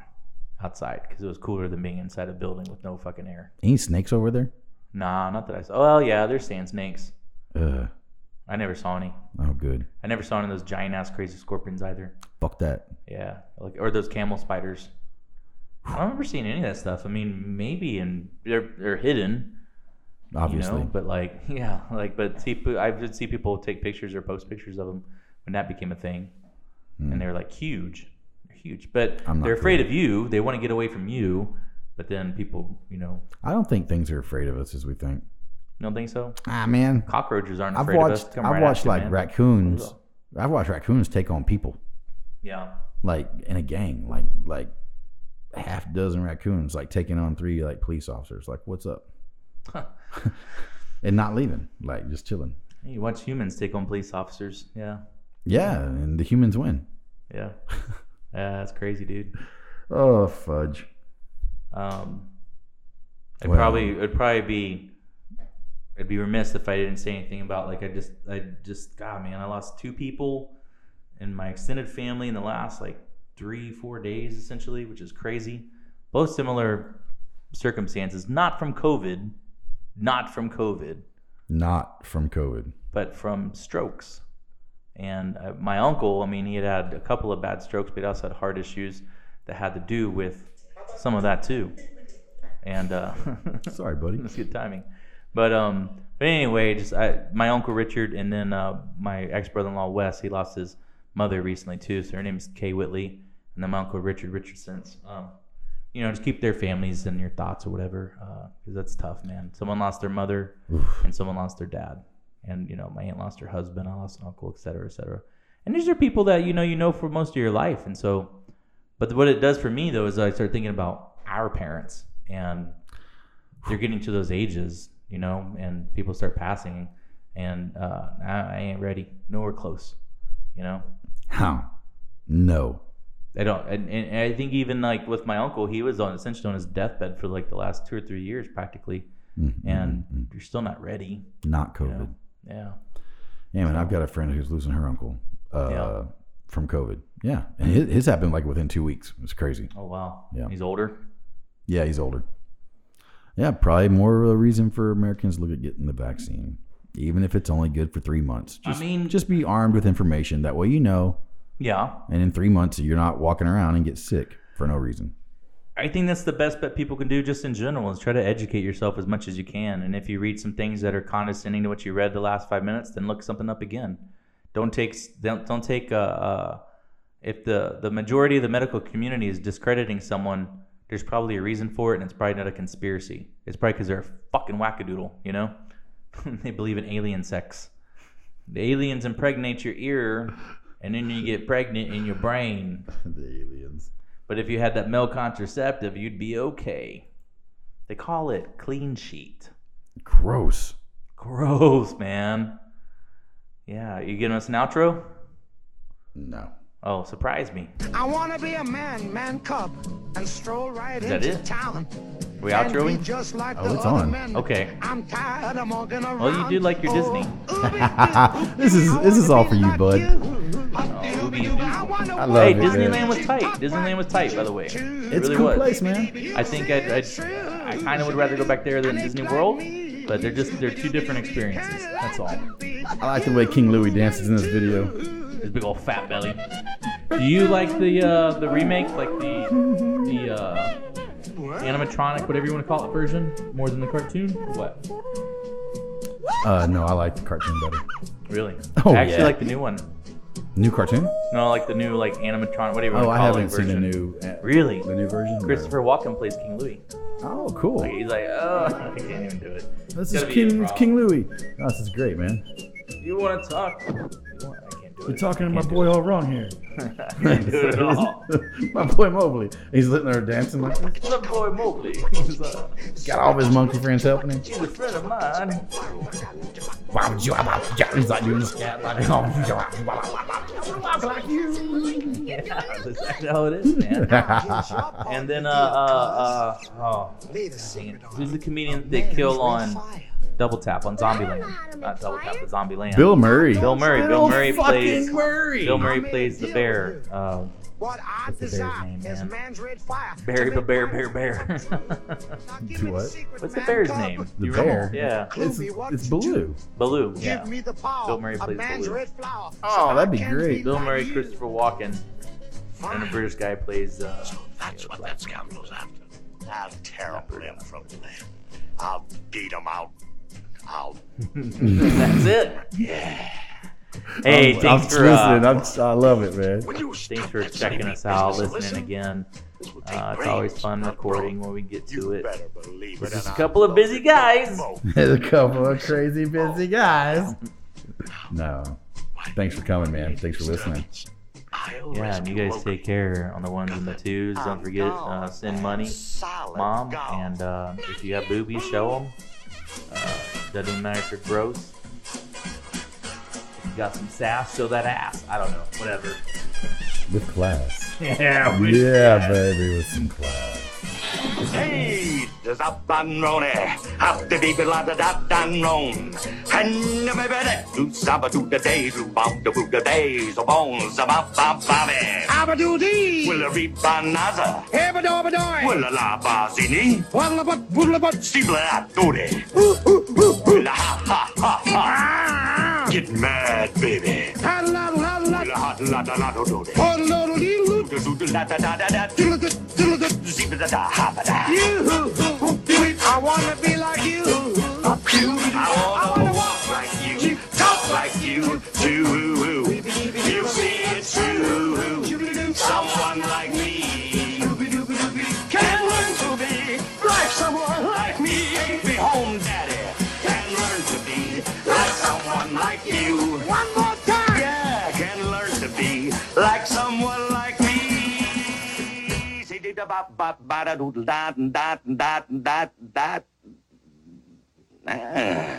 S7: outside because it was cooler than being inside a building with no fucking air.
S5: Any snakes over there?
S7: Nah, not that I saw. Well, yeah, there's sand snakes.
S5: Uh,
S7: I never saw any.
S5: oh, good.
S7: I never saw any of those giant ass crazy scorpions either.
S5: Fuck that.
S7: Yeah, like or those camel spiders. I don't remember seeing any of that stuff. I mean, maybe and they're they're hidden,
S5: Obviously.
S7: you know. But like, <laughs> yeah, like but see, pe- I did see people take pictures or post pictures of them when that became a thing, and they're like huge, they're huge. But
S5: Hmm. I'm not
S7: they're afraid of you. They want to get away from you. But then people, you know,
S5: I don't think things are afraid of us as we think.
S7: you don't think so.
S5: Ah, man.
S7: Cockroaches aren't
S5: I've
S7: afraid
S5: watched.
S7: of us. Come
S5: I've
S7: right at
S5: watched
S7: you,
S5: like
S7: man.
S5: raccoons. I've watched raccoons take on people,
S7: Yeah,
S5: like in a gang, like like half dozen raccoons, like taking on three like police officers. Like, what's up? <laughs> and not leaving, like just chilling.
S7: you watch humans take on police officers. Yeah,
S5: Yeah, and the humans win.
S7: yeah, yeah. That's crazy, dude.
S5: Oh fudge.
S7: Um, I'd
S5: Well-
S7: probably it'd probably be I'd be remiss if I didn't say anything about like I just I just God man I lost two people in my extended family in the last like three four days essentially, which is crazy. Both similar circumstances, not from COVID, not from COVID,
S5: Not from
S7: <laughs>
S5: COVID.
S7: but from strokes. And uh, my uncle, I mean, he had had a couple of bad strokes, but he also had heart issues that had to do with some of that too. And uh,
S5: Sorry, buddy.
S7: <laughs> that's good timing. But um, but anyway, just I, my uncle Richard, and then uh, my ex brother-in-law Wes. He lost his mother recently too, so her name's Kay Whitley, and then my uncle Richard Richardson's. Um, you know, just keep their families in your thoughts or whatever, because that's tough, man. Someone lost their mother, and someone lost their dad, and you know, my aunt lost her husband, I lost an uncle, et cetera, et cetera. And these are people that you know you know for most of your life, and so. But what it does for me though is I start thinking about our parents and they're getting to those ages, you know, and people start passing, and uh, I, I ain't ready, nowhere close, you know.
S5: How? No.
S7: I don't, and, and I think even like with my uncle, he was on essentially on his deathbed for like the last two or three years practically,
S5: Mm,
S7: and
S5: mm,
S7: you're still not ready.
S5: mm. not
S7: you
S5: COVID.
S7: know? Yeah,
S5: Yeah, man, I've got a friend who's losing her uncle uh,
S7: Yeah.
S5: from COVID. Yeah, and his, his happened like within two weeks. It's crazy.
S7: Oh wow.
S5: Yeah.
S7: He's older.
S5: Yeah, he's older. Yeah, probably more of a reason for Americans to look at getting the vaccine, even if it's only good for three months.
S7: I
S5: Just,
S7: mean-
S5: just be armed with information. That way, you know,
S7: Yeah.
S5: and in three months, you're not walking around and get sick for no reason.
S7: I think that's the best bet people can do just in general is try to educate yourself as much as you can. And if you read some things that are condescending to what you read the last five minutes, then look something up again. Don't take s- don't don't take uh, uh, if the the majority of the medical community is discrediting someone. There's probably a reason for it, and it's probably not a conspiracy. It's probably because they're a fucking wackadoodle, you know. <laughs> they believe in alien sex. The aliens impregnate your ear, and then you get pregnant in your brain.
S5: the aliens.
S7: But if you had that male contraceptive, you'd be okay. They call it clean sheet.
S5: Gross.
S7: Gross, man. Yeah, you getting us an outro?
S5: No.
S7: Oh, surprise me.
S4: I wanna be a man, man cub, and stroll right
S7: Is that
S4: into
S7: it?
S4: town.
S7: We
S4: and be
S7: outroing?
S4: just like
S5: Oh,
S4: the
S5: it's
S4: other
S5: on.
S4: men.
S7: Okay.
S4: I'm tired of walking around.
S7: you do like your Disney.
S4: Oh, ooby,
S5: <laughs>
S4: doo,
S5: This is-
S4: ooby,
S5: this is
S4: I
S5: all
S4: wanna
S5: for you,
S4: be like
S5: bud.
S4: Oh, ooby, doo. I wanna
S5: I
S4: walk
S5: love
S7: Hey,
S5: it,
S4: like
S5: man.
S7: Disneyland was
S4: you,
S7: tight.
S4: talk
S7: Disneyland was
S4: like
S7: tight, by the way.
S4: you.
S5: It's
S7: really
S5: a cool
S7: was.
S5: place, man.
S7: I think I'd, I'd I kind of would rather go back there than Disney World, but they're just they're two different experiences. That's all.
S5: I like the way King Louis dances in this video.
S7: This big old fat belly. Do you like the uh, the remake, like the the uh, animatronic, whatever you want to call it, version more than the cartoon? Or what?
S5: Uh, no, I like the cartoon better.
S7: Really?
S5: Oh,
S7: I actually
S5: yeah.
S7: like the new one.
S5: New cartoon?
S7: No, like the new like animatronic, whatever. you
S5: Oh,
S7: wanna
S5: I
S7: call it,
S5: haven't seen the
S7: version.
S5: new. uh,
S7: Really?
S5: The new version. No.
S7: Christopher Walken plays King Louis.
S5: Oh, cool.
S7: Like, he's like, oh, <laughs> I can't even do it.
S5: This is
S7: gotta be a
S5: King, it's
S7: problem.
S5: King Louis. Oh, this is great, man.
S7: You want to talk? You want, I can't do
S5: You're
S7: it.
S5: talking to
S7: I
S5: my
S7: can't do
S5: boy
S7: it. <laughs>
S5: all wrong here.
S7: I can't do it at all.
S5: <laughs> my boy Mobley. He's sitting there dancing like this.
S7: The boy Mobley. <laughs> He's a,
S5: Got all of his monkey friends helping him.
S7: he's a friend of mine.
S5: Why would you? He's like doing the scat like
S7: Yeah, that's how it is, man. And then, uh, uh, uh, oh, dang
S4: Lay the
S7: it.
S4: secret on
S7: who's the comedian that
S4: man
S7: they kill
S4: who's
S7: on
S4: fire.
S7: Double Tap on Zombieland? Not Double Tap, but
S5: <laughs>
S7: Zombieland.
S5: Bill Murray.
S7: Bill Murray. Bill Murray
S5: fucking
S7: plays.
S5: Murray.
S7: Bill Murray plays the bear. Uh,
S4: What I
S7: What's the bear's
S4: desire
S7: name,
S4: is
S7: man?
S4: man's red fire. to
S7: Barry,
S4: make
S7: but bear, bear,
S4: fire.
S7: bear. <laughs>
S4: Now give me the
S5: what?
S4: secret,
S7: What's the
S4: man
S7: bear's
S4: cub.
S7: name?
S5: The
S7: Do you remember?
S5: bear?
S7: Yeah,
S5: It's, it's Blue.
S7: Baloo.
S4: Give
S7: Yeah.
S4: me the power
S7: Bill Murray
S4: of
S7: plays
S4: man's
S7: Baloo.
S4: red flower.
S5: Oh,
S4: so
S5: that'd
S4: I
S5: be
S4: can
S5: great.
S7: Bill
S4: like
S7: Murray,
S4: you.
S7: Christopher Walken, and a
S4: Fire.
S7: British guy plays. Uh,
S8: That's what that scoundrel's after. I'll tear up limb from limb. I'll beat him out. I'll
S7: that's it. Yeah. Hey,
S5: I'm,
S7: thanks
S5: I'm
S7: for
S5: listening.
S7: uh,
S5: I'm, I love it, man.
S8: when you
S7: thanks
S8: stop
S7: for
S8: that
S7: checking
S8: sleepy
S7: us out,
S8: business and
S7: listening again.
S8: This will take
S7: Uh, it's
S8: brains,
S7: always fun
S8: not
S7: recording when
S8: brawn.
S7: we get
S8: You
S7: to it.
S8: better believe it.
S7: Just a
S8: and
S7: couple of
S8: I'll
S7: busy
S8: load it up.
S7: guys.
S8: Oh,
S5: There's a couple of crazy busy guys. No.
S8: my
S5: Thanks for coming, man. Thanks for listening.
S8: disturbance. I'll
S7: Yeah, and you
S8: rescue
S7: guys
S8: Loki.
S7: take care on the ones and the twos. Don't forget, uh, send money,
S8: Solid
S7: mom,
S8: gold.
S7: and uh, if you have boobies, show them. Uh, doesn't matter if you're gross. If you got some sass, show that ass. I don't know, whatever. <laughs>
S5: With class.
S7: Yeah,
S5: Yeah, baby, with some class.
S8: Hey, there's a Banrone, up the deep lot of that Danrone. And my better, do saba do the days, do bop the boo the days, the bones, the bop bop bobby.
S4: Abadoo dee.
S8: Will a ribanaza,
S4: Abadoo
S8: will a la bazini,
S4: Wallabat, wallabat.
S8: steeple a dure,
S4: Ooh, ooh, ooh, ooh.
S8: will a ha ha ha ha.
S4: Ah.
S8: Get mad, baby.
S4: Hadalad, hadalad.
S8: Will a hot la da la do do de.
S4: Waddle-doodle-dee-loo.
S8: Do do do da da da da da.
S4: Diddle-good, diddle-good.
S8: Zip da da ha ba da.
S4: You. Do it. I wanna be like you.
S8: I
S4: wanna
S8: wanna
S4: walk
S8: walk like you, talk like you, do. You see it's true. Someone like me can learn to be like someone like me. Take me home, daddy, and learn to be like someone like you.
S4: One more time.
S8: Yeah, can learn to be like someone like me. Say da ba ba ba da doo da da da da da da. Ah.